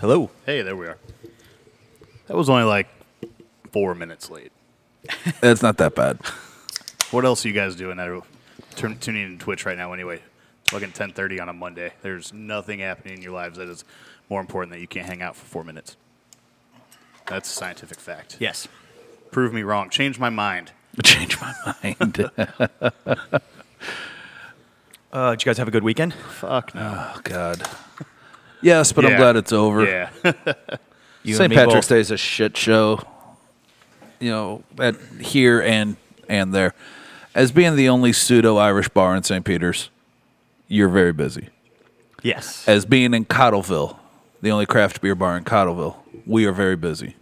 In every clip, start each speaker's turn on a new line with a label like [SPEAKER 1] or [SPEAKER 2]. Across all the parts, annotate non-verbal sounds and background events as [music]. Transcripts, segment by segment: [SPEAKER 1] Hello.
[SPEAKER 2] Hey, there we are. That was only like four minutes
[SPEAKER 1] [laughs]
[SPEAKER 2] late.
[SPEAKER 1] That's not that bad.
[SPEAKER 2] What else are you guys doing that are turn, tuning in to Twitch right now anyway? It's fucking 10.30 on a Monday. There's nothing happening in your lives that is more important that you can't hang out for four minutes. That's a scientific fact.
[SPEAKER 3] Yes.
[SPEAKER 2] Prove me wrong. Change my mind.
[SPEAKER 1] [laughs] Change my mind.
[SPEAKER 3] Uh, did you guys have a good weekend?
[SPEAKER 2] Fuck no.
[SPEAKER 1] oh God. [laughs] Yes, but I'm
[SPEAKER 2] Yeah.
[SPEAKER 1] glad it's over.
[SPEAKER 2] Yeah.
[SPEAKER 3] You
[SPEAKER 1] St. Patrick's Day is a shit show. You know, at here and and there, as being the only pseudo Irish bar in St. Peter's, you're very busy.
[SPEAKER 3] Yes.
[SPEAKER 1] As being in Cottleville, the only craft beer bar in Cottleville, we are very busy.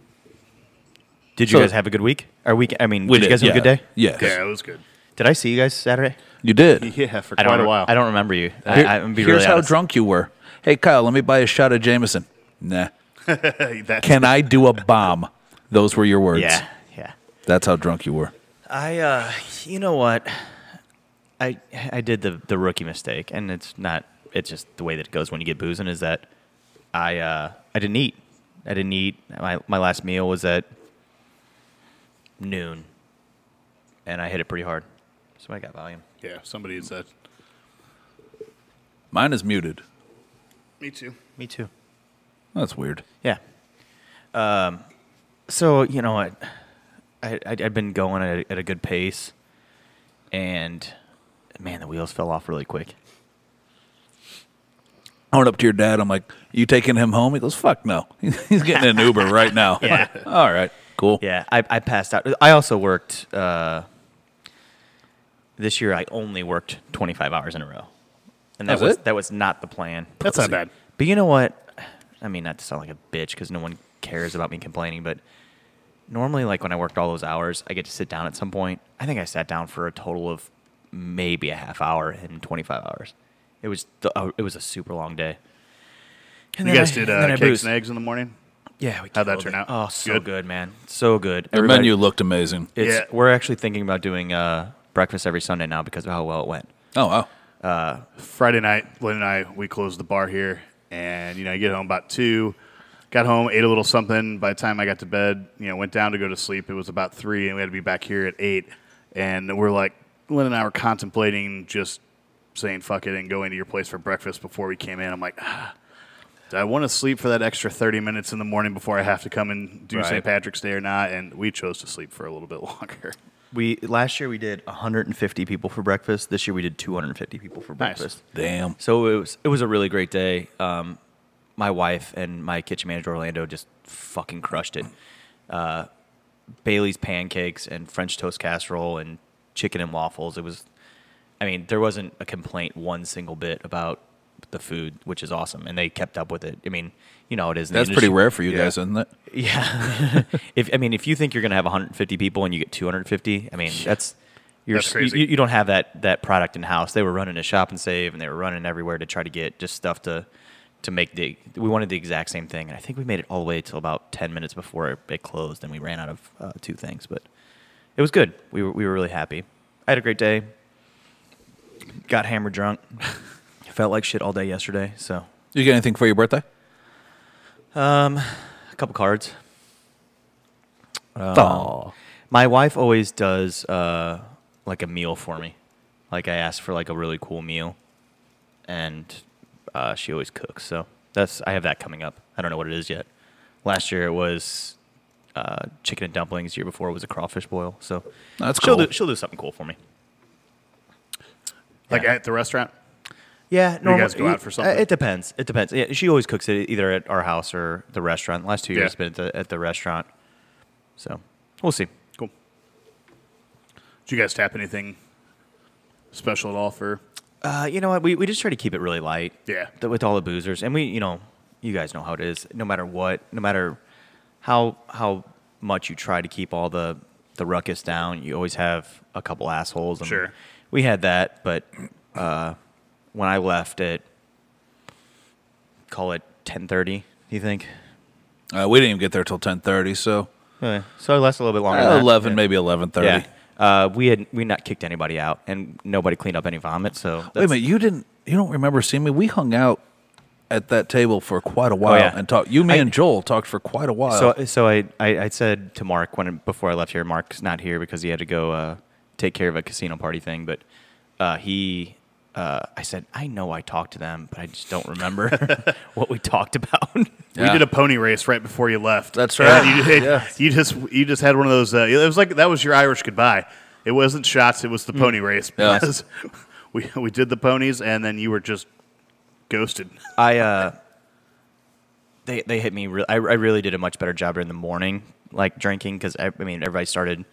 [SPEAKER 3] Did you
[SPEAKER 1] so-
[SPEAKER 3] guys have a good week? Or week? I mean, did you guys have a good day?
[SPEAKER 2] [laughs]
[SPEAKER 1] Yes,
[SPEAKER 2] yeah, it was good.
[SPEAKER 3] Did I see you guys Saturday?
[SPEAKER 1] you
[SPEAKER 2] [laughs]
[SPEAKER 1] did.
[SPEAKER 2] Yeah, for quite
[SPEAKER 3] I don't.
[SPEAKER 2] a
[SPEAKER 3] rem-
[SPEAKER 2] while.
[SPEAKER 3] I don't remember you. I,
[SPEAKER 1] Here-
[SPEAKER 3] I'm gonna be
[SPEAKER 1] here's
[SPEAKER 3] really
[SPEAKER 1] how
[SPEAKER 3] honest.
[SPEAKER 1] drunk you were. Hey, Kyle, let me buy a shot of Jameson. Nah.
[SPEAKER 2] That's-
[SPEAKER 1] Can I do a bomb? Those were your words.
[SPEAKER 3] Yeah. Yeah.
[SPEAKER 1] That's how drunk you were.
[SPEAKER 3] I, uh, you know what? I I did the the rookie mistake, and it's not. It's just the way that it goes when you get boozing. Is that I uh, I didn't eat. I didn't eat. My my last meal was at noon, and I hit it pretty hard. So I got volume.
[SPEAKER 2] yeah, somebody said.
[SPEAKER 1] Mine is muted.
[SPEAKER 2] Me too.
[SPEAKER 3] Me too.
[SPEAKER 1] That's weird.
[SPEAKER 3] Yeah. Um, so you know what, I, I I'd been going at a, at a good pace, and man, the wheels fell off really quick.
[SPEAKER 1] I went up to your dad. I'm like, "You taking him home?" He goes, "Fuck no." [laughs] He's getting an Uber right now.
[SPEAKER 3] [laughs] Yeah.
[SPEAKER 1] [laughs] All right. Cool.
[SPEAKER 3] Yeah, I, I passed out. I also worked uh, this year. I only worked 25 hours in a row, and that
[SPEAKER 1] That's
[SPEAKER 3] was
[SPEAKER 1] it?
[SPEAKER 3] that was not the plan.
[SPEAKER 2] That's not bad.
[SPEAKER 3] But you know what? I mean, not to sound like a bitch because no one cares about me complaining, but normally, like when I worked all those hours, I get to sit down at some point. I think I sat down for a total of maybe a half hour in 25 hours. It was the, uh, it was a super long day. And
[SPEAKER 2] You
[SPEAKER 3] then
[SPEAKER 2] guys
[SPEAKER 3] I-
[SPEAKER 2] did
[SPEAKER 3] and then
[SPEAKER 2] uh,
[SPEAKER 3] I
[SPEAKER 2] cakes
[SPEAKER 3] boozed.
[SPEAKER 2] and eggs in the morning?
[SPEAKER 3] Yeah, we
[SPEAKER 2] How'd that
[SPEAKER 3] killed
[SPEAKER 2] turn
[SPEAKER 3] it.
[SPEAKER 2] out?
[SPEAKER 3] Oh, so
[SPEAKER 2] Good?
[SPEAKER 3] good, man, so good.
[SPEAKER 1] Your
[SPEAKER 3] Everybody-
[SPEAKER 1] menu looked amazing.
[SPEAKER 3] it's
[SPEAKER 2] Yeah.
[SPEAKER 3] we're actually thinking about doing uh, breakfast every Sunday now because of how well it went.
[SPEAKER 1] Oh wow.
[SPEAKER 2] Friday night, Lynn and I, we closed the bar here, and you know, I get home about two. Got home, ate a little something. By the time I got to bed, you know, went down to go to sleep. It was about three, and we had to be back here at eight. And we're like, Lynn and I were contemplating just saying fuck it and going to your place for breakfast before we came in. I'm like, ah, do I want to sleep for that extra 30 minutes in the morning before I have to come and do
[SPEAKER 1] Right.
[SPEAKER 2] St. Patrick's Day or not? And we chose to sleep for a little bit [laughs] longer.
[SPEAKER 3] We last year we did 150 people for breakfast. This year we did 250 people for
[SPEAKER 2] Nice.
[SPEAKER 3] breakfast.
[SPEAKER 1] Damn.
[SPEAKER 3] So it was it was a really great day. Um, my wife and my kitchen manager Orlando just fucking crushed it. Uh, Bailey's pancakes and French toast casserole and chicken and waffles. It was, I mean, there wasn't a complaint one single bit about the food, which is awesome, and they kept up with it. I mean, you know how it is. in the
[SPEAKER 1] That's pretty
[SPEAKER 3] industry.
[SPEAKER 1] rare for you
[SPEAKER 2] Yeah.
[SPEAKER 1] guys, isn't it?
[SPEAKER 3] Yeah. if I mean, if you think you're going to have 150 people and you get 250, I mean, that's you're
[SPEAKER 2] That's
[SPEAKER 3] s-
[SPEAKER 2] crazy.
[SPEAKER 3] You, you don't have that that product in house. They were running a shop and save, and they were running everywhere to try to get just stuff to to make the. We wanted the exact same thing, and I think we made it all the way till about 10 minutes before it, it closed, and we ran out of uh, two things, but it was good. We were we were really happy. I had a great day. Got
[SPEAKER 2] [laughs]
[SPEAKER 3] hammered drunk. Felt like shit all day yesterday. So
[SPEAKER 1] You get anything for your birthday?
[SPEAKER 3] a couple cards. Um,
[SPEAKER 1] Aw.
[SPEAKER 3] My wife always does uh, like a meal for me. Like I ask for like a really cool meal, and uh, she always cooks. So that's I have that coming up. I don't know what it is yet. Last year it was uh, chicken and dumplings. Year before it was a crawfish boil. So
[SPEAKER 1] That's
[SPEAKER 3] she'll
[SPEAKER 1] cool.
[SPEAKER 3] do she'll do something cool for me.
[SPEAKER 2] Like
[SPEAKER 3] Yeah.
[SPEAKER 2] at the restaurant?
[SPEAKER 3] Yeah,
[SPEAKER 2] you guys go out for something?
[SPEAKER 3] It depends. It depends. Yeah, she always cooks it either at our house or the restaurant. Last two years
[SPEAKER 2] Yeah.
[SPEAKER 3] has been at the, at the restaurant. So we'll see.
[SPEAKER 2] Cool. Did you guys tap anything special at all for?
[SPEAKER 3] Uh, you know what? We, we just try to keep it really light.
[SPEAKER 2] Yeah.
[SPEAKER 3] Th- With all the boozers, and we, you know, you guys know how it is. No matter what, no matter how how much you try to keep all the the ruckus down, you always have a couple assholes. And
[SPEAKER 2] Sure.
[SPEAKER 3] We had that, but uh, when I left at call it ten thirty, you think?
[SPEAKER 1] Uh, we didn't even get there till 10:30, so
[SPEAKER 3] Yeah. So I lasted a little bit longer.
[SPEAKER 1] uh,
[SPEAKER 3] than that.
[SPEAKER 1] 11,
[SPEAKER 3] Yeah.
[SPEAKER 1] maybe 11:30.
[SPEAKER 3] Yeah. Uh, we had we not kicked anybody out, and nobody cleaned up any vomit. So
[SPEAKER 1] Wait a
[SPEAKER 3] that's-
[SPEAKER 1] minute, you didn't. You don't remember seeing me? We hung out at that table for quite a while
[SPEAKER 3] Oh, yeah.
[SPEAKER 1] and talked. You, me,
[SPEAKER 3] I-
[SPEAKER 1] and Joel talked for quite a while.
[SPEAKER 3] So, so I, I, I said to Mark when before I left here, Mark's not here because he had to go uh, take care of a casino party thing. But uh, he, uh, I said, I know I talked to them, but I just don't remember [laughs] what we talked about.
[SPEAKER 1] Yeah.
[SPEAKER 2] We did a pony race right before you left.
[SPEAKER 1] That's
[SPEAKER 2] And
[SPEAKER 1] right.
[SPEAKER 2] you, did-
[SPEAKER 1] Yeah.
[SPEAKER 2] you just you just had one of those. Uh, it was like that was your Irish goodbye. It wasn't shots. It was the pony race
[SPEAKER 1] Mm. Yeah.
[SPEAKER 2] because [laughs] we we did the ponies and then you were just ghosted.
[SPEAKER 3] I, uh, they, they hit me. Re- I, I really did a much better job during the morning, like drinking, because I, I mean, everybody started.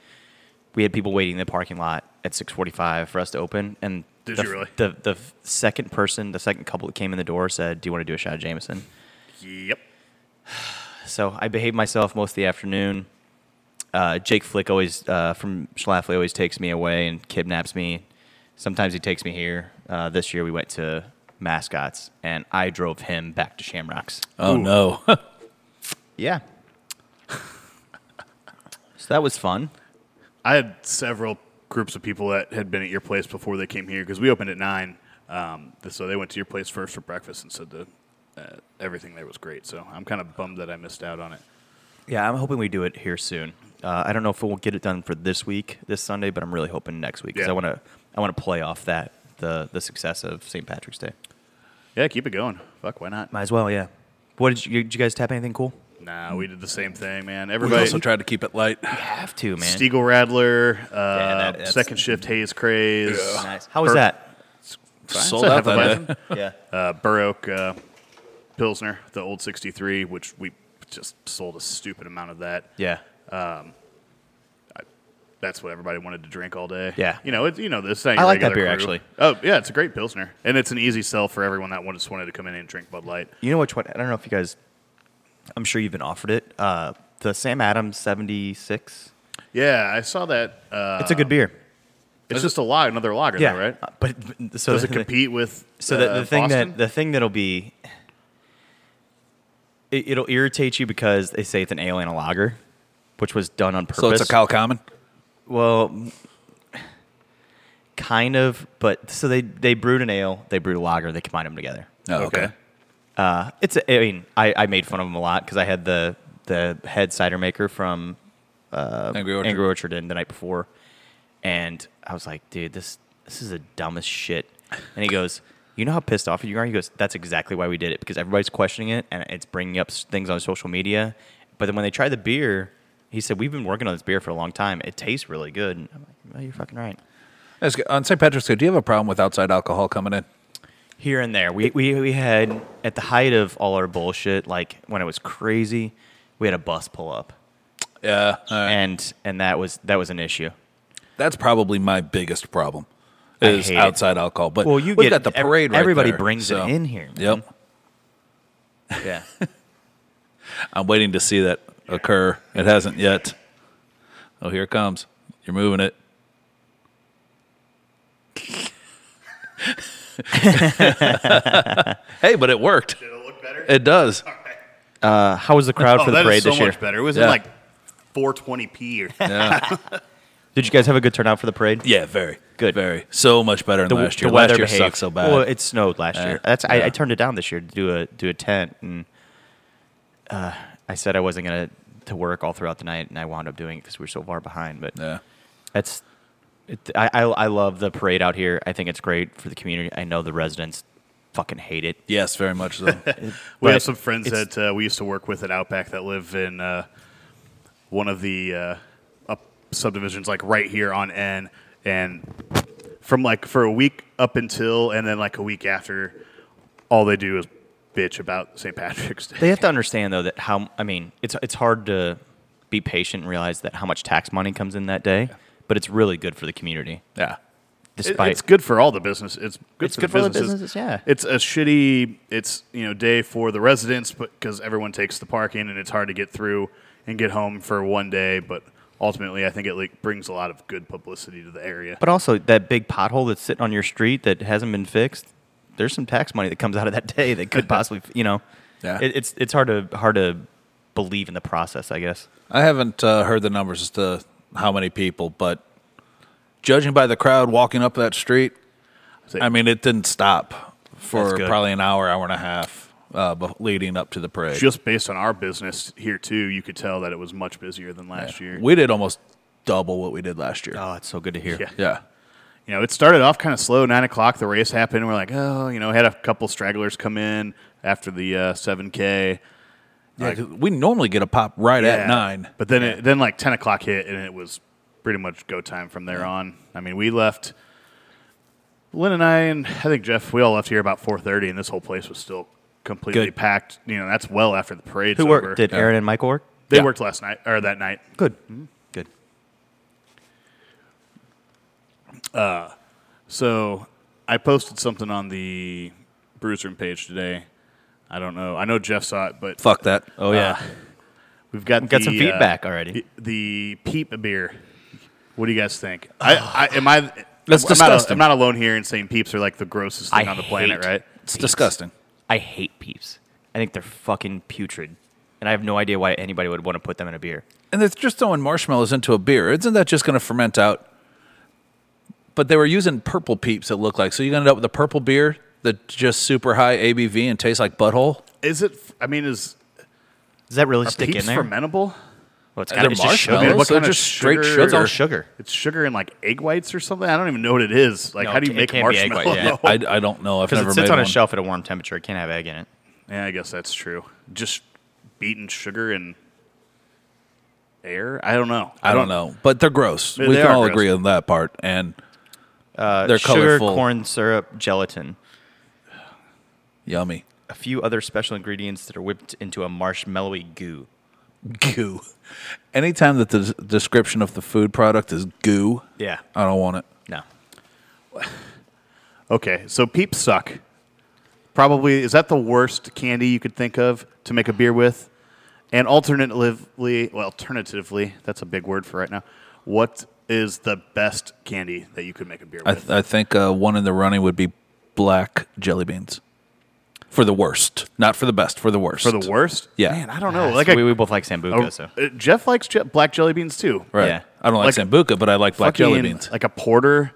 [SPEAKER 3] We had people waiting in the parking lot at 6:45 for us to open, and
[SPEAKER 2] Did
[SPEAKER 3] the,
[SPEAKER 2] you really?
[SPEAKER 3] The the second person, the second couple that came in the door said, "Do you want to do a shot of Jameson?"
[SPEAKER 2] Yep.
[SPEAKER 3] So I behaved myself most of the afternoon. Uh, Jake Flick always uh, from Schlafly always takes me away and kidnaps me. Sometimes he takes me here. Uh, this year we went to Mascots and I drove him back to Shamrocks.
[SPEAKER 1] oh no, [laughs]
[SPEAKER 3] Yeah. [laughs] so that was fun.
[SPEAKER 2] I had several groups of people that had been at your place before they came here because we opened at nine. Um, so they went to your place first for breakfast and said that uh, everything there was great. So I'm kind of bummed that I missed out on it.
[SPEAKER 3] Yeah, I'm hoping we do it here soon. Uh, I don't know if we'll get it done for this week, this Sunday, but I'm really hoping next week because
[SPEAKER 2] Yeah.
[SPEAKER 3] I want to I want to play off that the the success of St. Patrick's Day.
[SPEAKER 2] Yeah, keep it going. Fuck, why not?
[SPEAKER 3] Might as well, yeah. What did you, did you guys tap anything cool?
[SPEAKER 2] Nah, we did the same thing, man.
[SPEAKER 1] we
[SPEAKER 2] Everybody.
[SPEAKER 1] also tried to keep it light.
[SPEAKER 3] Have to, man.
[SPEAKER 2] Stiegel Radler, uh,
[SPEAKER 3] that- that's-
[SPEAKER 2] second shift Hayes Craze.
[SPEAKER 3] Nice. How was
[SPEAKER 2] Bur-
[SPEAKER 3] that?
[SPEAKER 2] Fine.
[SPEAKER 1] Sold
[SPEAKER 2] It's a
[SPEAKER 1] out that
[SPEAKER 2] Hefeweizen. [laughs]
[SPEAKER 3] Yeah.
[SPEAKER 2] Uh, Burroak uh, Pilsner, the old 63, which we just sold a stupid amount of that.
[SPEAKER 3] Yeah.
[SPEAKER 2] That's what everybody wanted to drink all day.
[SPEAKER 3] Yeah.
[SPEAKER 2] You know, it's you know, this ain't
[SPEAKER 3] I
[SPEAKER 2] your
[SPEAKER 3] like that
[SPEAKER 2] regular
[SPEAKER 3] beer,
[SPEAKER 2] crew.
[SPEAKER 3] actually.
[SPEAKER 2] Oh, yeah, it's a great Pilsner. And it's an easy sell for everyone that just wanted to come in and drink Bud Light.
[SPEAKER 3] You know which one? I don't know if you guys. I'm sure you've been offered it. Uh, the Sam Adams 76.
[SPEAKER 2] Yeah, I saw that. Uh,
[SPEAKER 3] It's a good beer.
[SPEAKER 2] It's just a lager, another lager, though, right?
[SPEAKER 3] Uh, But but- so
[SPEAKER 2] Does it
[SPEAKER 3] the-
[SPEAKER 2] compete with
[SPEAKER 3] So the,
[SPEAKER 2] uh,
[SPEAKER 3] the thing
[SPEAKER 2] Boston?
[SPEAKER 3] that the thing that'll be. It, it'll irritate you because they say it's an ale and a lager, which was done on purpose.
[SPEAKER 1] So it's a Kyle Common.
[SPEAKER 3] Well, m- kind of, but so they they brewed an ale, they brewed a lager, they combined them together.
[SPEAKER 1] Oh,
[SPEAKER 2] Okay.
[SPEAKER 1] okay.
[SPEAKER 3] Uh, it's a, I mean, I, I made fun of him a lot because I had the the head cider maker from
[SPEAKER 1] Angry Orchard.
[SPEAKER 3] Angry Orchard in the night before, and I was like, dude, this this is the dumbest shit. And he goes, you know how pissed off you are? He goes, that's exactly why we did it because everybody's questioning it and it's bringing up s- things on social media. But then when they try the beer, he said, we've been working on this beer for a long time. It tastes really good. And I'm like, well, you're fucking right.
[SPEAKER 1] That's good.
[SPEAKER 3] Uh,
[SPEAKER 1] On St. Patrick's Day, do you have a problem with outside alcohol coming in?
[SPEAKER 3] Here and there. We, we, we had, at the height of all our bullshit, like when it was crazy, we had a bus pull up.
[SPEAKER 1] Yeah, all right.
[SPEAKER 3] And, and that was that was an issue.
[SPEAKER 1] that's probably my biggest problem
[SPEAKER 3] I
[SPEAKER 1] is
[SPEAKER 3] hate it.
[SPEAKER 1] outside alcohol. But
[SPEAKER 3] Well, you
[SPEAKER 1] we've
[SPEAKER 3] get-
[SPEAKER 1] got the
[SPEAKER 3] ev-
[SPEAKER 1] parade. right
[SPEAKER 3] everybody
[SPEAKER 1] there,
[SPEAKER 3] brings it
[SPEAKER 1] so-
[SPEAKER 3] in here, man.
[SPEAKER 1] Yep,
[SPEAKER 3] Yeah.
[SPEAKER 1] I'm waiting to see that occur. It hasn't yet. Oh, here it comes. You're moving it. [laughs] hey, but it worked.
[SPEAKER 2] Did it look better?
[SPEAKER 1] It does.
[SPEAKER 3] Uh, [laughs] how was the
[SPEAKER 2] [laughs]
[SPEAKER 3] crowd
[SPEAKER 2] oh,
[SPEAKER 3] for the
[SPEAKER 2] that is
[SPEAKER 3] parade
[SPEAKER 2] so
[SPEAKER 3] this year?
[SPEAKER 2] much better. It was
[SPEAKER 1] Yeah.
[SPEAKER 2] in like 420p or
[SPEAKER 3] Did you guys have a good turnout for the parade?
[SPEAKER 1] Yeah, very
[SPEAKER 3] Good.
[SPEAKER 1] Very so much better than
[SPEAKER 3] The,
[SPEAKER 1] last year.
[SPEAKER 3] the weather
[SPEAKER 1] last year
[SPEAKER 3] behaved.
[SPEAKER 1] sucked so bad.
[SPEAKER 3] Well, it snowed last
[SPEAKER 1] Yeah.
[SPEAKER 3] year. That's I,
[SPEAKER 1] Yeah.
[SPEAKER 3] I turned it down this year to do a do a tent, and uh, I said I wasn't gonna to work all throughout the night, and I wound up doing it because we were so far behind. But
[SPEAKER 1] yeah,
[SPEAKER 3] that's it, I, I I love the parade out here. I think it's great for the community. I know the residents fucking hate it.
[SPEAKER 1] yes, very much so.
[SPEAKER 3] [laughs]
[SPEAKER 2] We
[SPEAKER 3] But
[SPEAKER 2] have some friends
[SPEAKER 3] it's-
[SPEAKER 2] that uh, we used to work with at Outback that live in uh, one of the uh, up subdivisions, like right here on N, and from like for a week up until and then like a week after, all they do is bitch about St. Patrick's Day.
[SPEAKER 3] They have to understand though that how I mean it's it's hard to be patient and realize that how much tax money comes in that day, but it's really good for the community.
[SPEAKER 1] yeah,
[SPEAKER 2] It-
[SPEAKER 3] Despite
[SPEAKER 2] it's good for all the business. It's good,
[SPEAKER 3] It's
[SPEAKER 2] for,
[SPEAKER 3] good
[SPEAKER 2] the
[SPEAKER 3] for all the
[SPEAKER 2] businesses.
[SPEAKER 3] businesses, yeah.
[SPEAKER 2] It's a shitty. It's you know day for the residents, but because everyone takes the parking and it's hard to get through and get home for one day. But ultimately, I think it like brings a lot of good publicity to the area.
[SPEAKER 3] But also that big pothole that's sitting on your street that hasn't been fixed. There's some tax money that comes out of that day that [laughs] could possibly, you know,
[SPEAKER 1] Yeah.
[SPEAKER 3] it, it's it's hard to hard to believe in the process. I guess
[SPEAKER 1] I haven't uh, heard the numbers as to how many people, but judging by the crowd walking up that street,
[SPEAKER 2] So-
[SPEAKER 1] I mean, it didn't stop for
[SPEAKER 3] That's good.
[SPEAKER 1] probably an hour, hour and a half. uh, bef- leading up to the parade.
[SPEAKER 2] Just based on our business here too, you could tell that it was much busier than last year.
[SPEAKER 1] We did almost double what we did last year.
[SPEAKER 3] Oh, it's so good to hear.
[SPEAKER 2] Yeah.
[SPEAKER 1] Yeah.
[SPEAKER 2] you know, it started off kind of slow. Nine o'clock, the race happened. We're like, oh, you know, had a couple stragglers come in after the uh, seven k.
[SPEAKER 1] Yeah,
[SPEAKER 2] Like-
[SPEAKER 1] 'cause we normally get a pop right at
[SPEAKER 2] Yeah.
[SPEAKER 1] nine.
[SPEAKER 2] But then it, then like ten o'clock hit, and it was pretty much go time from there on. I mean, we left. Lynn and I, and I think Jeff, we all left here about four thirty, and this whole place was still completely
[SPEAKER 3] Good.
[SPEAKER 2] packed. You know, that's well after the parade.
[SPEAKER 3] Who
[SPEAKER 2] Over.
[SPEAKER 3] worked? Did
[SPEAKER 1] Yeah.
[SPEAKER 3] Aaron and Michael work?
[SPEAKER 2] they
[SPEAKER 1] Yeah.
[SPEAKER 2] worked last night or that night?
[SPEAKER 3] Good. Good.
[SPEAKER 2] So I posted something on the Bruce Room page today. I don't know. I know Jeff saw it, but
[SPEAKER 1] Fuck that.
[SPEAKER 3] Oh yeah.
[SPEAKER 2] Uh, We've got
[SPEAKER 3] We've got
[SPEAKER 2] the,
[SPEAKER 3] some
[SPEAKER 2] uh,
[SPEAKER 3] feedback already.
[SPEAKER 2] the- The peep beer. What do you guys think?
[SPEAKER 3] [sighs]
[SPEAKER 2] I, I am I.
[SPEAKER 1] That's
[SPEAKER 2] I'm not,
[SPEAKER 1] disgusting.
[SPEAKER 2] I'm not alone here in saying peeps are like the grossest thing
[SPEAKER 3] I
[SPEAKER 2] on the planet,
[SPEAKER 3] hate
[SPEAKER 2] right?
[SPEAKER 1] It's
[SPEAKER 3] peeps.
[SPEAKER 1] disgusting.
[SPEAKER 3] I hate peeps. I think they're fucking putrid, and I have no idea why anybody would want to put them in a beer.
[SPEAKER 1] And it's just throwing marshmallows into a beer. Isn't that just going to ferment out? But they were using purple peeps, it looked like. So you ended up with a purple beer that's just super high ABV and tastes like butthole.
[SPEAKER 2] Is it? I mean, is
[SPEAKER 3] Does that really
[SPEAKER 2] are
[SPEAKER 3] stick
[SPEAKER 2] peeps
[SPEAKER 3] in there?
[SPEAKER 2] fermentable?
[SPEAKER 3] well, it's
[SPEAKER 1] They're
[SPEAKER 3] gotta- it's just
[SPEAKER 1] marshmallows.
[SPEAKER 3] sugar.
[SPEAKER 1] Well, so just straight sugar-
[SPEAKER 3] It's all sugar.
[SPEAKER 2] It's sugar and like egg whites or something. I don't even know what it is. Like,
[SPEAKER 3] No,
[SPEAKER 2] how do
[SPEAKER 3] it
[SPEAKER 2] you
[SPEAKER 3] ca- it
[SPEAKER 2] make
[SPEAKER 3] can't be egg
[SPEAKER 2] marshmallow?
[SPEAKER 3] white, yeah.
[SPEAKER 1] I, I don't know. I've
[SPEAKER 3] Because
[SPEAKER 1] never
[SPEAKER 3] it sits
[SPEAKER 1] made
[SPEAKER 3] on
[SPEAKER 1] one.
[SPEAKER 3] a shelf at a warm temperature. It can't have egg in it.
[SPEAKER 2] [laughs] Yeah, I guess that's true. Just beaten sugar and air. I don't know.
[SPEAKER 1] I don't know, but they're gross.
[SPEAKER 2] They-
[SPEAKER 1] we
[SPEAKER 2] they
[SPEAKER 1] can
[SPEAKER 2] are
[SPEAKER 1] all
[SPEAKER 2] gross.
[SPEAKER 1] agree on that part. And they're
[SPEAKER 3] Uh, sugar,
[SPEAKER 1] colorful,
[SPEAKER 3] corn syrup, gelatin,
[SPEAKER 1] yummy
[SPEAKER 3] a few other special ingredients that are whipped into a marshmallowy goo.
[SPEAKER 1] goo. Anytime that the des- description of the food product is goo,
[SPEAKER 3] Yeah.
[SPEAKER 1] I don't want it.
[SPEAKER 3] Uh, No.
[SPEAKER 2] Okay, so peeps suck. Probably is that the worst candy you could think of to make a beer with? And alternatively, well, alternatively, that's a big word for right now. What is the best candy that you could make a beer
[SPEAKER 1] I,
[SPEAKER 2] with?
[SPEAKER 1] th- I think uh, one in the running would be black jelly beans for the worst, not for the best, for the worst.
[SPEAKER 2] for the worst?
[SPEAKER 1] Yeah.
[SPEAKER 2] Man, I don't know. Like
[SPEAKER 3] Like
[SPEAKER 2] a,
[SPEAKER 3] Uh, we, we both like
[SPEAKER 2] a-
[SPEAKER 3] Sambuca, so.
[SPEAKER 2] uh, Jeff likes je- black jelly beans too.
[SPEAKER 1] Right.
[SPEAKER 3] Yeah.
[SPEAKER 1] I don't like,
[SPEAKER 2] Like-
[SPEAKER 1] sambuca, but I like black jelly
[SPEAKER 2] Fucking,
[SPEAKER 1] beans.
[SPEAKER 2] Like a porter.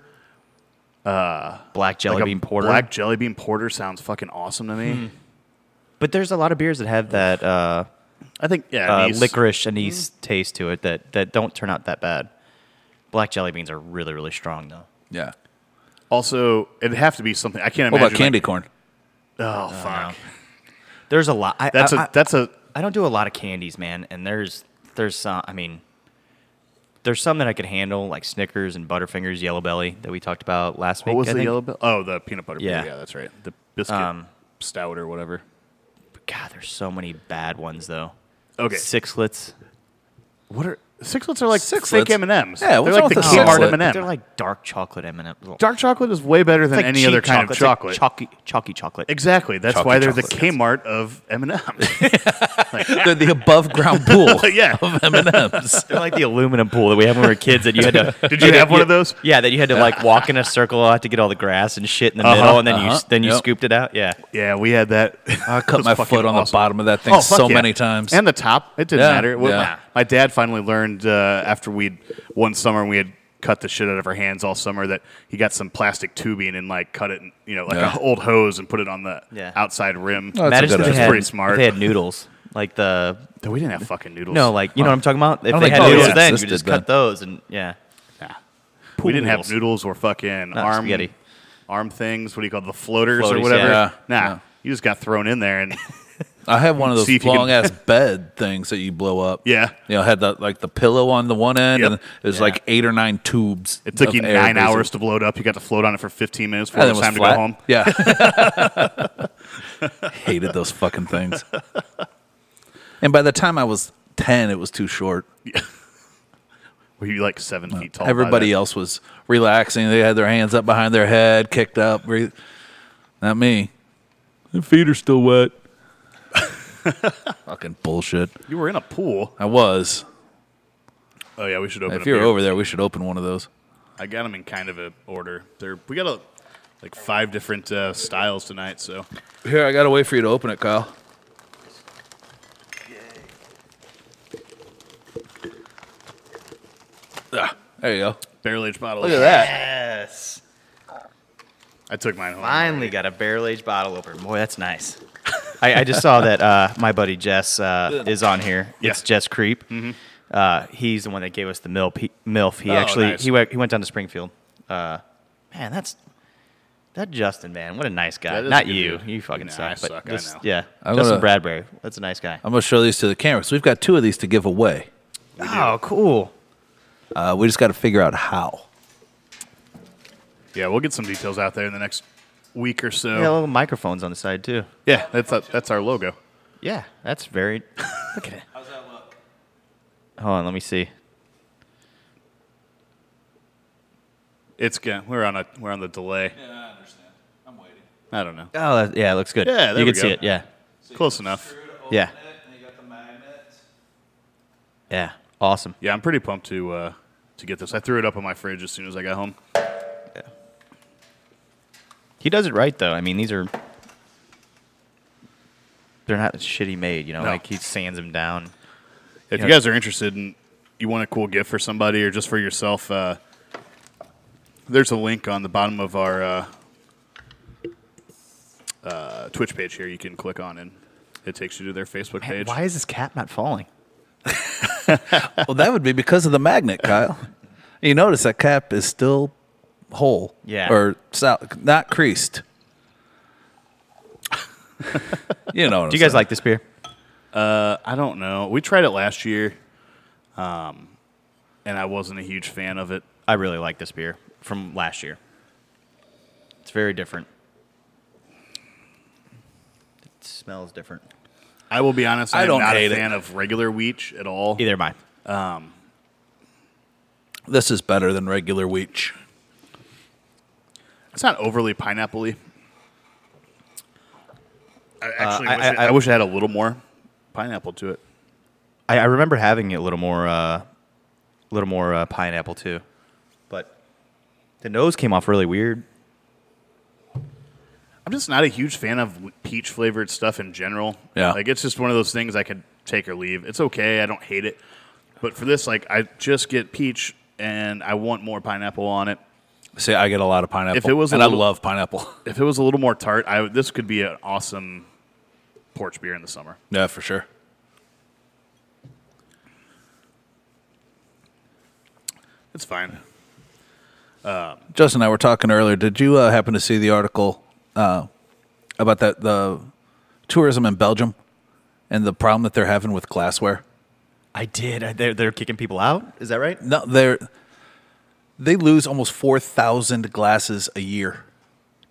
[SPEAKER 3] Black jelly
[SPEAKER 2] like a
[SPEAKER 3] bean porter.
[SPEAKER 2] Black jelly bean porter sounds fucking awesome to
[SPEAKER 1] Hmm.
[SPEAKER 2] me.
[SPEAKER 3] But there's a lot of beers that have that uh,
[SPEAKER 2] I think yeah,
[SPEAKER 3] uh,
[SPEAKER 2] anise. Mm-hmm.
[SPEAKER 3] licorice anise taste to it that, that don't turn out that bad. Black jelly beans are really, really strong, though.
[SPEAKER 1] yeah.
[SPEAKER 2] Also, it'd have to be something I can't
[SPEAKER 1] What
[SPEAKER 2] imagine.
[SPEAKER 1] about candy corn?
[SPEAKER 2] like- oh fuck,
[SPEAKER 3] There's a lot. I,
[SPEAKER 2] that's
[SPEAKER 3] I-
[SPEAKER 2] a that's a
[SPEAKER 3] I don't do a lot of candies, man. And there's there's some. I mean, there's some that I could handle, like Snickers and Butterfingers, Yellow Belly that we talked about last week.
[SPEAKER 2] What was
[SPEAKER 3] I
[SPEAKER 2] the
[SPEAKER 3] think.
[SPEAKER 2] yellow bell? Oh, the peanut butter.
[SPEAKER 3] Yeah.
[SPEAKER 2] Yeah, yeah, that's right. The biscuit
[SPEAKER 3] Um,
[SPEAKER 2] stout or whatever.
[SPEAKER 3] God, there's so many bad ones though.
[SPEAKER 2] Okay,
[SPEAKER 3] Sixlets.
[SPEAKER 2] what are sixlets? Are like
[SPEAKER 1] Sixlets?
[SPEAKER 2] fake M and M's.
[SPEAKER 1] Yeah, what's
[SPEAKER 2] they're like
[SPEAKER 1] wrong
[SPEAKER 2] the
[SPEAKER 1] with the
[SPEAKER 2] Kmart
[SPEAKER 1] sixlet?
[SPEAKER 2] M and
[SPEAKER 3] They're
[SPEAKER 2] M.
[SPEAKER 3] like dark chocolate M and M.
[SPEAKER 2] Dark chocolate is way better than any other kind of chocolate.
[SPEAKER 3] chalky, chalky chocolate.
[SPEAKER 2] exactly. That's
[SPEAKER 1] Chalky
[SPEAKER 2] why they're the
[SPEAKER 1] chocolate, yes.
[SPEAKER 2] Kmart of M and
[SPEAKER 1] [laughs]
[SPEAKER 2] M's.
[SPEAKER 1] They're the
[SPEAKER 2] [laughs]
[SPEAKER 1] above ground pool
[SPEAKER 2] Yeah.
[SPEAKER 1] of M&Ms.
[SPEAKER 3] They're like the aluminum pool that we had when we were kids that you had to.
[SPEAKER 2] [laughs] Did you
[SPEAKER 3] had to-
[SPEAKER 2] have one of those?
[SPEAKER 3] Yeah, that you had to like walk in a circle out to get all the grass and shit in the
[SPEAKER 2] Uh-huh,
[SPEAKER 3] middle, and then you
[SPEAKER 1] uh-huh,
[SPEAKER 3] s- then you
[SPEAKER 1] yep.
[SPEAKER 3] scooped it out. Yeah.
[SPEAKER 2] [laughs] yeah, we had that.
[SPEAKER 1] I cut my foot on the bottom of that thing
[SPEAKER 2] Oh, fuck
[SPEAKER 1] so
[SPEAKER 2] yeah.
[SPEAKER 1] many times.
[SPEAKER 2] And the top, it didn't
[SPEAKER 1] Yeah,
[SPEAKER 2] matter. Well,
[SPEAKER 1] yeah.
[SPEAKER 2] My, my dad finally learned uh, after we'd one summer we had cut the shit out of our hands all summer that he got some plastic tubing and like cut it, in, you know, like
[SPEAKER 1] Yeah.
[SPEAKER 2] an old hose and put it on the
[SPEAKER 3] Yeah.
[SPEAKER 2] outside rim.
[SPEAKER 1] Oh, That's a
[SPEAKER 3] Imagine
[SPEAKER 1] good
[SPEAKER 3] if
[SPEAKER 1] idea.
[SPEAKER 3] they had,
[SPEAKER 2] Pretty smart.
[SPEAKER 3] If they had noodles, like the
[SPEAKER 2] Dude, we didn't have fucking noodles.
[SPEAKER 3] no, like you know what I'm talking about. If
[SPEAKER 1] don't
[SPEAKER 3] they
[SPEAKER 1] think
[SPEAKER 3] had
[SPEAKER 1] noodles
[SPEAKER 3] noodles, then you
[SPEAKER 1] existed
[SPEAKER 3] just
[SPEAKER 1] then.
[SPEAKER 3] cut those, and yeah,
[SPEAKER 2] Nah. we didn't
[SPEAKER 3] noodles.
[SPEAKER 2] have noodles or fucking
[SPEAKER 3] No,
[SPEAKER 2] arm
[SPEAKER 3] spaghetti.
[SPEAKER 2] arm things. What do you call it, the floaters, or
[SPEAKER 3] Floaties,
[SPEAKER 2] whatever?
[SPEAKER 1] yeah.
[SPEAKER 2] Nah,
[SPEAKER 1] Yeah.
[SPEAKER 2] you just got thrown in there and
[SPEAKER 1] I had one of
[SPEAKER 2] See
[SPEAKER 1] those
[SPEAKER 2] if you can- [laughs]
[SPEAKER 1] long ass bed things that you blow up.
[SPEAKER 2] Yeah.
[SPEAKER 1] You know, had the like the pillow on the one end
[SPEAKER 2] Yep.
[SPEAKER 1] and it was
[SPEAKER 3] Yeah.
[SPEAKER 1] like eight or nine tubes.
[SPEAKER 2] it took
[SPEAKER 1] of
[SPEAKER 2] you
[SPEAKER 1] air,
[SPEAKER 2] nine
[SPEAKER 1] basically.
[SPEAKER 2] hours to blow it up. You got to float on it for 15 minutes before
[SPEAKER 1] And
[SPEAKER 2] it
[SPEAKER 1] it
[SPEAKER 2] was
[SPEAKER 1] was
[SPEAKER 2] time to
[SPEAKER 1] flat.
[SPEAKER 2] go home.
[SPEAKER 1] Yeah.
[SPEAKER 2] [laughs]
[SPEAKER 1] [laughs] Hated those fucking things. And by the time I was 10, it was too short.
[SPEAKER 2] Were you like seven feet tall? by
[SPEAKER 1] Everybody
[SPEAKER 2] then?
[SPEAKER 1] else was relaxing. They had their hands up behind their head, kicked up. breathe- Not me. My feet are still wet. [laughs] fucking bullshit.
[SPEAKER 2] You were in a pool.
[SPEAKER 1] I was.
[SPEAKER 2] Oh yeah, we should open.
[SPEAKER 1] if
[SPEAKER 2] a
[SPEAKER 1] you're
[SPEAKER 2] beer.
[SPEAKER 1] over there, we should open one of those.
[SPEAKER 2] I got them in kind of a order. They're, we got a, like five different uh, styles tonight. So
[SPEAKER 1] Here, I gotta wait for you to open it, Kyle. Ah, there you go.
[SPEAKER 2] barrel aged bottle.
[SPEAKER 1] Look at that.
[SPEAKER 3] Yes.
[SPEAKER 2] I took mine home. [laughs]
[SPEAKER 3] Finally got a barrel aged bottle opener. Boy, that's nice. I, I just saw that uh, my buddy Jess uh, is on here.
[SPEAKER 2] Yeah. Mm-hmm.
[SPEAKER 3] It's Jess Creep. Uh, he's the one that gave us the milf. He, milf. he
[SPEAKER 2] Oh,
[SPEAKER 3] actually
[SPEAKER 2] nice.
[SPEAKER 3] he went he went down to Springfield. Uh, man, that's that Justin man. What a nice guy.
[SPEAKER 2] That is a
[SPEAKER 3] Not
[SPEAKER 2] good
[SPEAKER 3] you.
[SPEAKER 2] dude.
[SPEAKER 3] You fucking
[SPEAKER 2] Nah,
[SPEAKER 3] suck.
[SPEAKER 2] I
[SPEAKER 3] but
[SPEAKER 2] suck, I
[SPEAKER 3] this-
[SPEAKER 2] know.
[SPEAKER 3] Yeah,
[SPEAKER 1] I'm
[SPEAKER 3] Justin
[SPEAKER 1] gonna-
[SPEAKER 3] Bradbury. That's a nice guy.
[SPEAKER 1] I'm gonna show these to the camera. So we've got two of these to give away.
[SPEAKER 3] Oh, cool.
[SPEAKER 1] Uh, we just got to figure out how.
[SPEAKER 2] Yeah, we'll get some details out there in the next week or so.
[SPEAKER 3] Yeah, little microphones on the side too.
[SPEAKER 2] Yeah, that's uh, that's our logo.
[SPEAKER 3] Yeah, that's very. look at it. How's that look? Hold on, let me see.
[SPEAKER 2] It's good. We're on a we're on the delay. Yeah, I understand. I'm waiting. I don't know.
[SPEAKER 3] Oh, that, yeah, it looks good.
[SPEAKER 2] Yeah, there we
[SPEAKER 3] you can see
[SPEAKER 2] go.
[SPEAKER 3] it. Yeah,
[SPEAKER 2] Close enough.
[SPEAKER 3] Yeah. yeah, awesome.
[SPEAKER 2] Yeah, I'm pretty pumped to uh, to get this. I threw it up on my fridge as soon as I got home.
[SPEAKER 3] He does it right though. I mean, these are they're not shitty made. You know,
[SPEAKER 2] No.
[SPEAKER 3] like he sands them down.
[SPEAKER 2] If
[SPEAKER 3] Yeah.
[SPEAKER 2] you guys are interested and you want a cool gift for somebody or just for yourself, uh, there's a link on the bottom of our uh, uh, Twitch page here. You can click on and it takes you to their Facebook
[SPEAKER 3] Man,
[SPEAKER 2] page.
[SPEAKER 3] why is this cap not falling?
[SPEAKER 1] Well, that would be because of the magnet,
[SPEAKER 3] [laughs]
[SPEAKER 1] Kyle. You notice that cap is still whole,
[SPEAKER 3] Yeah.
[SPEAKER 1] or sou-
[SPEAKER 3] [laughs]
[SPEAKER 1] not creased. you know. What
[SPEAKER 3] Do
[SPEAKER 1] I'm
[SPEAKER 3] you guys
[SPEAKER 1] saying.
[SPEAKER 3] like this beer?
[SPEAKER 2] I don't know. We tried it last year, um, and I wasn't a huge fan of it.
[SPEAKER 3] I really like this beer from last year. It's very different. It smells different.
[SPEAKER 2] I will be honest. I'm
[SPEAKER 1] I don't
[SPEAKER 2] not
[SPEAKER 1] hate
[SPEAKER 2] a
[SPEAKER 1] it.
[SPEAKER 2] fan of regular Weech at all.
[SPEAKER 3] Either am I.
[SPEAKER 1] This is better than regular Weech.
[SPEAKER 2] It's not overly pineapple-y. I actually
[SPEAKER 3] I-
[SPEAKER 2] wish,
[SPEAKER 3] Uh, I-
[SPEAKER 2] it,
[SPEAKER 3] I-
[SPEAKER 2] I wish it had a little more pineapple to it.
[SPEAKER 3] I, I remember having a little more, uh, little more uh, pineapple too, but the nose came off really weird.
[SPEAKER 2] I'm just not a huge fan of peach flavored stuff in general.
[SPEAKER 1] Yeah.
[SPEAKER 2] Like it's just one of those things I could take or leave. It's okay. I don't hate it. But for this, like I just get peach and I want more pineapple on it.
[SPEAKER 1] See, I get a lot of pineapple.
[SPEAKER 2] If it was a
[SPEAKER 1] and
[SPEAKER 2] little-
[SPEAKER 1] I love pineapple. [laughs]
[SPEAKER 2] If it was a little more tart, I would- this could be an awesome porch beer in the summer.
[SPEAKER 1] yeah, for sure.
[SPEAKER 2] It's fine.
[SPEAKER 1] Justin and I were talking earlier. Did you uh, happen to see the article uh, about that the tourism in Belgium and the problem that they're having with glassware?
[SPEAKER 3] I did. I, they're, they're kicking people out. Is that right?
[SPEAKER 1] No, they're they lose almost four thousand glasses a year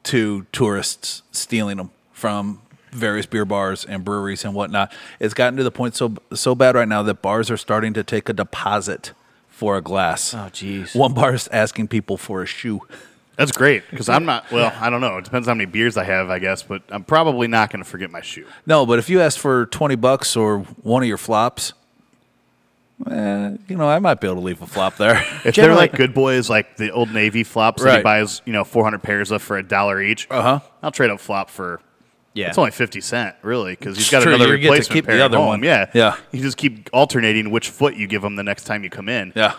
[SPEAKER 1] to tourists stealing them from various beer bars and breweries and whatnot. It's gotten to the point so so bad right now that bars are starting to take a deposit for a glass.
[SPEAKER 3] Oh, jeez.
[SPEAKER 1] One bar is asking people for a shoe.
[SPEAKER 2] That's great because I'm not. Well, I don't know. It depends how many beers I have, I guess. But I'm probably not going to forget my shoe.
[SPEAKER 1] No, but if you ask for twenty bucks or one of your flops, eh, you know I might be able to leave a flop there.
[SPEAKER 2] If
[SPEAKER 3] Generally-
[SPEAKER 2] they're like good boys, like the old Navy flops that
[SPEAKER 1] Right.
[SPEAKER 2] he buys, you know, 400 pairs of for a dollar each. Uh
[SPEAKER 1] Uh-huh.
[SPEAKER 2] I'll trade up flop for.
[SPEAKER 3] Yeah.
[SPEAKER 2] It's only 50 cent, really, because
[SPEAKER 1] It's
[SPEAKER 2] he's got
[SPEAKER 1] true,
[SPEAKER 2] another
[SPEAKER 1] you get to
[SPEAKER 2] replacement
[SPEAKER 1] keep the
[SPEAKER 2] pair
[SPEAKER 1] other
[SPEAKER 2] at home.
[SPEAKER 1] one.
[SPEAKER 2] Yeah.
[SPEAKER 1] Yeah.
[SPEAKER 2] You just keep alternating which foot you give them the next time you come in.
[SPEAKER 1] yeah,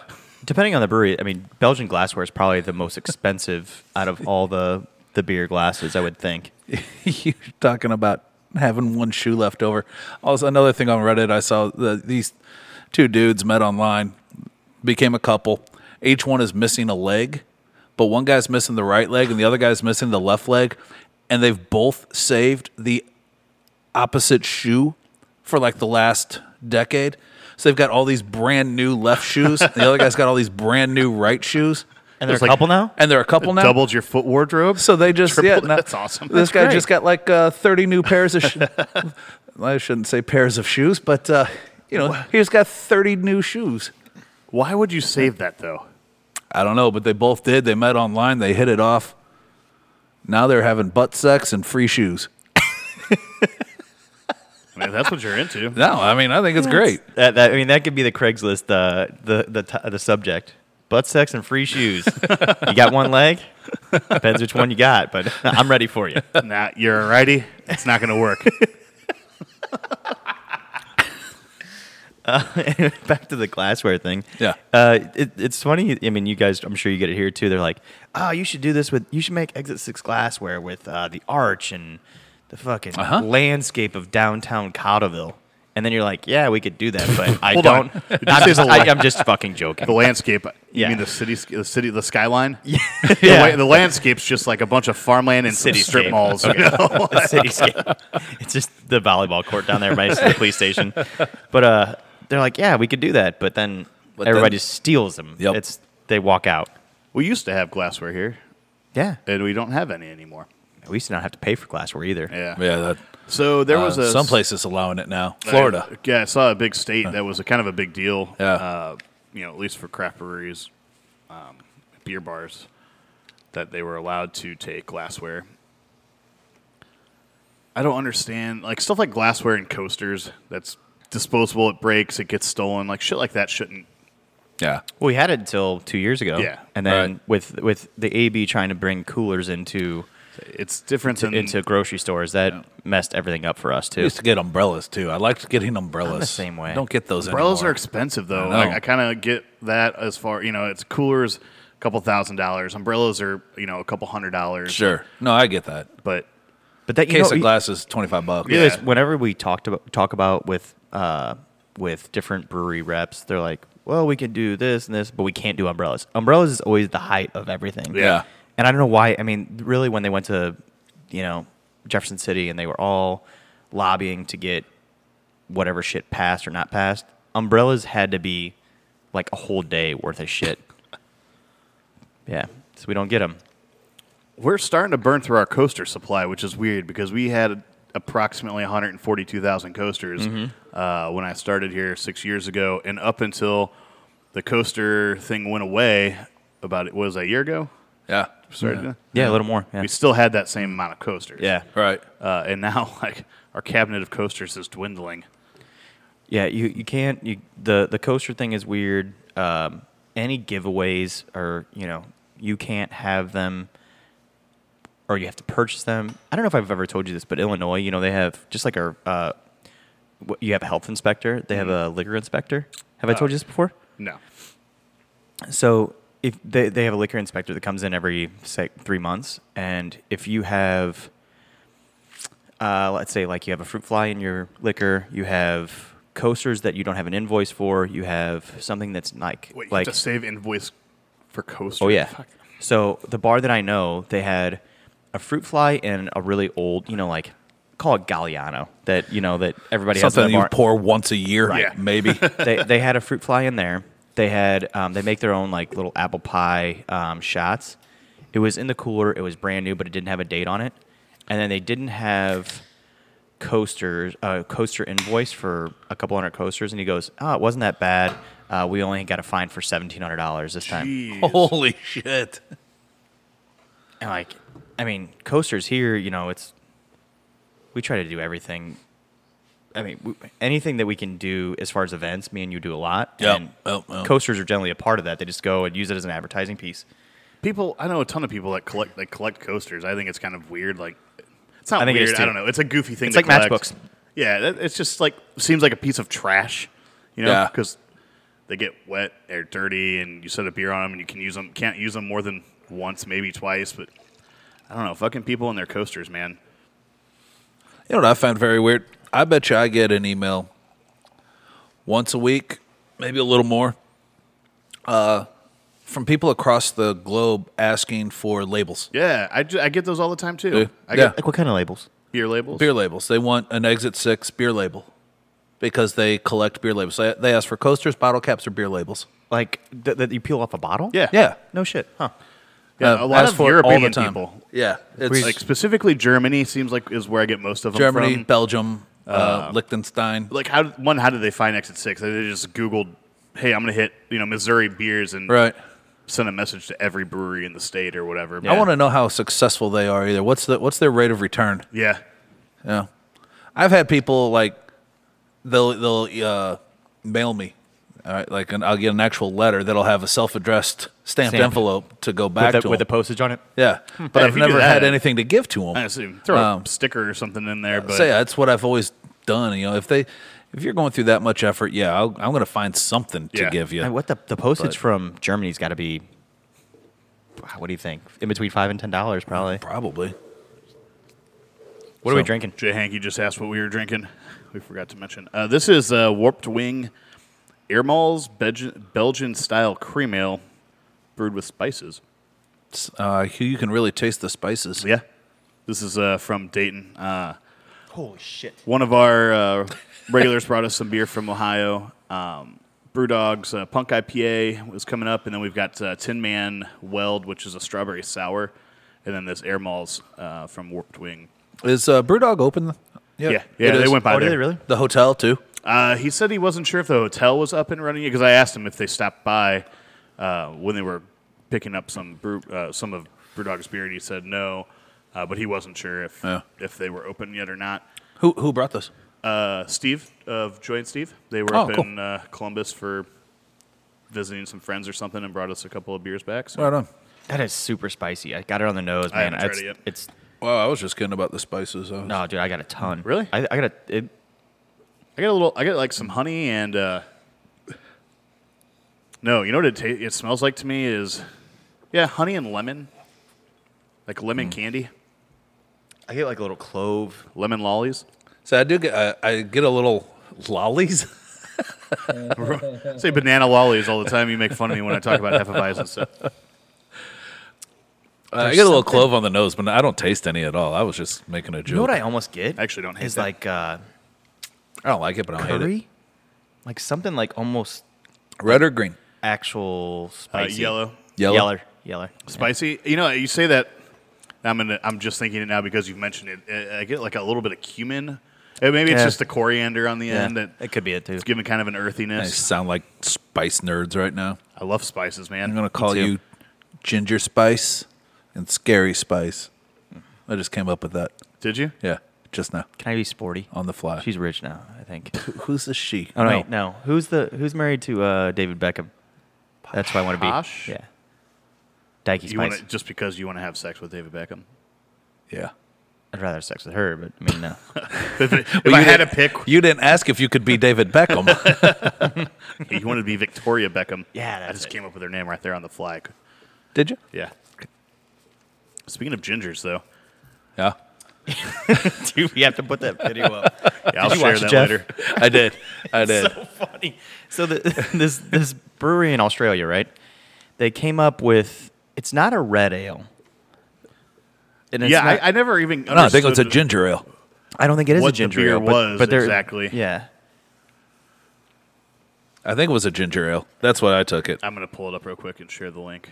[SPEAKER 3] Depending on the brewery, I mean, Belgian glassware is probably the most expensive out of all the the beer glasses. I would think.
[SPEAKER 1] [laughs] you're talking about having one shoe left over. Also, another thing on Reddit, I saw the, these two dudes met online, became a couple. Each one is missing a leg, but one guy's missing the right leg and the other guy's missing the left leg, and they've both saved the opposite shoe for like the last decade. So they've got all these brand new left shoes, and the other guy's got all these brand new right shoes.
[SPEAKER 3] And they're
[SPEAKER 2] It's
[SPEAKER 3] a
[SPEAKER 2] like-
[SPEAKER 3] couple now.
[SPEAKER 1] And they're
[SPEAKER 2] [laughs]
[SPEAKER 1] a couple now.
[SPEAKER 2] Doubled your foot wardrobe.
[SPEAKER 1] So they just yeah,
[SPEAKER 2] Tripled-
[SPEAKER 1] no-
[SPEAKER 2] that's awesome.
[SPEAKER 1] This
[SPEAKER 2] That's
[SPEAKER 1] guy
[SPEAKER 2] great.
[SPEAKER 1] just got like uh, thirty new pairs of. Sho- [laughs] I shouldn't say pairs of shoes, but uh, you know he just got thirty new shoes.
[SPEAKER 2] Why would you save that though?
[SPEAKER 1] I don't know, but they both did. They met online. They hit it off. Now they're having butt sex and free shoes.
[SPEAKER 2] I mean, if that's what you're
[SPEAKER 1] [laughs]
[SPEAKER 2] into.
[SPEAKER 1] No, I mean I think it's great.
[SPEAKER 3] That, that I mean, that could be the Craigslist uh, the the t- the subject. Butt sex and free shoes. you got one leg. Depends which one you got, but [laughs] I'm ready for you.
[SPEAKER 2] nah, you're a righty. It's not going to work.
[SPEAKER 3] [laughs] Back to the glassware thing.
[SPEAKER 1] Yeah.
[SPEAKER 3] Uh, it, it's funny. I mean, you guys. I'm sure you get it here too. They're like, oh, you should do this with. You should make Exit Six glassware with uh, the arch and the fucking
[SPEAKER 1] Uh-huh.
[SPEAKER 3] landscape of downtown Cottleville. And then you're like, yeah, we could do that, but I
[SPEAKER 2] Hold
[SPEAKER 3] don't. [laughs]
[SPEAKER 2] on. Did you
[SPEAKER 3] I'm
[SPEAKER 2] say
[SPEAKER 3] just,
[SPEAKER 2] the
[SPEAKER 3] I,
[SPEAKER 2] la-
[SPEAKER 3] am just fucking joking.
[SPEAKER 1] [laughs]
[SPEAKER 2] The landscape. uh, You
[SPEAKER 3] Yeah.
[SPEAKER 2] mean the city, sc- the city, the skyline? Yeah. [laughs] The,
[SPEAKER 3] Yeah. [laughs]
[SPEAKER 2] la- the landscape's just like a bunch of farmland and some
[SPEAKER 3] Cityscape.
[SPEAKER 2] strip malls.
[SPEAKER 1] [laughs]
[SPEAKER 2] You know? [laughs]
[SPEAKER 3] the cityscape. It's just the volleyball court down there by the police station. But uh, they're like, yeah, we could do that. But then
[SPEAKER 1] But
[SPEAKER 3] everybody
[SPEAKER 1] then-
[SPEAKER 3] just steals them.
[SPEAKER 1] Yep.
[SPEAKER 3] It's they walk out.
[SPEAKER 2] we used to have glassware here,
[SPEAKER 3] Yeah.
[SPEAKER 2] and we don't have any anymore.
[SPEAKER 3] We used to not have to pay for glassware either.
[SPEAKER 2] Yeah.
[SPEAKER 1] Yeah, that,
[SPEAKER 2] So there was
[SPEAKER 1] uh,
[SPEAKER 2] a
[SPEAKER 1] some places allowing it now.
[SPEAKER 2] I-
[SPEAKER 1] Florida.
[SPEAKER 2] yeah, I saw a big state that was a kind of a big deal.
[SPEAKER 1] Yeah.
[SPEAKER 2] Uh, you know, at least for craft breweries, um, beer bars, that they were allowed to take glassware. I don't understand like stuff like glassware and coasters that's disposable. It breaks, it gets stolen, like shit like that shouldn't.
[SPEAKER 1] yeah.
[SPEAKER 3] Well, we had it until two years ago.
[SPEAKER 2] Yeah.
[SPEAKER 3] And then
[SPEAKER 1] Right.
[SPEAKER 3] with with the AB trying to bring coolers into
[SPEAKER 2] It's different than
[SPEAKER 3] into grocery stores, that messed everything up for us
[SPEAKER 1] I
[SPEAKER 3] too.
[SPEAKER 1] used to get umbrellas too. I liked getting umbrellas.
[SPEAKER 3] same way.
[SPEAKER 1] I don't get those
[SPEAKER 2] Umbrellas are
[SPEAKER 1] anymore.
[SPEAKER 2] expensive though.
[SPEAKER 1] I know.
[SPEAKER 2] like I kind of get that as far you know, it's coolers, a couple thousand dollars. Umbrellas are you know a couple hundred dollars.
[SPEAKER 1] sure. No, I get that.
[SPEAKER 2] but
[SPEAKER 3] But that you
[SPEAKER 1] Case
[SPEAKER 3] know,
[SPEAKER 1] of
[SPEAKER 3] you-
[SPEAKER 1] glass is twenty five bucks.
[SPEAKER 3] you
[SPEAKER 2] Yeah.
[SPEAKER 3] realize whenever we talked about talk about with uh, with different brewery reps, they're like, "Well, we can do this and this, but we can't do umbrellas." Umbrellas is always the height of everything.
[SPEAKER 1] Yeah.
[SPEAKER 3] And I don't know why. I mean, really, when they went to, you know, Jefferson City and they were all lobbying to get whatever shit passed or not passed, umbrellas had to be like a whole day worth of shit. yeah. So we don't get them.
[SPEAKER 2] we're starting to burn through our coaster supply, which is weird because we had approximately 142,000 coasters
[SPEAKER 3] Mm-hmm.
[SPEAKER 2] uh, when I started here six years ago, and up until the coaster thing went away about it was that a year ago.
[SPEAKER 1] Yeah.
[SPEAKER 2] Started to-
[SPEAKER 3] Yeah, a little more. Yeah.
[SPEAKER 2] We still had that same amount of coasters.
[SPEAKER 3] yeah.
[SPEAKER 1] Right.
[SPEAKER 2] Uh, and now, [laughs] like, our cabinet of coasters is dwindling.
[SPEAKER 3] Yeah, you, you can't you the the coaster thing is weird. Um, any giveaways are you know you can't have them, or you have to purchase them. I don't know if I've ever told you this, but Illinois, you know, they have just like our uh, what- you have a health inspector, they have a liquor inspector. Have I told you this before?
[SPEAKER 2] No.
[SPEAKER 3] So if they, they have a liquor inspector that comes in every say three months, and if you have, uh, let's say like you have a fruit fly in your liquor, you have coasters that you don't have an invoice for, you have something that's like
[SPEAKER 2] Wait, you
[SPEAKER 3] like
[SPEAKER 2] have to save invoice for coasters.
[SPEAKER 3] oh yeah.
[SPEAKER 2] Fuck.
[SPEAKER 3] So the bar that I know, they had a fruit fly and a really old, you know, like call it Galliano that you know that everybody has in
[SPEAKER 1] Something
[SPEAKER 3] the
[SPEAKER 1] you
[SPEAKER 3] bar
[SPEAKER 1] pour once a year,
[SPEAKER 2] Right. [laughs]
[SPEAKER 1] [laughs] maybe.
[SPEAKER 3] they they had a fruit fly in there. They had um, they make their own like little apple pie um, shots. It was in the cooler. It was brand new, but it didn't have a date on it. And then they didn't have coasters uh, coaster invoice for a couple hundred coasters. And he goes, "Oh, it wasn't that bad. Uh, we only got a fine for seventeen hundred dollars this time."
[SPEAKER 2] Jeez.
[SPEAKER 1] Holy shit.
[SPEAKER 3] And like, I mean, coasters here, you know, it's we try to do everything. I mean, we, anything that we can do as far as events, me and you do a lot.
[SPEAKER 1] Yep,
[SPEAKER 3] and
[SPEAKER 1] yep, yep.
[SPEAKER 3] Coasters are generally a part of that. They just go and use it as an advertising piece.
[SPEAKER 2] People, I know a ton of people that collect that collect coasters. I think it's kind of weird. Like, it's not
[SPEAKER 3] I think it
[SPEAKER 2] weird.
[SPEAKER 3] is,
[SPEAKER 2] I
[SPEAKER 3] too.
[SPEAKER 2] don't know. It's a goofy thing.
[SPEAKER 3] It's
[SPEAKER 2] to
[SPEAKER 3] like matchbooks.
[SPEAKER 2] collect. Yeah, that, it's just like seems like a piece of trash. You know,
[SPEAKER 1] Yeah.
[SPEAKER 2] because they get wet, they're dirty, and you set a beer on them, and you can use them. Can't use them more than once, maybe twice. But I don't know. Fucking people and their coasters, man.
[SPEAKER 1] You know what I found very weird? I bet you I get an email once a week, maybe a little more, uh, from people across the globe asking for labels,
[SPEAKER 2] Yeah, I, ju- I get those all the time too.
[SPEAKER 1] Yeah.
[SPEAKER 2] I get
[SPEAKER 3] Like what kind of labels?
[SPEAKER 2] beer labels.
[SPEAKER 1] beer labels. They want an Exit 6 beer label because they collect beer labels. They, they ask for coasters, bottle caps, or beer labels.
[SPEAKER 3] Like th- that you peel off a bottle?
[SPEAKER 2] Yeah,
[SPEAKER 1] Yeah.
[SPEAKER 3] No shit. Huh.
[SPEAKER 2] yeah.
[SPEAKER 1] Uh,
[SPEAKER 2] a lot
[SPEAKER 1] ask
[SPEAKER 2] of
[SPEAKER 1] for it all the
[SPEAKER 2] European
[SPEAKER 1] time.
[SPEAKER 2] people,
[SPEAKER 1] Yeah. It's
[SPEAKER 2] like specifically Germany, seems like is where I get most of them
[SPEAKER 1] Germany,
[SPEAKER 2] from.
[SPEAKER 1] Belgium, uh, Liechtenstein.
[SPEAKER 2] like how one how did they find exit six they just googled hey i'm gonna hit you know missouri beers and
[SPEAKER 1] Right.
[SPEAKER 2] send a message to every brewery in the state or whatever
[SPEAKER 1] I want to know how successful they are either. What's the what's their rate of return?
[SPEAKER 2] yeah
[SPEAKER 1] Yeah, I've had people like they'll they'll uh, mail me, all right, like an, I'll get an actual letter that'll have a self-addressed stamped
[SPEAKER 3] Stamped.
[SPEAKER 1] envelope to go
[SPEAKER 3] With
[SPEAKER 1] back
[SPEAKER 3] the,
[SPEAKER 1] to
[SPEAKER 3] with the
[SPEAKER 1] them.
[SPEAKER 3] postage on it.
[SPEAKER 1] yeah, but
[SPEAKER 2] Hmm. Hey,
[SPEAKER 1] I've
[SPEAKER 2] if you do
[SPEAKER 1] never
[SPEAKER 2] that-
[SPEAKER 1] had anything to give to them.
[SPEAKER 2] i assume throw
[SPEAKER 3] Um,
[SPEAKER 2] a sticker or something in there but
[SPEAKER 1] so
[SPEAKER 3] uh,
[SPEAKER 1] yeah, that's what I've always done. You know, if they if you're going through that much effort, yeah, I'll, I'm going to find something to
[SPEAKER 2] Yeah.
[SPEAKER 1] give you.
[SPEAKER 3] And what the the postage
[SPEAKER 1] But-
[SPEAKER 3] from Germany's got to be. ah, What do you think? In between five and ten dollars, probably.
[SPEAKER 1] Probably.
[SPEAKER 3] What are we drinking?
[SPEAKER 2] Jay Hankey just asked what we were drinking. We forgot to mention. Uh, this is uh, Warped Wing Air Malls Belgian, Belgian style cream ale brewed with spices.
[SPEAKER 1] It's, Uh, you can really taste the spices.
[SPEAKER 2] Yeah. This is uh, from Dayton. Uh,
[SPEAKER 3] Holy shit!
[SPEAKER 2] one of our uh, regulars brought us some beer from Ohio. Um, Brewdog's uh, Punk IPA was coming up, and then we've got uh, Tin Man Weld, which is a strawberry sour, and then this Air Malls uh, from Warped Wing.
[SPEAKER 1] Is uh, Brewdog open? Yeah,
[SPEAKER 2] Yeah, yeah,
[SPEAKER 1] it
[SPEAKER 2] they
[SPEAKER 1] is.
[SPEAKER 2] went by
[SPEAKER 3] Oh, did
[SPEAKER 2] there.
[SPEAKER 3] they really?
[SPEAKER 1] The hotel too.
[SPEAKER 2] Uh, he said he wasn't sure if the hotel was up and running because I asked him if they stopped by uh, when they were picking up some brew, uh, some of Brewdog's beer, and he said no, uh, but he wasn't sure if
[SPEAKER 1] Yeah.
[SPEAKER 2] if they were open yet or not.
[SPEAKER 1] Who who brought this?
[SPEAKER 2] Uh, Steve of Joy and Steve, they were
[SPEAKER 1] Oh,
[SPEAKER 2] up
[SPEAKER 1] cool.
[SPEAKER 2] in uh, Columbus for visiting some friends or something, and brought us a couple of beers back. So
[SPEAKER 1] Right on.
[SPEAKER 3] That is super spicy. I got it on the nose,
[SPEAKER 2] I
[SPEAKER 3] man.
[SPEAKER 2] haven't tried
[SPEAKER 3] it's,
[SPEAKER 2] it yet.
[SPEAKER 3] it's
[SPEAKER 1] Wow, I was just kidding about the spices. I was-
[SPEAKER 3] no, dude. I got a ton.
[SPEAKER 2] Really?
[SPEAKER 3] I, I got a. It,
[SPEAKER 2] I got a little, I got like some honey and uh, no, you know what it ta- it smells like to me is yeah, honey and lemon, like lemon
[SPEAKER 1] Mm.
[SPEAKER 2] candy.
[SPEAKER 3] I get like a little clove.
[SPEAKER 2] lemon lollies.
[SPEAKER 1] So I do get I, I get a little lollies.
[SPEAKER 2] I say banana lollies all the time. You make fun of me when I talk about Hefeweizen and stuff.
[SPEAKER 1] Uh, I get a little clove on the nose, but I don't taste any at all. I was just making a joke.
[SPEAKER 3] You know what I almost get?
[SPEAKER 2] I actually don't hate
[SPEAKER 3] Is
[SPEAKER 2] that.
[SPEAKER 3] like uh,
[SPEAKER 1] I don't like it, but I don't hate
[SPEAKER 3] curry, like something like almost
[SPEAKER 1] it. Red or green?
[SPEAKER 3] actual
[SPEAKER 2] Uh,
[SPEAKER 3] spicy.
[SPEAKER 2] yellow,
[SPEAKER 1] Yellow.
[SPEAKER 3] yeller, yeller.
[SPEAKER 2] spicy. You know, you say that. I'm gonna, I'm just thinking it now because you've mentioned it. Uh, I get like a little bit of cumin. Uh, Maybe it's
[SPEAKER 3] Yeah.
[SPEAKER 2] just the coriander on the
[SPEAKER 3] Yeah,
[SPEAKER 2] end that
[SPEAKER 3] that could be it too.
[SPEAKER 2] it's giving kind of an
[SPEAKER 1] I
[SPEAKER 2] earthiness.
[SPEAKER 1] sound like spice nerds right now.
[SPEAKER 2] I love spices, man.
[SPEAKER 1] I'm gonna call
[SPEAKER 3] too.
[SPEAKER 1] you ginger spice and scary spice. I just came up with that.
[SPEAKER 2] Did you?
[SPEAKER 1] Yeah, just now
[SPEAKER 3] Can I be sporty?
[SPEAKER 2] Oh.
[SPEAKER 1] on the fly.
[SPEAKER 3] She's rich now,
[SPEAKER 2] [laughs]
[SPEAKER 3] I think.
[SPEAKER 1] Who- Who's the she?
[SPEAKER 3] Oh no, wait, no. Who's the who's married to uh, David Beckham? That's who I want to be.
[SPEAKER 2] Posh?
[SPEAKER 3] Yeah. Dikey
[SPEAKER 2] You want
[SPEAKER 3] Spice.
[SPEAKER 2] to just because you want to have sex with David
[SPEAKER 3] [laughs]
[SPEAKER 2] Beckham?
[SPEAKER 1] Yeah.
[SPEAKER 3] I'd rather have sex with her, but I
[SPEAKER 2] [laughs]
[SPEAKER 3] mean, no. [laughs]
[SPEAKER 2] If, it- if
[SPEAKER 1] Well,
[SPEAKER 2] I
[SPEAKER 1] you
[SPEAKER 2] had to
[SPEAKER 1] didn't-
[SPEAKER 2] pick,
[SPEAKER 1] You didn't ask if you could be David Beckham.
[SPEAKER 2] you wanted to be Victoria Beckham.
[SPEAKER 3] Yeah,
[SPEAKER 2] I
[SPEAKER 3] that's
[SPEAKER 2] just
[SPEAKER 3] it.
[SPEAKER 2] came up with her name right there on the flag.
[SPEAKER 1] Did you?
[SPEAKER 2] Yeah. Speaking of gingers,
[SPEAKER 3] [laughs]
[SPEAKER 2] though,
[SPEAKER 1] Yeah.
[SPEAKER 3] Dude, we have to put that video up.
[SPEAKER 2] yeah, I'll
[SPEAKER 3] you
[SPEAKER 2] share
[SPEAKER 3] watch
[SPEAKER 2] that
[SPEAKER 3] it, Jeff?
[SPEAKER 2] later.
[SPEAKER 1] I did. I
[SPEAKER 3] [laughs]
[SPEAKER 1] did.
[SPEAKER 3] so funny. So the, [laughs] this this brewery in Australia, right? They came up with it's not a red ale. And it's
[SPEAKER 2] yeah,
[SPEAKER 3] not-
[SPEAKER 2] I, I never even.
[SPEAKER 1] no, I think it's a
[SPEAKER 2] understood-
[SPEAKER 1] ginger ale.
[SPEAKER 3] I don't think it is
[SPEAKER 2] what
[SPEAKER 3] a
[SPEAKER 2] the
[SPEAKER 3] ginger
[SPEAKER 2] beer
[SPEAKER 3] ale, but-
[SPEAKER 2] was
[SPEAKER 3] but they're-
[SPEAKER 2] exactly.
[SPEAKER 3] Yeah,
[SPEAKER 1] I think it was a ginger ale. That's what I took it.
[SPEAKER 2] I'm gonna pull it up real quick and share the link.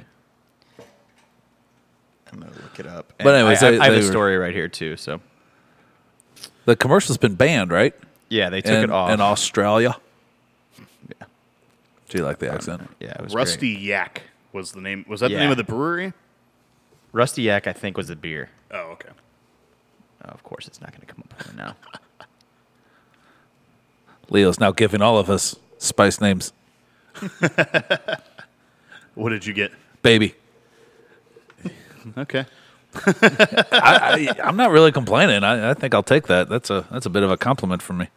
[SPEAKER 3] I'm gonna look it up.
[SPEAKER 1] But
[SPEAKER 3] And
[SPEAKER 1] anyways,
[SPEAKER 3] I, I-
[SPEAKER 1] they-
[SPEAKER 3] I have
[SPEAKER 1] they
[SPEAKER 3] a
[SPEAKER 1] were-
[SPEAKER 3] story right here too. So
[SPEAKER 1] The commercial's been banned, right?
[SPEAKER 3] yeah, they took
[SPEAKER 1] in,
[SPEAKER 3] it off.
[SPEAKER 1] in Australia.
[SPEAKER 3] Yeah.
[SPEAKER 1] Do you like the accent?
[SPEAKER 3] yeah, it was great.
[SPEAKER 2] Rusty Yak was the name. Was that the name
[SPEAKER 3] Yeah.
[SPEAKER 2] of the brewery?
[SPEAKER 3] Rusty Yak, I think, was the beer.
[SPEAKER 2] Oh, okay.
[SPEAKER 3] Oh, of course, it's not going to come up right now.
[SPEAKER 1] Leo's now giving all of us spice names.
[SPEAKER 2] What did you get?
[SPEAKER 1] Baby.
[SPEAKER 2] Okay.
[SPEAKER 1] I, I, I'm not really complaining. I, I think I'll take that. That's a that's a bit of a compliment from me.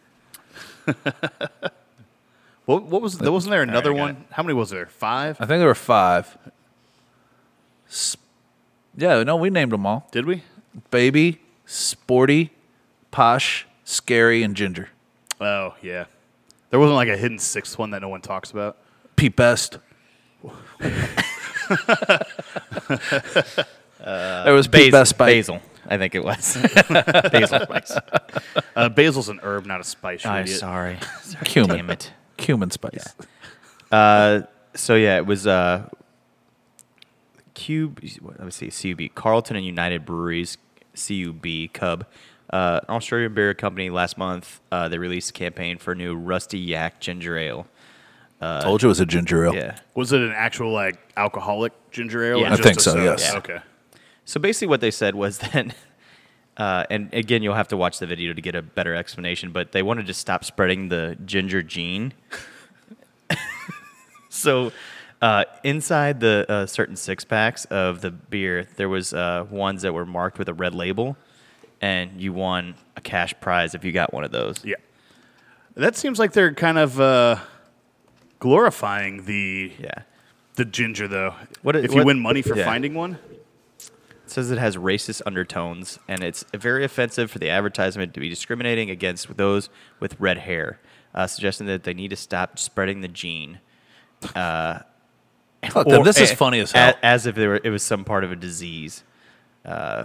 [SPEAKER 2] What, what was? There wasn't there another
[SPEAKER 3] I got
[SPEAKER 2] one? How many was there? Five?
[SPEAKER 1] I think there were five. S- yeah, no, we named them all.
[SPEAKER 2] Did we?
[SPEAKER 1] Baby, sporty, posh, scary, and ginger.
[SPEAKER 2] Oh yeah. There wasn't like a hidden sixth one that no one talks about.
[SPEAKER 1] Pete Best.
[SPEAKER 3] Uh,
[SPEAKER 1] there was Pete
[SPEAKER 3] Basil,
[SPEAKER 1] Best by
[SPEAKER 3] basil, I think it was [laughs] basil spice.
[SPEAKER 2] Uh, basil's an herb, not a spice. you
[SPEAKER 3] I'm
[SPEAKER 2] idiot. [laughs]
[SPEAKER 3] sorry.
[SPEAKER 1] cumin.
[SPEAKER 3] Damn it.
[SPEAKER 1] Cumin spice.
[SPEAKER 3] Uh, so yeah, it was uh, Cube. What, let me see, CUB Carlton and United Breweries, CUB Cub, uh, an Australian beer company. Last month, uh, they released a campaign for a new Rusty Yak Ginger Ale.
[SPEAKER 1] Told you it was a ginger ale.
[SPEAKER 3] Yeah.
[SPEAKER 2] Was it an actual like alcoholic ginger ale? or
[SPEAKER 3] Yeah. I
[SPEAKER 2] just
[SPEAKER 1] think
[SPEAKER 2] a
[SPEAKER 1] so,
[SPEAKER 2] soda?
[SPEAKER 1] yes. Yeah.
[SPEAKER 2] Okay.
[SPEAKER 3] So basically, what they said was [laughs] that, uh, and again, you'll have to watch the video to get a better explanation. But they wanted to stop spreading the ginger gene. [laughs] so, uh, inside the uh, certain six packs of the beer, there was uh, ones that were marked with a red label, and you won a cash prize if you got one of those.
[SPEAKER 2] Yeah. That seems like they're kind of uh, glorifying the
[SPEAKER 3] Yeah.
[SPEAKER 2] the ginger though.
[SPEAKER 3] What i-
[SPEAKER 2] if you
[SPEAKER 3] what-
[SPEAKER 2] win money for
[SPEAKER 3] yeah.
[SPEAKER 2] finding one?
[SPEAKER 3] says it has racist undertones and it's very offensive for the advertisement to be discriminating against those with red hair, uh, suggesting that they need to stop spreading the gene.
[SPEAKER 1] Fuck them. This is
[SPEAKER 3] eh,
[SPEAKER 1] funny as
[SPEAKER 3] a-
[SPEAKER 1] hell.
[SPEAKER 3] As if they were, it was some part of a disease.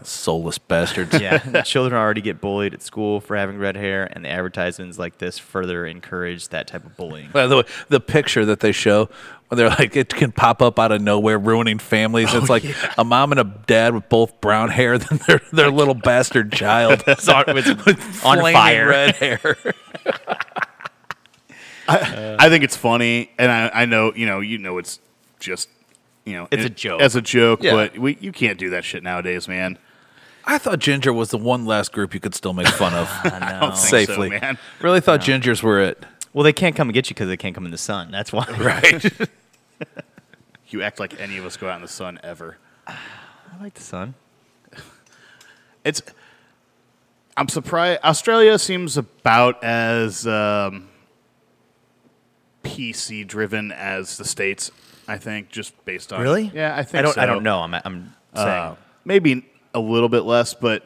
[SPEAKER 1] Soulless bastards.
[SPEAKER 3] [laughs] Yeah, children already get bullied at school for having red hair, and the advertisements like this further encourage that type of bullying.
[SPEAKER 1] By the way, the picture that they show where they're like it can pop up out of nowhere, ruining families.
[SPEAKER 3] Oh,
[SPEAKER 1] it's like a mom and a dad with both brown hair, then their their little
[SPEAKER 3] [laughs]
[SPEAKER 1] bastard child
[SPEAKER 3] It's on, it's on
[SPEAKER 1] flaming
[SPEAKER 3] fire.
[SPEAKER 1] red hair.
[SPEAKER 2] I think it's funny, and I, I know you know you know it's just you know
[SPEAKER 3] It's a
[SPEAKER 2] it-
[SPEAKER 3] joke.
[SPEAKER 2] as a joke,
[SPEAKER 1] Yeah.
[SPEAKER 2] but we, you can't do that shit nowadays, man.
[SPEAKER 1] I thought Ginger was the one last group you could still make fun of
[SPEAKER 3] [laughs] I know.
[SPEAKER 2] don't think- so,
[SPEAKER 1] safely.
[SPEAKER 2] man.
[SPEAKER 1] Really thought Gingers were it.
[SPEAKER 3] Well, they can't come and get you because they can't come in the sun. That's why.
[SPEAKER 1] Right.
[SPEAKER 2] You act like any of us go out in the sun ever.
[SPEAKER 3] I like the sun.
[SPEAKER 2] It's I'm surprised Australia seems about as um, PC driven as the states. I think just based on
[SPEAKER 3] Really?
[SPEAKER 2] yeah, I think
[SPEAKER 3] I don't.
[SPEAKER 2] so.
[SPEAKER 3] I don't know. I'm. I'm saying.
[SPEAKER 2] Uh, maybe a little bit less, but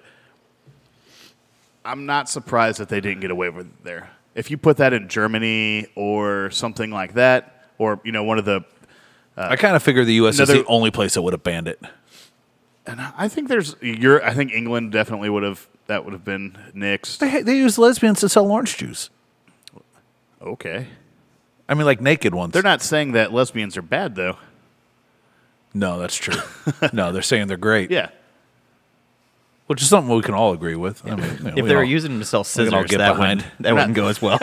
[SPEAKER 2] I'm not surprised that they didn't get away with it there. If you put that in Germany or something like that, or you know, one of the,
[SPEAKER 1] I kind of figure the U.S. is
[SPEAKER 2] Another-
[SPEAKER 1] the only place that would have banned it.
[SPEAKER 2] and I think there's your, I think England definitely would have that would have been next.
[SPEAKER 1] They they use lesbians to sell orange juice.
[SPEAKER 2] Okay,
[SPEAKER 1] I mean, like naked ones.
[SPEAKER 2] they're not saying that lesbians are bad though.
[SPEAKER 1] No, that's true. [laughs] no, they're saying they're great,
[SPEAKER 2] Yeah,
[SPEAKER 1] which is something we can all agree with. I mean, you know,
[SPEAKER 3] if
[SPEAKER 1] we
[SPEAKER 3] they were
[SPEAKER 1] all-
[SPEAKER 3] using them to sell
[SPEAKER 1] can all
[SPEAKER 3] scissors,
[SPEAKER 1] get
[SPEAKER 3] that
[SPEAKER 1] behind.
[SPEAKER 3] wouldn't, that wouldn't go as well.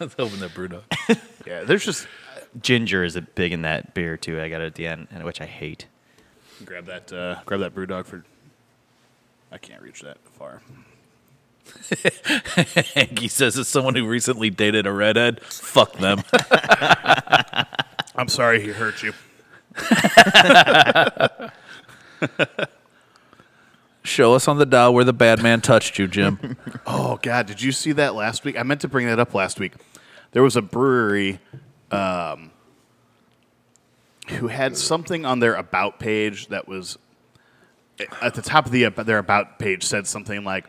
[SPEAKER 1] Let's [laughs] open the [laughs] brew dog.
[SPEAKER 2] yeah. There's just
[SPEAKER 3] Ginger is a big in that beer too. I got it at the end, and which I hate.
[SPEAKER 2] grab that uh, grab that brew dog for. I can't reach that far.
[SPEAKER 1] Hanky says, as someone who recently dated a redhead, fuck them. [laughs]
[SPEAKER 2] I'm sorry he hurt you.
[SPEAKER 1] Show us on the dial where the bad man touched you, Jim.
[SPEAKER 2] Oh God, did you see that last week? I meant to bring that up last week. There was a brewery um, who had something on their about page that was at the top of the uh, their about page said something like,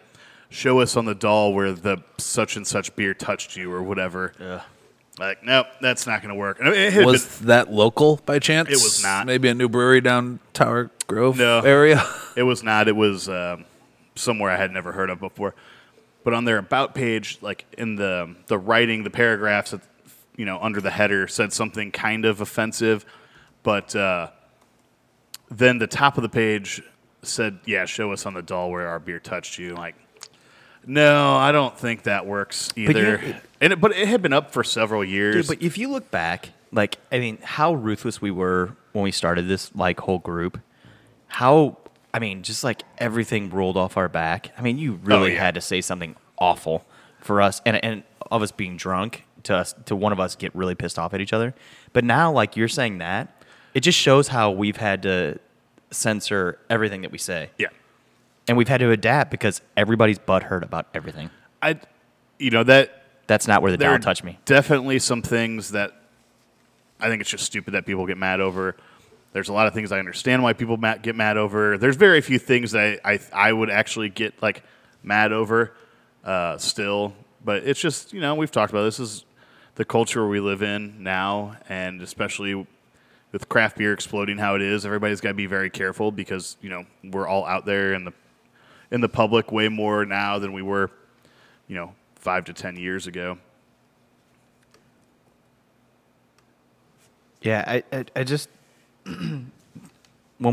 [SPEAKER 2] "Show us on the doll where the such and such beer touched you" or whatever. Like, nope, that's not going to work. And [laughs] It had been-
[SPEAKER 1] was that local by chance?
[SPEAKER 2] It was not.
[SPEAKER 1] Maybe a new brewery down Tower Grove
[SPEAKER 2] No. [laughs]
[SPEAKER 1] area?
[SPEAKER 2] It was not. It was um, somewhere I had never heard of before. But on their about page, like in the the writing, the paragraphs, that, you know, under the header, said something kind of offensive. But uh, then the top of the page said, "Yeah, show us on the doll where our beer touched you." Like, no, I don't think that works either.
[SPEAKER 3] you-
[SPEAKER 2] and it, but it had been up for several years.
[SPEAKER 3] Dude, but if you look back, like I mean, how ruthless we were when we started this like whole group. How I mean, just like everything rolled off our back. I mean, you really
[SPEAKER 2] yeah.
[SPEAKER 3] had to say something awful for us, and and of us being drunk to us to one of us get really pissed off at each other. But now, like you're saying that, it just shows how we've had to censor everything that we say,
[SPEAKER 2] yeah,
[SPEAKER 3] and we've had to adapt because everybody's butthurt about everything.
[SPEAKER 2] I, you know that
[SPEAKER 3] That's not where the
[SPEAKER 2] there
[SPEAKER 3] dial
[SPEAKER 2] are
[SPEAKER 3] touched me.
[SPEAKER 2] Definitely some things that I think it's just stupid that people get mad over. There's a lot of things I understand why people ma- get mad over. There's very few things that I, I, I would actually get like mad over uh, still, but it's just you know we've talked about this is the culture we live in now, and especially with craft beer exploding how it is, everybody's got to be very careful because you know we're all out there in the in the public way more now than we were, you know, five to ten years ago.
[SPEAKER 3] Yeah, I, I, I [clears throat] just when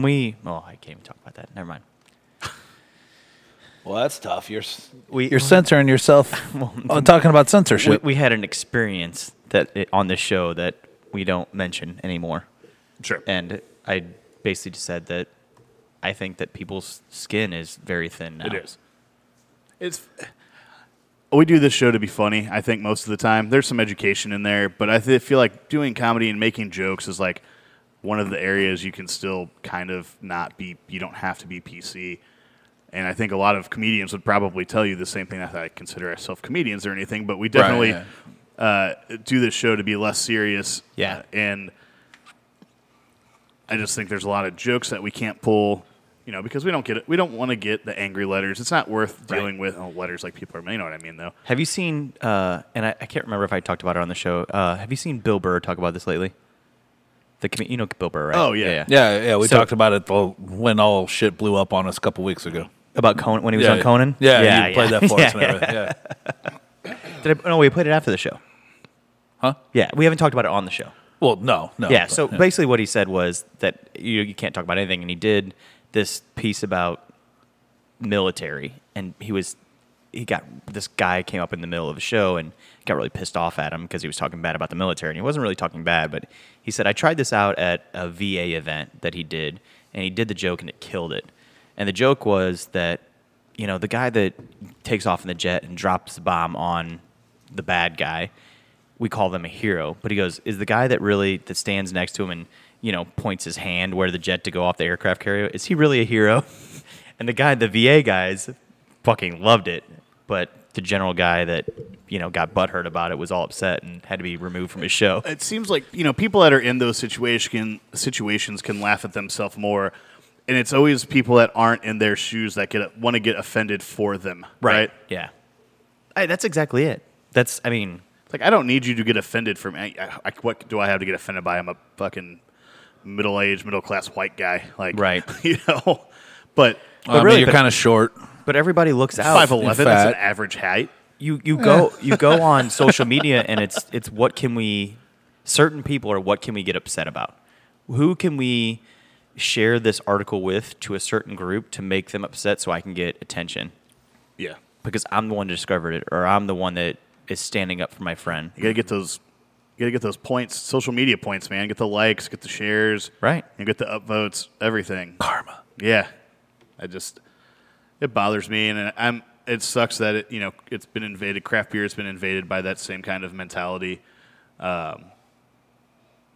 [SPEAKER 3] we oh I can't even talk about that. Never mind.
[SPEAKER 1] Well, that's tough. You're,
[SPEAKER 3] We
[SPEAKER 1] you're censoring [laughs] yourself on uh, talking about
[SPEAKER 3] we,
[SPEAKER 1] censorship.
[SPEAKER 3] we had an experience that it, on this show that we don't mention anymore,
[SPEAKER 2] Sure.
[SPEAKER 3] and I basically just said that I think that people's skin is very thin now.
[SPEAKER 2] It is. It's. We do this show to be funny. I think most of the time there's some education in there, but I th- feel like doing comedy and making jokes is like one of the areas you can still kind of not be. You don't have to be PC. And I think a lot of comedians would probably tell you the same thing. Not that I consider ourselves comedians or anything, but we definitely
[SPEAKER 1] yeah.
[SPEAKER 2] uh, do this show to be less serious.
[SPEAKER 3] Yeah.
[SPEAKER 2] and Uh, I just think there's a lot of jokes that we can't pull, you know, because we don't get it. We don't want to get the angry letters. It's not worth
[SPEAKER 3] Right.
[SPEAKER 2] dealing with oh, letters like people are. You know what I mean, though.
[SPEAKER 3] Have you seen? Uh, and I, I can't remember if I talked about it on the show. Uh, have you seen Bill Burr talk about this lately? The com- you know Bill Burr, right?
[SPEAKER 2] Oh, yeah.
[SPEAKER 1] Yeah, yeah. We
[SPEAKER 3] So-
[SPEAKER 1] talked about it the, when all shit blew up on us a couple weeks ago.
[SPEAKER 3] About Conan when he was
[SPEAKER 1] yeah,
[SPEAKER 3] on Conan.
[SPEAKER 1] Yeah, you played that
[SPEAKER 3] [laughs]
[SPEAKER 1] for
[SPEAKER 3] yeah,
[SPEAKER 1] us. and everything, Yeah.
[SPEAKER 3] yeah. Did I, no, we played it after the show.
[SPEAKER 1] Huh?
[SPEAKER 3] Yeah, we haven't talked about it on the show.
[SPEAKER 1] Well, no, no.
[SPEAKER 3] yeah.
[SPEAKER 1] but-
[SPEAKER 3] So basically, what he said was that you you can't talk about anything, and he did this piece about military, and he was he got this guy came up in the middle of a show and got really pissed off at him because he was talking bad about the military, and he wasn't really talking bad, but he said I tried this out at a VA event that he did, and he did the joke and it killed it, and the joke was that you know the guy that takes off in the jet and drops the bomb on the bad guy we call them a hero. But he goes, is the guy that really that stands next to him and you know points his hand where the jet to go off the aircraft carrier is he really a hero? [laughs] and the guy, the VA guys, fucking loved it. But the general guy that you know got butthurt about it was all upset and had to be removed from his show.
[SPEAKER 2] it seems like you know people that are in those situation situations can laugh at themselves more, and it's always people that aren't in their shoes that get want to get offended for them, right?
[SPEAKER 3] Yeah. I, that's exactly it. That's I mean,
[SPEAKER 2] It's Like I don't need you to get offended from. I, I, what do I have to get offended by? I'm a fucking middle aged, middle class white guy, like
[SPEAKER 3] Right.
[SPEAKER 2] [laughs] you know. But
[SPEAKER 1] I mean,
[SPEAKER 3] really,
[SPEAKER 1] you're
[SPEAKER 3] but-
[SPEAKER 1] kind of short.
[SPEAKER 3] but everybody looks out.
[SPEAKER 2] five eleven, that's an
[SPEAKER 1] fat.
[SPEAKER 2] average height.
[SPEAKER 3] you you go
[SPEAKER 2] [laughs]
[SPEAKER 3] you go on social media and it's it's what can we certain people are what can we get upset about who can we share this article with to a certain group to make them upset so i can get attention
[SPEAKER 2] Yeah,
[SPEAKER 3] because i'm the one that discovered it or i'm the one that is standing up for my friend
[SPEAKER 2] you gotta get those. You gotta get those points, social media points, man. Get the likes, get the shares,
[SPEAKER 3] Right.
[SPEAKER 2] And get the upvotes, everything.
[SPEAKER 1] Karma.
[SPEAKER 2] Yeah, I just it bothers me, and I'm it sucks that it you know it's been invaded. Craft beer has been invaded by that same kind of mentality. Um,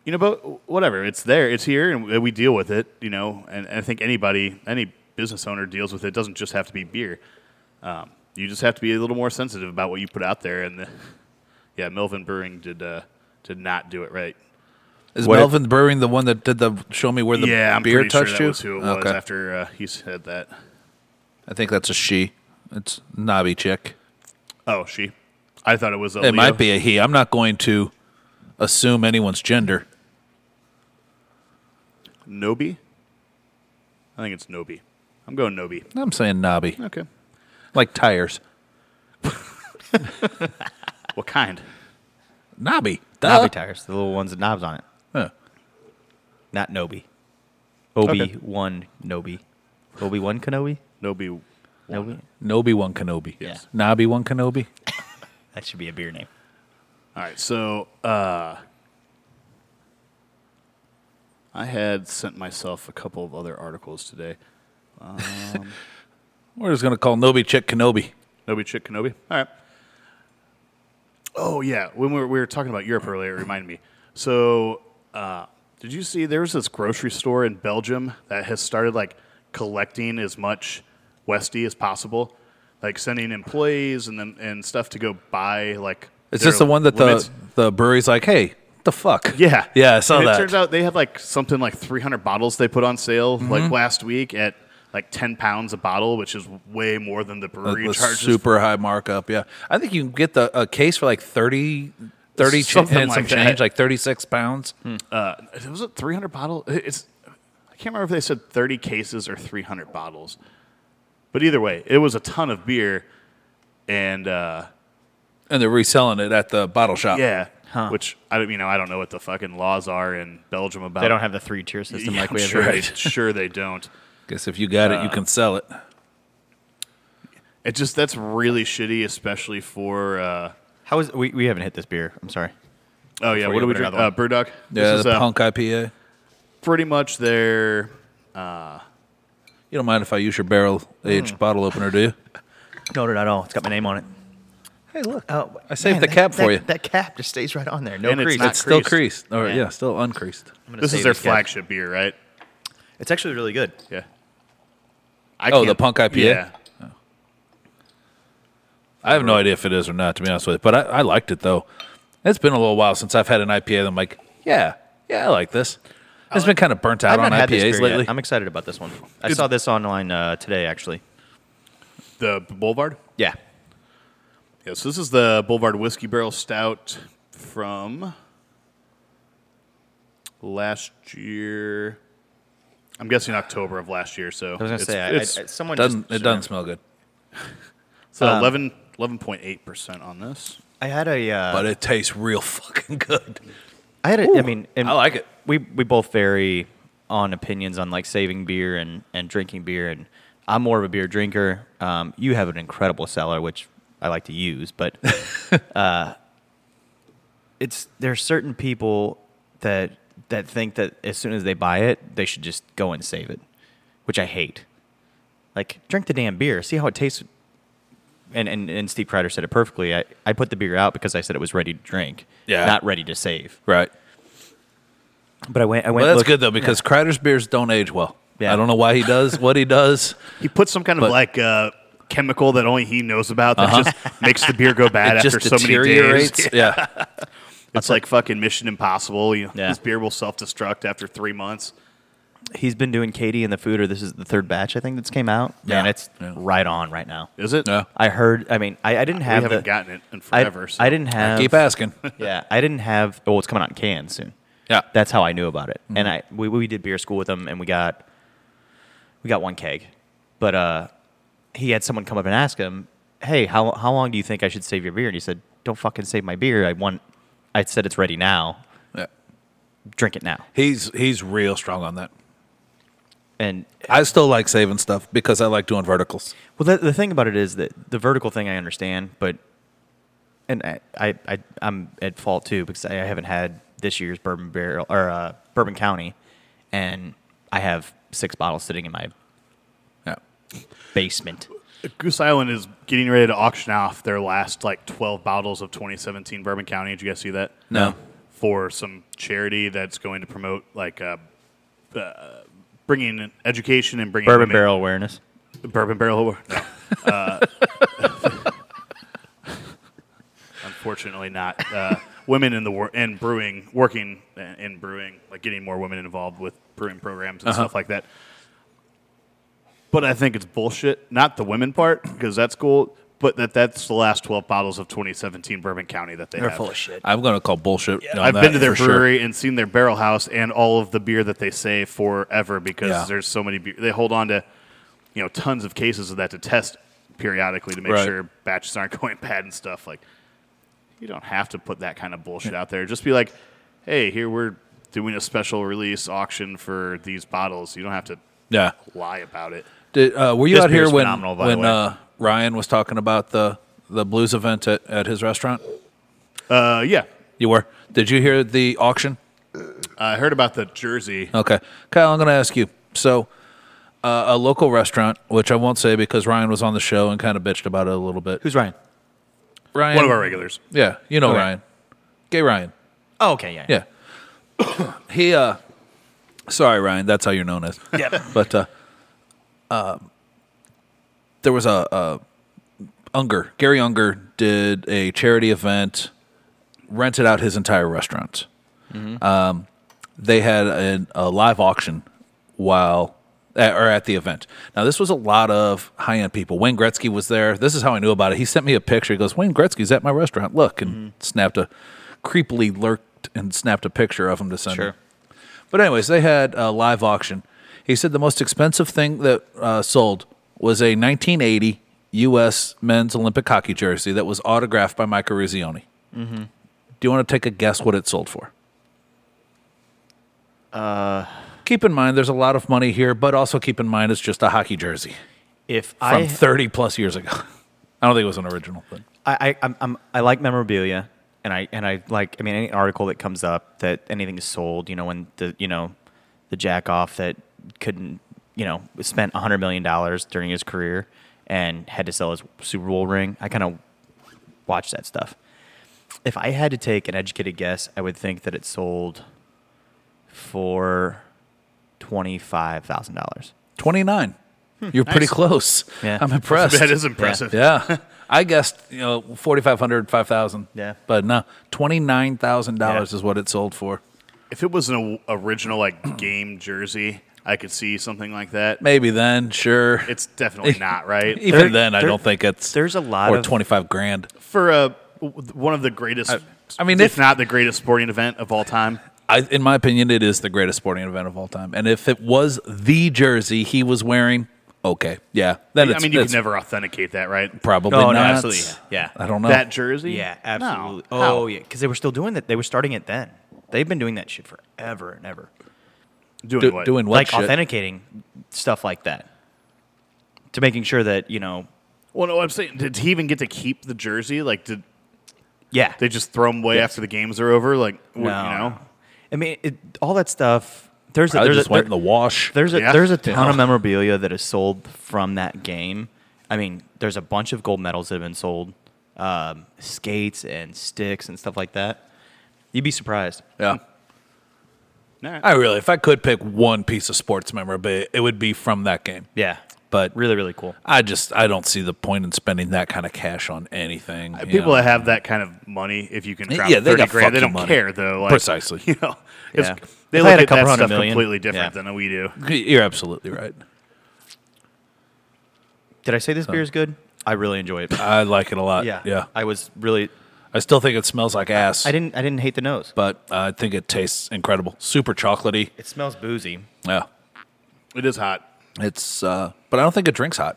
[SPEAKER 2] you know, but whatever, it's there, it's here, and we deal with it. You know, and, and I think anybody, any business owner deals with it. it doesn't just have to be beer. Um, you just have to be a little more sensitive about what you put out there. And the, yeah, Melvin Brewing did uh, did not do it right.
[SPEAKER 1] Is
[SPEAKER 3] What-
[SPEAKER 1] Melvin Brewing the one that did the show me where the
[SPEAKER 2] yeah, I'm
[SPEAKER 1] beer
[SPEAKER 2] pretty sure
[SPEAKER 1] touched
[SPEAKER 2] that
[SPEAKER 1] you?
[SPEAKER 2] was who it was after uh, he said that.
[SPEAKER 1] I think that's a she. It's knobby chick.
[SPEAKER 2] Oh, she. I thought it was. A
[SPEAKER 1] It
[SPEAKER 2] Leo.
[SPEAKER 1] might be a he. I'm not going to assume anyone's gender.
[SPEAKER 2] Nobi? I think it's Nobi. I'm going Nobi.
[SPEAKER 1] I'm saying knobby,
[SPEAKER 2] Okay.
[SPEAKER 1] like tires.
[SPEAKER 2] What kind?
[SPEAKER 1] Knobby. Duh.
[SPEAKER 2] Uh-huh.
[SPEAKER 3] knobby tires the little ones with knobs on it
[SPEAKER 1] Huh.
[SPEAKER 3] not nobi obi
[SPEAKER 2] Okay.
[SPEAKER 3] one nobi obi one kenobi
[SPEAKER 2] Nobi.
[SPEAKER 3] nobi
[SPEAKER 1] Nobi one Kenobi.
[SPEAKER 3] Yes.
[SPEAKER 1] Nobby one Kenobi.
[SPEAKER 3] that should be a beer name
[SPEAKER 2] All right. So uh, I had sent myself a couple of other articles today.
[SPEAKER 1] We're just gonna call Nobi chick Kenobi.
[SPEAKER 2] Nobi Chick Kenobi. All right. Oh yeah, when we were, we were talking about Europe earlier, it reminded me. So, uh, did you see there's this grocery store in Belgium that has started like collecting as much Westie as possible, like sending employees and then and stuff to go buy like.
[SPEAKER 1] Is
[SPEAKER 2] their
[SPEAKER 1] this the one that
[SPEAKER 2] limits.
[SPEAKER 1] the the brewery's like, hey, the fuck?
[SPEAKER 2] Yeah,
[SPEAKER 1] [laughs] yeah, I saw
[SPEAKER 2] and
[SPEAKER 1] that.
[SPEAKER 2] It turns out they have like something like 300 bottles they put on sale
[SPEAKER 1] Mm-hmm.
[SPEAKER 2] like last week at like 10 pounds a bottle, which is way more than the
[SPEAKER 1] That
[SPEAKER 2] brewery
[SPEAKER 1] was
[SPEAKER 2] charges.
[SPEAKER 1] super high markup. Yeah, I think you can get the a case for like 30, 30 cha-
[SPEAKER 2] Something
[SPEAKER 1] and
[SPEAKER 2] like
[SPEAKER 1] some
[SPEAKER 2] that.
[SPEAKER 1] change, like thirty six pounds.
[SPEAKER 2] uh, was it 300 bottles? It's I can't remember if they said 30 cases or 300 bottles, but either way, it was a ton of beer, and uh,
[SPEAKER 1] and they're reselling it at the bottle shop.
[SPEAKER 2] yeah,
[SPEAKER 3] Huh.
[SPEAKER 2] which I don't, you know, I don't know what the fucking laws are in Belgium about.
[SPEAKER 3] they don't have the three tier
[SPEAKER 2] Oh. [laughs]
[SPEAKER 3] system
[SPEAKER 2] yeah,
[SPEAKER 3] like we
[SPEAKER 2] I'm
[SPEAKER 3] have
[SPEAKER 2] sure
[SPEAKER 3] here.
[SPEAKER 2] They, sure they don't.
[SPEAKER 1] Guess if you got
[SPEAKER 2] Uh,
[SPEAKER 1] it, you can sell it.
[SPEAKER 2] It just that's really shitty, especially for. Uh,
[SPEAKER 3] How is we, we haven't hit this beer? I'm sorry.
[SPEAKER 2] oh yeah, what
[SPEAKER 3] Before you
[SPEAKER 2] do we
[SPEAKER 3] open
[SPEAKER 2] drink?
[SPEAKER 3] another
[SPEAKER 2] Uh,
[SPEAKER 3] one.
[SPEAKER 2] Brewdog.
[SPEAKER 1] Yeah,
[SPEAKER 2] this is
[SPEAKER 1] the
[SPEAKER 2] uh,
[SPEAKER 1] punk IPA.
[SPEAKER 2] pretty much their.
[SPEAKER 1] You don't mind if I use your barrel aged bottle opener, do you?
[SPEAKER 3] No, no, not at all. It's got my name on it.
[SPEAKER 1] [laughs] Hey, look,
[SPEAKER 3] Oh,
[SPEAKER 1] I saved the cap for you.
[SPEAKER 3] That cap just stays right on there. No
[SPEAKER 2] And it's
[SPEAKER 3] crease.
[SPEAKER 2] not
[SPEAKER 1] it's still
[SPEAKER 2] creased.
[SPEAKER 1] creased. Or
[SPEAKER 3] Yeah.
[SPEAKER 1] yeah. still uncreased.
[SPEAKER 3] I'm gonna
[SPEAKER 2] This
[SPEAKER 3] save
[SPEAKER 2] is their
[SPEAKER 3] guy.
[SPEAKER 2] flagship beer, right?
[SPEAKER 3] It's actually really good.
[SPEAKER 2] Yeah. I
[SPEAKER 1] Oh, the
[SPEAKER 2] can't-
[SPEAKER 1] Punk IPA?
[SPEAKER 2] Yeah.
[SPEAKER 1] I have no idea if it is or not, to be honest with you. But I, I liked it though. It's been a little while since I've had an IPA. That I'm like, yeah, yeah, I like this. It's been kind of burnt
[SPEAKER 3] I've
[SPEAKER 1] out on
[SPEAKER 3] not had this
[SPEAKER 1] IPAs
[SPEAKER 3] beer yet.
[SPEAKER 1] lately.
[SPEAKER 3] I'm excited about this one. I saw this online uh, today, actually.
[SPEAKER 2] The Boulevard?
[SPEAKER 3] Yeah.
[SPEAKER 2] Yeah, so this is the Boulevard Whiskey Barrel Stout from last year. I'm guessing October of last year. So
[SPEAKER 3] I was gonna
[SPEAKER 2] it's-
[SPEAKER 3] say I,
[SPEAKER 2] it's,
[SPEAKER 3] I, I- someone
[SPEAKER 1] doesn't
[SPEAKER 3] just,
[SPEAKER 1] it doesn't smell good,
[SPEAKER 2] it's, uh,
[SPEAKER 3] um,
[SPEAKER 2] 11 11.8 percent on this.
[SPEAKER 3] I had a. Uh,
[SPEAKER 1] but it tastes real [laughs] fucking good.
[SPEAKER 3] I had a. I mean, and
[SPEAKER 1] I like it.
[SPEAKER 3] We we both vary on opinions on like saving beer and and drinking beer, and I'm more of a beer drinker. Um, you have an incredible cellar, which I like to use,
[SPEAKER 1] [laughs]
[SPEAKER 3] but uh, it's there are certain people that that think that as soon as they buy it, they should just go and save it, which I hate. Like, drink the damn beer, see how it tastes. And, and, and Steve Kreider said it perfectly. I, I put the beer out because I said it was ready to drink,
[SPEAKER 1] Yeah.
[SPEAKER 3] not ready to save.
[SPEAKER 1] Right.
[SPEAKER 3] But I went. I went.
[SPEAKER 1] Well, that's
[SPEAKER 3] look-
[SPEAKER 1] good though because Kreider's beers don't age well.
[SPEAKER 3] Yeah.
[SPEAKER 1] I don't know why he does what
[SPEAKER 3] [laughs]
[SPEAKER 1] he does.
[SPEAKER 2] He put some kind of
[SPEAKER 1] But-
[SPEAKER 2] like uh, chemical that only he knows about that
[SPEAKER 3] Uh-huh.
[SPEAKER 2] just makes the
[SPEAKER 3] [laughs]
[SPEAKER 2] beer go bad
[SPEAKER 1] it
[SPEAKER 2] after
[SPEAKER 1] just
[SPEAKER 2] so many
[SPEAKER 1] deteriorates.
[SPEAKER 2] days.
[SPEAKER 1] yeah.
[SPEAKER 2] [laughs] It's like fucking Mission Impossible. You know,
[SPEAKER 3] Yeah.
[SPEAKER 2] This beer will self destruct after three months.
[SPEAKER 3] He's been doing Katie and the Fooder. This is the third batch I think that's came out. Yeah. Man,
[SPEAKER 1] Yeah.
[SPEAKER 3] it's
[SPEAKER 1] Yeah.
[SPEAKER 3] right on right now.
[SPEAKER 2] Is it?
[SPEAKER 1] Yeah.
[SPEAKER 3] I heard. I mean, I, I didn't
[SPEAKER 2] We
[SPEAKER 3] have.
[SPEAKER 2] haven't
[SPEAKER 3] the,
[SPEAKER 2] gotten it in
[SPEAKER 3] I-
[SPEAKER 2] forever. so.
[SPEAKER 3] I, didn't have. [laughs]
[SPEAKER 1] Keep asking.
[SPEAKER 3] Yeah, I didn't have. Well, it's coming out in cans soon.
[SPEAKER 1] Yeah.
[SPEAKER 3] That's how I knew about it. And I we, we did beer school with him, and we got we got one keg, but uh, he had someone come up and ask him, "Hey, how how long do you think I should save your beer?" And he said, "Don't fucking save my beer. I want. I said it's ready now.
[SPEAKER 1] yeah.
[SPEAKER 3] Drink it now."
[SPEAKER 1] He's he's real strong on that.
[SPEAKER 3] And
[SPEAKER 1] I still like saving stuff because I like doing verticals.
[SPEAKER 3] Well, the, the thing about it is that the vertical thing I understand, but and I, I, I I'm at fault too because I haven't had this year's bourbon barrel or uh, bourbon county, and I have six bottles sitting in my
[SPEAKER 1] Yeah.
[SPEAKER 3] basement.
[SPEAKER 2] Goose Island is getting ready to auction off their last like 12 bottles of 2017 Bourbon County. Did you guys see that?
[SPEAKER 1] No.
[SPEAKER 2] For some charity that's going to promote like uh, uh, bringing in education and bringing
[SPEAKER 3] Bourbon
[SPEAKER 2] women-
[SPEAKER 3] barrel awareness.
[SPEAKER 2] bourbon barrel. No. Uh, [laughs] unfortunately, not uh, women in the wor- in brewing, working in brewing, like getting more women involved with brewing programs and stuff like that. But I think it's bullshit. Not the women part because that's cool. But that that's the last twelve bottles of 2017 Bourbon County that they have.
[SPEAKER 3] shit.
[SPEAKER 1] I'm gonna call bullshit. on
[SPEAKER 2] I've
[SPEAKER 1] that
[SPEAKER 2] been to their
[SPEAKER 1] for sure.
[SPEAKER 2] brewery and seen their barrel house and all of the beer that they save forever because
[SPEAKER 1] Yeah.
[SPEAKER 2] there's so many beer. They hold on to, you know, tons of cases of that to test periodically to make
[SPEAKER 1] Right.
[SPEAKER 2] sure batches aren't [laughs] going bad and stuff. Like, you don't have to put that kind of bullshit out there. Just be like, hey, here we're doing a special release auction for these bottles. You don't have to
[SPEAKER 1] Yeah.
[SPEAKER 2] lie about it.
[SPEAKER 1] Did, uh, were you
[SPEAKER 2] This
[SPEAKER 1] out here
[SPEAKER 2] beer's
[SPEAKER 1] when
[SPEAKER 2] phenomenal, by the
[SPEAKER 1] when
[SPEAKER 2] way.
[SPEAKER 1] uh, Ryan was talking about the the blues event at, at his restaurant?
[SPEAKER 2] Uh, yeah.
[SPEAKER 1] You were. Did you hear the auction?
[SPEAKER 2] I heard about the jersey.
[SPEAKER 1] Okay, Kyle, I'm going to ask you. So, uh, a local restaurant, which I won't say because Ryan was on the show and kind of bitched about it a little bit.
[SPEAKER 3] Who's Ryan?
[SPEAKER 1] Ryan?
[SPEAKER 2] One of our regulars.
[SPEAKER 1] Yeah, you know
[SPEAKER 3] Okay.
[SPEAKER 1] Ryan, gay Ryan.
[SPEAKER 3] Oh, okay, yeah,
[SPEAKER 1] Yeah, he. uh Sorry, Ryan. That's how you're known as.
[SPEAKER 3] Yep.
[SPEAKER 1] [laughs] But uh, uh, there was a, a Unger. Gary Unger did a charity event, rented out his entire restaurant. Um, they had an, a live auction while at, or at the event. Now this was a lot of high end people. Wayne Gretzky was there. This is how I knew about it. He sent me a picture. He goes, "Wayne Gretzky's at my restaurant. Look," and snapped a creepily lurked and snapped a picture of him to send.
[SPEAKER 3] Sure.
[SPEAKER 1] me. But anyways, they had a live auction. He said the most expensive thing that uh, sold was a 1980 U.S. men's Olympic hockey jersey that was autographed by Mike Ruzioni. Do you want to take a guess what it sold for? Uh, keep in mind, there's a lot of money here, but also keep in mind it's just a hockey jersey
[SPEAKER 3] If
[SPEAKER 1] from
[SPEAKER 3] I
[SPEAKER 1] 30 plus years ago. [laughs] I don't think it was an original thing.
[SPEAKER 3] I, I I'm, I'm I like memorabilia, and I and I like I mean any article that comes up that anything is sold. You know when the you know the jack off that couldn't you know spent hundred million dollars during his career and had to sell his Super Bowl ring. I kind of watch that stuff. If I had to take an educated guess, I would think that it sold for twenty five thousand dollars.
[SPEAKER 1] 29. You're pretty close.
[SPEAKER 3] Yeah.
[SPEAKER 1] I'm
[SPEAKER 2] [laughs]
[SPEAKER 1] impressed.
[SPEAKER 2] That is impressive.
[SPEAKER 1] Yeah. I guessed, you know, 4,500, 5,000.
[SPEAKER 3] Yeah.
[SPEAKER 1] But no, $29,000
[SPEAKER 3] Yeah.
[SPEAKER 1] is what it sold for.
[SPEAKER 2] if it was an o- original like [clears throat] game jersey, I could see something like that.
[SPEAKER 1] Maybe then, sure.
[SPEAKER 2] It's
[SPEAKER 1] [laughs]
[SPEAKER 2] definitely not right
[SPEAKER 1] Even
[SPEAKER 3] There-
[SPEAKER 1] then, I
[SPEAKER 3] there-
[SPEAKER 1] don't think it's
[SPEAKER 3] there's a lot
[SPEAKER 1] or
[SPEAKER 3] of-
[SPEAKER 1] twenty five grand.
[SPEAKER 2] for a one of the greatest.
[SPEAKER 1] I mean,
[SPEAKER 2] if,
[SPEAKER 1] if-
[SPEAKER 2] not the greatest sporting event of all time,
[SPEAKER 1] I, in my opinion, it is the greatest sporting event of all time. And if it was the jersey he was wearing, okay, yeah, then
[SPEAKER 2] I
[SPEAKER 1] it's,
[SPEAKER 2] mean, you could
[SPEAKER 1] it's
[SPEAKER 2] never authenticate that, right?
[SPEAKER 1] probably
[SPEAKER 3] Oh, No, no,
[SPEAKER 1] not.
[SPEAKER 3] absolutely, yeah, yeah.
[SPEAKER 1] I don't know.
[SPEAKER 2] That jersey,
[SPEAKER 3] Yeah,
[SPEAKER 2] No.
[SPEAKER 3] absolutely.
[SPEAKER 2] How?
[SPEAKER 3] Oh, yeah, because they were still doing that. They were starting it then. They've been doing that shit forever and ever,
[SPEAKER 2] doing
[SPEAKER 1] Do-
[SPEAKER 2] what?
[SPEAKER 1] doing what?
[SPEAKER 3] like
[SPEAKER 1] shit?
[SPEAKER 3] authenticating stuff like that to making sure that you know,
[SPEAKER 2] Well, no, I'm saying, did he even get to keep the jersey? Like, did
[SPEAKER 3] yeah,
[SPEAKER 2] they just throw him away
[SPEAKER 3] Yes.
[SPEAKER 2] after the games are over? Like, wh-
[SPEAKER 3] no,
[SPEAKER 2] you know,
[SPEAKER 3] I mean, it, all that stuff. There's a,
[SPEAKER 1] Probably
[SPEAKER 3] there's
[SPEAKER 1] just
[SPEAKER 3] a,
[SPEAKER 1] went
[SPEAKER 3] there-
[SPEAKER 1] in the wash.
[SPEAKER 3] There's a
[SPEAKER 2] Yeah.
[SPEAKER 3] there's a ton
[SPEAKER 1] Yeah.
[SPEAKER 3] of memorabilia that is sold from that game. I mean, there's a bunch of gold medals that have been sold, um, skates and sticks and stuff like that. You'd be surprised.
[SPEAKER 1] Yeah.
[SPEAKER 2] All right.
[SPEAKER 1] I really, if I could pick one piece of sports memorabilia, it would be from that game.
[SPEAKER 3] Yeah,
[SPEAKER 1] But
[SPEAKER 3] really, really cool.
[SPEAKER 1] I just, I don't see the point in spending that kind of cash on anything. you
[SPEAKER 2] people
[SPEAKER 1] know.
[SPEAKER 2] that have that kind of money, if you can
[SPEAKER 1] Yeah,
[SPEAKER 2] drop
[SPEAKER 1] they
[SPEAKER 2] thirty
[SPEAKER 1] got
[SPEAKER 2] grand, they
[SPEAKER 1] fucking
[SPEAKER 2] don't
[SPEAKER 1] money.
[SPEAKER 2] care though. Like,
[SPEAKER 1] Precisely.
[SPEAKER 2] [laughs] you know, it's-
[SPEAKER 3] Yeah.
[SPEAKER 2] they
[SPEAKER 3] If
[SPEAKER 2] look
[SPEAKER 3] I had a
[SPEAKER 2] at that
[SPEAKER 3] couple hundred
[SPEAKER 2] stuff
[SPEAKER 3] million,
[SPEAKER 2] completely different
[SPEAKER 3] yeah.
[SPEAKER 2] than we do.
[SPEAKER 1] You're absolutely right.
[SPEAKER 3] Did I say this beer is good? I really enjoy [laughs] it.
[SPEAKER 1] I like it a lot.
[SPEAKER 3] yeah,
[SPEAKER 1] Yeah. Yeah. I,
[SPEAKER 3] I was really.
[SPEAKER 1] still think it smells like ass,
[SPEAKER 3] I didn't. I didn't hate the nose.
[SPEAKER 1] but I think it tastes incredible. Super chocolatey.
[SPEAKER 3] It smells boozy.
[SPEAKER 1] Yeah.
[SPEAKER 2] It is hot.
[SPEAKER 1] It's, uh, but I don't think it drinks hot.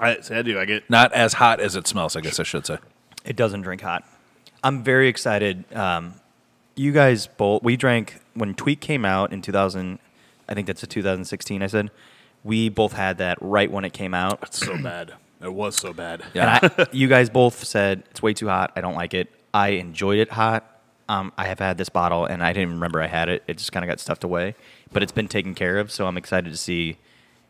[SPEAKER 2] I, see, I do. I get.
[SPEAKER 1] Not as hot as it smells, I guess I should say.
[SPEAKER 3] It doesn't drink hot. I'm very excited. Um, you guys both, we drank when Tweak came out in 2000. I think that's a 2016. I said we both had that right when it came out,
[SPEAKER 1] [clears throat]
[SPEAKER 2] It's so bad. It was so bad.
[SPEAKER 1] Yeah.
[SPEAKER 3] and I, you guys both said it's way too hot. I don't like it. I enjoyed it hot. Um, I have had this bottle, and I didn't even remember I had it. It just kind of got stuffed away, but it's been taken care of. So I'm excited to see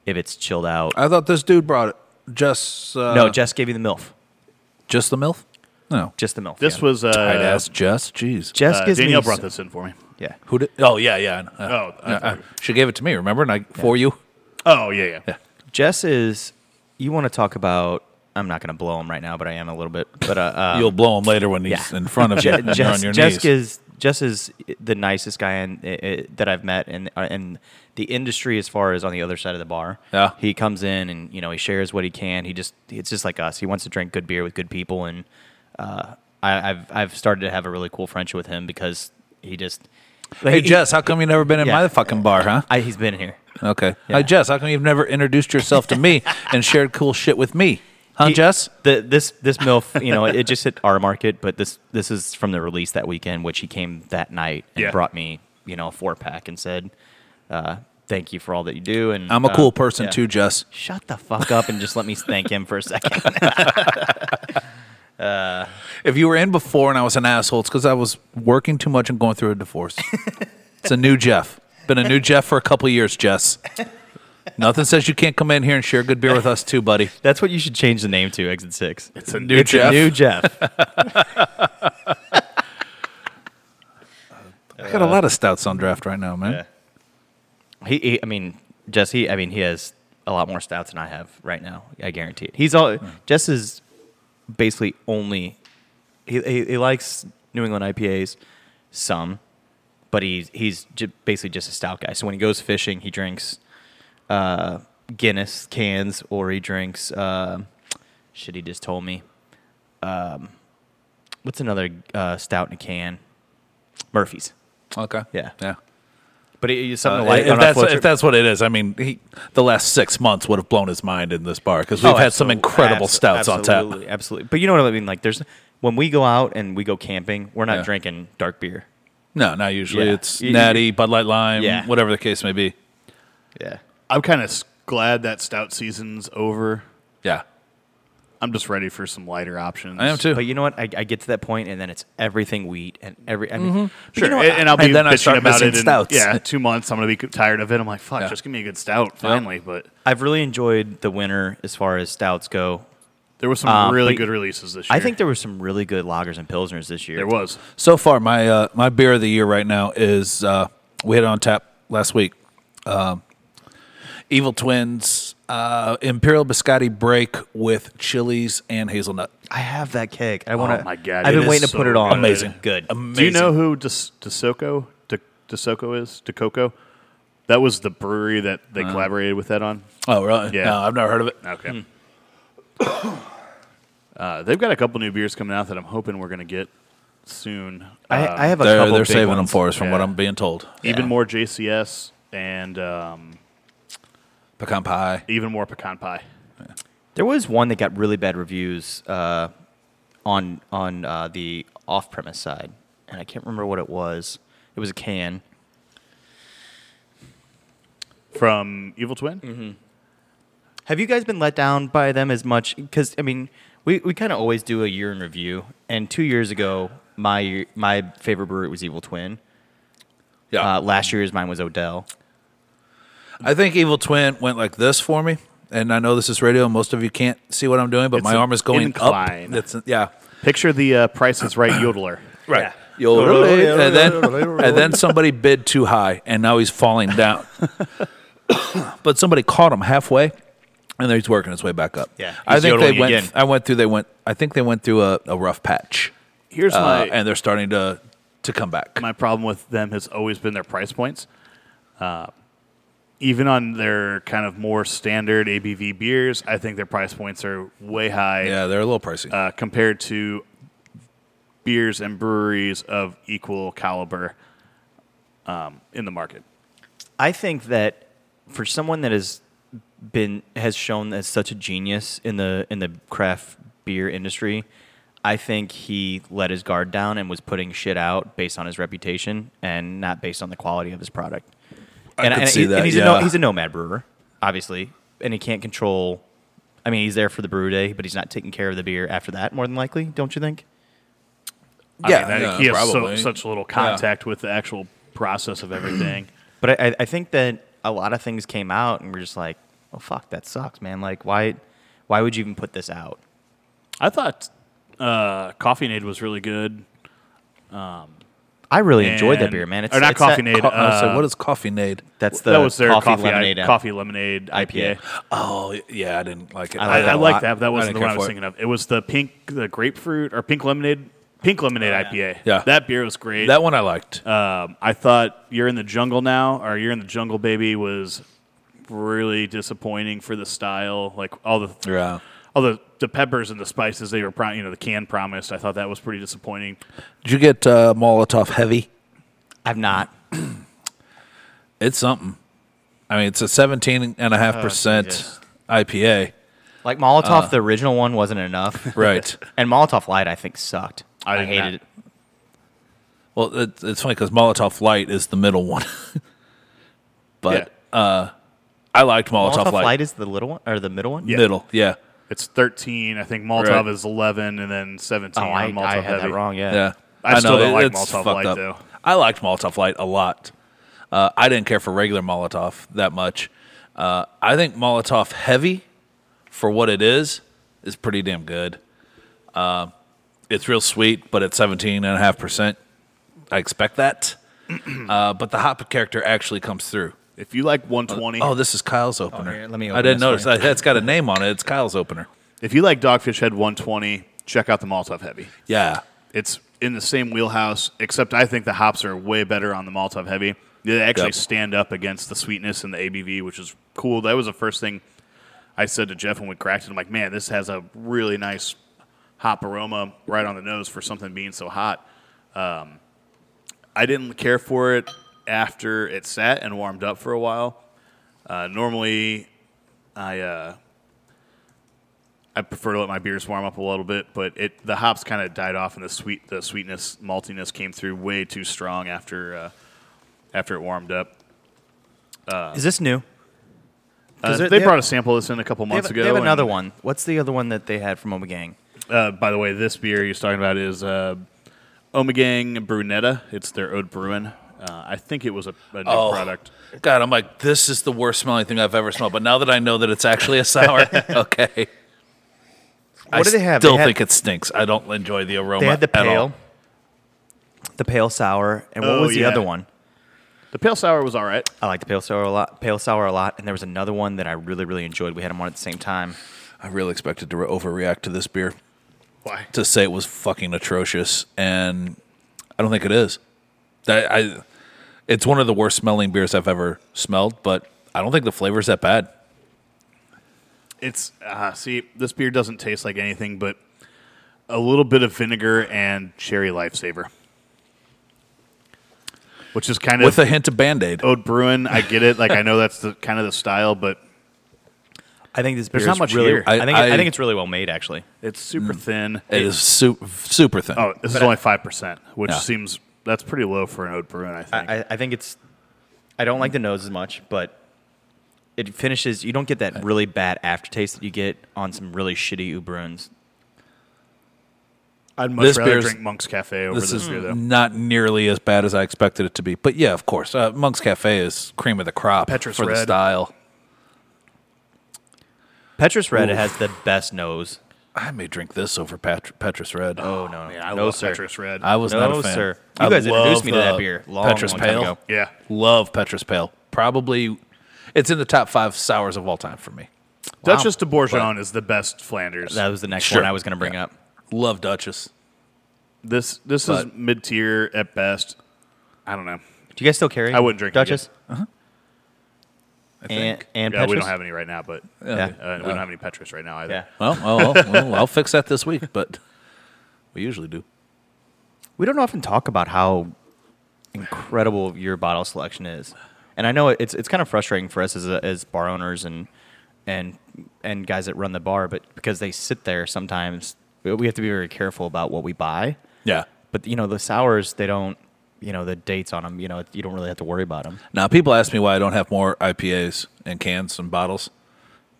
[SPEAKER 3] if it's chilled out.
[SPEAKER 2] Uh,
[SPEAKER 1] I thought this dude brought it. Just, uh,
[SPEAKER 3] no, Jess gave you the milf.
[SPEAKER 1] just the milf? No.
[SPEAKER 3] Just the milf.
[SPEAKER 2] This
[SPEAKER 3] yeah.
[SPEAKER 2] was uh,
[SPEAKER 1] I'd ask Jess. Jeez.
[SPEAKER 3] Jess
[SPEAKER 2] uh,
[SPEAKER 3] gives me
[SPEAKER 2] Danielle
[SPEAKER 3] s-
[SPEAKER 2] brought this in for me.
[SPEAKER 3] Yeah.
[SPEAKER 1] Who did? Oh yeah, yeah. I know.
[SPEAKER 2] Oh, I
[SPEAKER 1] Uh,
[SPEAKER 2] thought-
[SPEAKER 1] uh, she gave it to me. Remember, and I for you.
[SPEAKER 2] oh yeah, yeah.
[SPEAKER 3] Jess is. You want to talk about? I'm not going to blow him right now, but I am a little bit. But uh, uh,
[SPEAKER 1] You'll blow him later when he's
[SPEAKER 3] yeah.
[SPEAKER 1] in
[SPEAKER 3] [laughs]
[SPEAKER 1] front of you. and [laughs] you're
[SPEAKER 3] Jess,
[SPEAKER 1] on your
[SPEAKER 3] Jess
[SPEAKER 1] knees.
[SPEAKER 3] is Jess is the nicest guy in, i i that I've met in uh, in the industry as far as on the other side of the bar.
[SPEAKER 1] Yeah.
[SPEAKER 3] he comes in and you know he shares what he can. He just it's just like us. He wants to drink good beer with good people, and uh, I, I've I've started to have a really cool friendship with him because he just like,
[SPEAKER 1] hey
[SPEAKER 3] he-
[SPEAKER 1] Jess, how come you never been in
[SPEAKER 3] Yeah.
[SPEAKER 1] my fucking bar, huh?
[SPEAKER 3] I, he's been here.
[SPEAKER 1] Okay. Hey Jess, how come you've never introduced yourself to
[SPEAKER 3] [laughs]
[SPEAKER 1] me and shared cool shit with me, huh,
[SPEAKER 3] He-
[SPEAKER 1] Jess?
[SPEAKER 3] The, this this milf, you know, it, just hit our market, but this this is from the release that weekend, which he came that night and
[SPEAKER 2] Yeah.
[SPEAKER 3] brought me, you know, a four pack and said, uh, "Thank you for all that you do." And
[SPEAKER 1] I'm a
[SPEAKER 3] uh,
[SPEAKER 1] cool person
[SPEAKER 3] yeah.
[SPEAKER 1] too, Jess.
[SPEAKER 3] Shut the fuck up and just let me thank him for a second. [laughs]
[SPEAKER 1] If you were in before and I was an asshole, it's because I was working too much and going through
[SPEAKER 3] [laughs]
[SPEAKER 1] a divorce. it's a new Jeff. Been a new Jeff for a couple years, Jess. Nothing says you can't come in here and share good beer with us too, buddy.
[SPEAKER 3] That's what you should change the name to. Exit six.
[SPEAKER 2] It's a
[SPEAKER 1] new
[SPEAKER 2] new.
[SPEAKER 3] It's a
[SPEAKER 1] Jeff.
[SPEAKER 3] new Jeff.
[SPEAKER 1] I
[SPEAKER 3] Uh,
[SPEAKER 1] got a lot of stouts on draft right now, man.
[SPEAKER 3] Yeah. He, he, I mean, Jess. He, I mean, he has a lot more stouts than I have right now. I guarantee it. He's
[SPEAKER 1] Hmm.
[SPEAKER 3] all Jess is basically only he, he, he likes New England IPAs some, but he's he's j- basically just a stout guy. So when he goes fishing, he drinks uh, Guinness cans or he drinks uh, shit. He just told me. Um, what's another uh, stout in a can? Murphy's.
[SPEAKER 1] Okay.
[SPEAKER 3] Yeah.
[SPEAKER 1] Yeah.
[SPEAKER 3] But it, it's
[SPEAKER 1] Uh,
[SPEAKER 3] something like
[SPEAKER 1] if, that's, if that's what it is, I mean, he, the last six months would have blown his mind in this bar because we've had some incredible stouts
[SPEAKER 3] Oh, absolutely,
[SPEAKER 1] on tap.
[SPEAKER 3] Absolutely. But you know what I mean? Like, there's when we go out and we go camping, we're not
[SPEAKER 1] Yeah.
[SPEAKER 3] drinking dark beer.
[SPEAKER 1] No, not usually.
[SPEAKER 3] Yeah.
[SPEAKER 1] It's
[SPEAKER 3] You-
[SPEAKER 1] natty, Bud Light Lime,
[SPEAKER 3] Yeah.
[SPEAKER 1] whatever the case may be.
[SPEAKER 3] Yeah.
[SPEAKER 2] I'm kind of glad that stout season's over.
[SPEAKER 1] Yeah,
[SPEAKER 2] I'm just ready for some lighter options.
[SPEAKER 1] I am too.
[SPEAKER 3] But you know what? I, I get to that point, and then it's everything wheat and every. I mean,
[SPEAKER 1] Mm-hmm.
[SPEAKER 3] but
[SPEAKER 2] Sure,
[SPEAKER 3] you know what?
[SPEAKER 2] and, and I'll be
[SPEAKER 1] And then I
[SPEAKER 2] bitching
[SPEAKER 1] start
[SPEAKER 2] about
[SPEAKER 1] missing
[SPEAKER 2] it. In,
[SPEAKER 1] stouts.
[SPEAKER 2] Yeah, two months. I'm gonna be tired of it. I'm like, fuck,
[SPEAKER 1] Yeah.
[SPEAKER 2] just give me a good stout finally. But
[SPEAKER 3] I've really enjoyed the winter as far as stouts go.
[SPEAKER 2] there were some
[SPEAKER 1] Uh,
[SPEAKER 3] Um,
[SPEAKER 2] really
[SPEAKER 3] but
[SPEAKER 2] good releases this year.
[SPEAKER 3] I think there were some really good lagers and pilsners this year.
[SPEAKER 2] there was.
[SPEAKER 1] [laughs] so far, my uh, my beer of the year right now is uh, we had it on tap last week. Um, Evil Twins uh, Imperial Biscotti Break with chilies and hazelnut.
[SPEAKER 3] I have that keg. I want to.
[SPEAKER 1] Oh
[SPEAKER 2] my God,
[SPEAKER 3] I've
[SPEAKER 2] it
[SPEAKER 3] been
[SPEAKER 2] is
[SPEAKER 3] waiting to
[SPEAKER 2] so
[SPEAKER 3] put it on.
[SPEAKER 2] good. Amazing.
[SPEAKER 3] Good.
[SPEAKER 1] Amazing.
[SPEAKER 2] Do you know who Des- DeSoco? De- DeSoco is, DeCoco. That was the brewery that they collaborated with that on.
[SPEAKER 1] Oh, really?
[SPEAKER 2] Yeah.
[SPEAKER 1] No, I've never heard of it.
[SPEAKER 2] Okay. Hmm. [coughs] uh, they've got a couple new beers coming out that I'm hoping we're going to get soon. Um,
[SPEAKER 3] I, I have a
[SPEAKER 1] They're,
[SPEAKER 3] couple.
[SPEAKER 1] they're
[SPEAKER 3] big
[SPEAKER 1] saving them
[SPEAKER 3] ones.
[SPEAKER 1] for us from what
[SPEAKER 2] Yeah.
[SPEAKER 1] I'm being told.
[SPEAKER 2] even
[SPEAKER 3] yeah.
[SPEAKER 2] more JCS and um,
[SPEAKER 1] Pecan pie.
[SPEAKER 2] even more pecan pie.
[SPEAKER 3] There was one that got really bad reviews uh, on on uh, the off premise side, and I can't remember what it was. It was a can.
[SPEAKER 2] from Evil Twin. Mm-hmm.
[SPEAKER 3] Have you guys been let down by them as much? Because I mean, we, we kind of always do a year in review, and two years ago, my year- my favorite brewery was Evil Twin.
[SPEAKER 1] Yeah.
[SPEAKER 3] Uh, last year's mine was Odell.
[SPEAKER 1] I think Evil Twin went like this for me. And I know this is radio, and most of you can't see what I'm doing, but
[SPEAKER 2] It's
[SPEAKER 1] my
[SPEAKER 2] an
[SPEAKER 1] arm is going
[SPEAKER 2] incline.
[SPEAKER 1] up. It's yeah,
[SPEAKER 2] Picture the uh, Price is Right yodeler.
[SPEAKER 1] right. You'll and then and then somebody bid too high, and now he's
[SPEAKER 3] [laughs]
[SPEAKER 1] falling down. [coughs] but somebody caught him halfway, and then he's working his way back up.
[SPEAKER 3] Yeah,
[SPEAKER 1] I
[SPEAKER 3] he's
[SPEAKER 1] think they
[SPEAKER 3] yodeling
[SPEAKER 1] went.
[SPEAKER 3] again.
[SPEAKER 1] I went through. They went. I think they went through a, a rough patch,
[SPEAKER 2] Here's
[SPEAKER 1] uh,
[SPEAKER 2] my
[SPEAKER 1] and they're starting to to come back.
[SPEAKER 2] my problem with them has always been their price points. Uh, even on their kind of more standard ABV beers, I think their price points are way high
[SPEAKER 1] yeah, they're a little pricey.
[SPEAKER 2] uh, compared to beers and breweries of equal caliber um, in the market.
[SPEAKER 3] I think that for someone that has been has shown as such a genius in the in the craft beer industry, I think he let his guard down and was putting shit out based on his reputation and not based on the quality of his product.
[SPEAKER 1] I
[SPEAKER 3] and
[SPEAKER 1] could
[SPEAKER 3] and
[SPEAKER 1] see that,
[SPEAKER 3] and he's, a
[SPEAKER 1] yeah.
[SPEAKER 3] no, he's a nomad brewer, obviously, and he can't control. I mean, he's there for the brew day, but he's not taking care of the beer after that. More than likely, don't you think?
[SPEAKER 1] yeah,
[SPEAKER 2] I mean, that-
[SPEAKER 1] yeah,
[SPEAKER 2] he has so,
[SPEAKER 1] probably.
[SPEAKER 2] such little
[SPEAKER 1] Yeah.
[SPEAKER 2] contact with the actual process of everything.
[SPEAKER 3] But I, I- I think that a lot of things came out, and we're just like, "Oh fuck, that sucks, man! Like, why, why would you even put this out?"
[SPEAKER 2] I thought uh, Coffeenade was really good.
[SPEAKER 3] I really enjoyed that
[SPEAKER 2] and-
[SPEAKER 3] beer, man. It's
[SPEAKER 2] or not
[SPEAKER 3] it's that-
[SPEAKER 2] Coffeenade.
[SPEAKER 1] Co- I said,
[SPEAKER 2] uh,
[SPEAKER 1] what is coffee nade?
[SPEAKER 3] That's the
[SPEAKER 2] that was their
[SPEAKER 3] coffee,
[SPEAKER 2] coffee
[SPEAKER 3] lemonade
[SPEAKER 2] I,
[SPEAKER 3] app.
[SPEAKER 2] coffee lemonade IPA.
[SPEAKER 3] IPA.
[SPEAKER 1] Oh yeah, I didn't like it.
[SPEAKER 2] I,
[SPEAKER 3] I
[SPEAKER 2] I
[SPEAKER 3] like that a
[SPEAKER 2] like
[SPEAKER 3] lot.
[SPEAKER 2] that. but That wasn't the
[SPEAKER 1] didn't
[SPEAKER 2] one I
[SPEAKER 1] care
[SPEAKER 2] was
[SPEAKER 1] for it.
[SPEAKER 2] thinking of. It was the pink, the grapefruit or pink lemonade, pink lemonade IPA.
[SPEAKER 1] Oh, Yeah.
[SPEAKER 2] that beer was great.
[SPEAKER 1] That one I liked.
[SPEAKER 2] um, I thought "You're in the Jungle Now" or "You're in the Jungle, Baby" was really disappointing for the style. Like all the
[SPEAKER 1] Yeah.
[SPEAKER 2] all the, the peppers and the spices they were, pro- you know, the can promised. I thought that was pretty disappointing.
[SPEAKER 1] Did you get uh, Molotov Heavy?
[SPEAKER 3] I've not.
[SPEAKER 1] It's something. I mean, it's a 17.5%
[SPEAKER 3] Jesus.
[SPEAKER 1] IPA.
[SPEAKER 3] Like
[SPEAKER 2] Uh.
[SPEAKER 3] Molotov, the original one
[SPEAKER 2] [laughs]
[SPEAKER 3] wasn't enough,
[SPEAKER 1] [laughs] Right.
[SPEAKER 3] and Molotov Light, I think, sucked.
[SPEAKER 2] I
[SPEAKER 3] I,
[SPEAKER 2] did
[SPEAKER 3] hated
[SPEAKER 2] not.
[SPEAKER 3] it.
[SPEAKER 1] well, it, it's funny because Molotov Light is the middle one. [laughs] but uh, I liked Molotov,
[SPEAKER 3] Molotov
[SPEAKER 1] Light.
[SPEAKER 3] Light is the little one or the middle one.
[SPEAKER 1] Middle, yeah.
[SPEAKER 2] It's thirteen. I think Molotov
[SPEAKER 1] Right.
[SPEAKER 2] is eleven, and then seventeen.
[SPEAKER 3] Oh, I,
[SPEAKER 2] on Molotov
[SPEAKER 3] I had
[SPEAKER 2] Heavy.
[SPEAKER 3] that wrong. Yeah.
[SPEAKER 1] Yeah.
[SPEAKER 2] I still don't like
[SPEAKER 1] it's
[SPEAKER 2] Molotov
[SPEAKER 1] fucked
[SPEAKER 2] Light, though.
[SPEAKER 1] I liked Molotov Light a lot. Uh, I didn't care for regular Molotov that much. Uh, I think Molotov Heavy, for what it is, is pretty damn good. Uh, it's real sweet, but at 17.5%, I expect that. [clears throat] uh, but the hop character actually comes through.
[SPEAKER 2] If you like 120,
[SPEAKER 1] Oh, this is Kyle's opener.
[SPEAKER 3] here, let me
[SPEAKER 1] I
[SPEAKER 3] open
[SPEAKER 1] didn't
[SPEAKER 3] this
[SPEAKER 1] notice.
[SPEAKER 3] for
[SPEAKER 1] That, that's got a name on it. It's Kyle's opener.
[SPEAKER 2] if you like Dogfish Head 120, check out the Molotov Heavy.
[SPEAKER 1] Yeah.
[SPEAKER 2] It's in the same wheelhouse, except I think the hops are way better on the Molotov Heavy. They actually
[SPEAKER 1] Yep.
[SPEAKER 2] stand up against the sweetness and the ABV, which is cool. That was the first thing I said to Jeff when we cracked it. I'm like, man, this has a really nice hop aroma right on the nose for something being so hot. Um, I didn't care for it after it sat and warmed up for a while. Uh, normally, I uh, I prefer to let my beers warm up a little bit, but it the hops kind of died off, and the sweet the sweetness maltiness came through way too strong after uh, after it warmed up.
[SPEAKER 3] Is this new?
[SPEAKER 2] Uh,
[SPEAKER 3] 'Cause they're-
[SPEAKER 2] they
[SPEAKER 3] they
[SPEAKER 2] brought a sample of this in a couple
[SPEAKER 3] They have,
[SPEAKER 2] months
[SPEAKER 3] they
[SPEAKER 2] ago.
[SPEAKER 3] have
[SPEAKER 2] and,
[SPEAKER 3] another one. What's the other one that they had from Omegang?
[SPEAKER 2] Uh, by the way, this beer he's talking about is uh, Omegang Brunetta. It's their Ode Bruin. Uh, I think it was a, a new
[SPEAKER 1] Oh.
[SPEAKER 2] product.
[SPEAKER 1] God, I'm like, this is the worst smelling thing I've ever smelled. But now that I know that it's actually
[SPEAKER 3] [laughs]
[SPEAKER 1] a sour, okay. I
[SPEAKER 3] What do they have?
[SPEAKER 1] Still
[SPEAKER 3] They had-
[SPEAKER 1] think it stinks. I don't enjoy the aroma.
[SPEAKER 3] They had the
[SPEAKER 1] at all.
[SPEAKER 3] pale, the pale sour, and what
[SPEAKER 2] Oh,
[SPEAKER 3] was the
[SPEAKER 2] yeah.
[SPEAKER 3] other one?
[SPEAKER 2] The pale sour was all right.
[SPEAKER 3] I like the pale sour a lot. Pale sour a lot, and there was another one that I really, really enjoyed. We had them on at the same time.
[SPEAKER 1] I really expected to re- overreact to this beer
[SPEAKER 2] Why?
[SPEAKER 1] to say it was fucking atrocious, and I don't think it is. I, I It's one of the worst smelling beers I've ever smelled, but I don't think the flavor's that bad.
[SPEAKER 2] It's uh, see, this beer doesn't taste like anything but a little bit of vinegar and cherry lifesaver, which is kind
[SPEAKER 1] With
[SPEAKER 2] of
[SPEAKER 1] a hint of band aid.
[SPEAKER 3] Oh,
[SPEAKER 2] Ode Bruin. I get it. Like I
[SPEAKER 1] [laughs]
[SPEAKER 2] know that's the kind of the style, but
[SPEAKER 3] I think this
[SPEAKER 2] There's
[SPEAKER 3] beer
[SPEAKER 2] not
[SPEAKER 3] is
[SPEAKER 2] much
[SPEAKER 3] really.
[SPEAKER 2] here.
[SPEAKER 3] I, think
[SPEAKER 1] I-
[SPEAKER 3] I, think it's really well made actually.
[SPEAKER 2] it's super thin.
[SPEAKER 1] Mm. it is su- super thin.
[SPEAKER 2] Oh, this is only five percent, which
[SPEAKER 1] Yeah.
[SPEAKER 2] seems that's pretty low for an Ode Bruin. I think.
[SPEAKER 3] I, I think it's. I don't like the nose as much, but it finishes. You don't get that really bad aftertaste that you get on some really shitty Uberons.
[SPEAKER 2] I'd much
[SPEAKER 1] This
[SPEAKER 2] rather
[SPEAKER 1] beer's-
[SPEAKER 2] drink Monk's Cafe over
[SPEAKER 1] This
[SPEAKER 2] this,
[SPEAKER 1] is
[SPEAKER 2] beer, though.
[SPEAKER 1] not nearly as bad as I expected it to be. But yeah, of course, uh, Monk's Cafe is cream of the crop
[SPEAKER 2] Petrus
[SPEAKER 1] for the
[SPEAKER 2] Red.
[SPEAKER 1] style.
[SPEAKER 3] Petrus Red has the best nose.
[SPEAKER 1] I may drink this over Pat- Petrus Red.
[SPEAKER 3] Oh no,
[SPEAKER 2] Man, I
[SPEAKER 3] no
[SPEAKER 2] love
[SPEAKER 3] sir.
[SPEAKER 2] Petrus Red.
[SPEAKER 1] I was not
[SPEAKER 3] No,
[SPEAKER 1] a fan.
[SPEAKER 3] sir.
[SPEAKER 1] I
[SPEAKER 3] You guys
[SPEAKER 1] love,
[SPEAKER 3] introduced me to that
[SPEAKER 1] uh,
[SPEAKER 3] beer long,
[SPEAKER 1] Petrus
[SPEAKER 3] long time
[SPEAKER 1] Pale.
[SPEAKER 3] ago.
[SPEAKER 2] yeah,
[SPEAKER 1] Love Petrus Pale. Probably, it's in the top five sours of all time for me.
[SPEAKER 2] Duchess de Bourgogne is the best Flanders.
[SPEAKER 3] That was the next
[SPEAKER 1] Sure.
[SPEAKER 3] one I was going to bring
[SPEAKER 1] Yeah.
[SPEAKER 3] up.
[SPEAKER 1] Love Duchess.
[SPEAKER 2] this this is
[SPEAKER 1] But-
[SPEAKER 2] mid tier at best. I don't know.
[SPEAKER 3] Do you guys still carry?
[SPEAKER 2] I wouldn't drink it
[SPEAKER 3] Duchess
[SPEAKER 1] I
[SPEAKER 3] and
[SPEAKER 1] think.
[SPEAKER 3] and
[SPEAKER 2] Yeah, we
[SPEAKER 3] Petrus?
[SPEAKER 2] don't have any right now, but uh,
[SPEAKER 3] Eh, yeah.
[SPEAKER 2] we
[SPEAKER 1] Oh.
[SPEAKER 2] don't have any Petrus right now either.
[SPEAKER 3] yeah.
[SPEAKER 1] well, oh, oh, well, I'll fix that this week, but we usually do.
[SPEAKER 3] We don't often talk about how incredible your bottle selection is, and I know it's it's kind of frustrating for us as a, as bar owners and and and guys that run the bar, but because they sit there sometimes, we- we have to be very careful about what we buy.
[SPEAKER 1] Yeah.
[SPEAKER 3] But you know the sours, they don't. You know the dates on them. You know you don't really have to worry about them.
[SPEAKER 1] Now, people ask me why I don't have more IPAs in cans and bottles.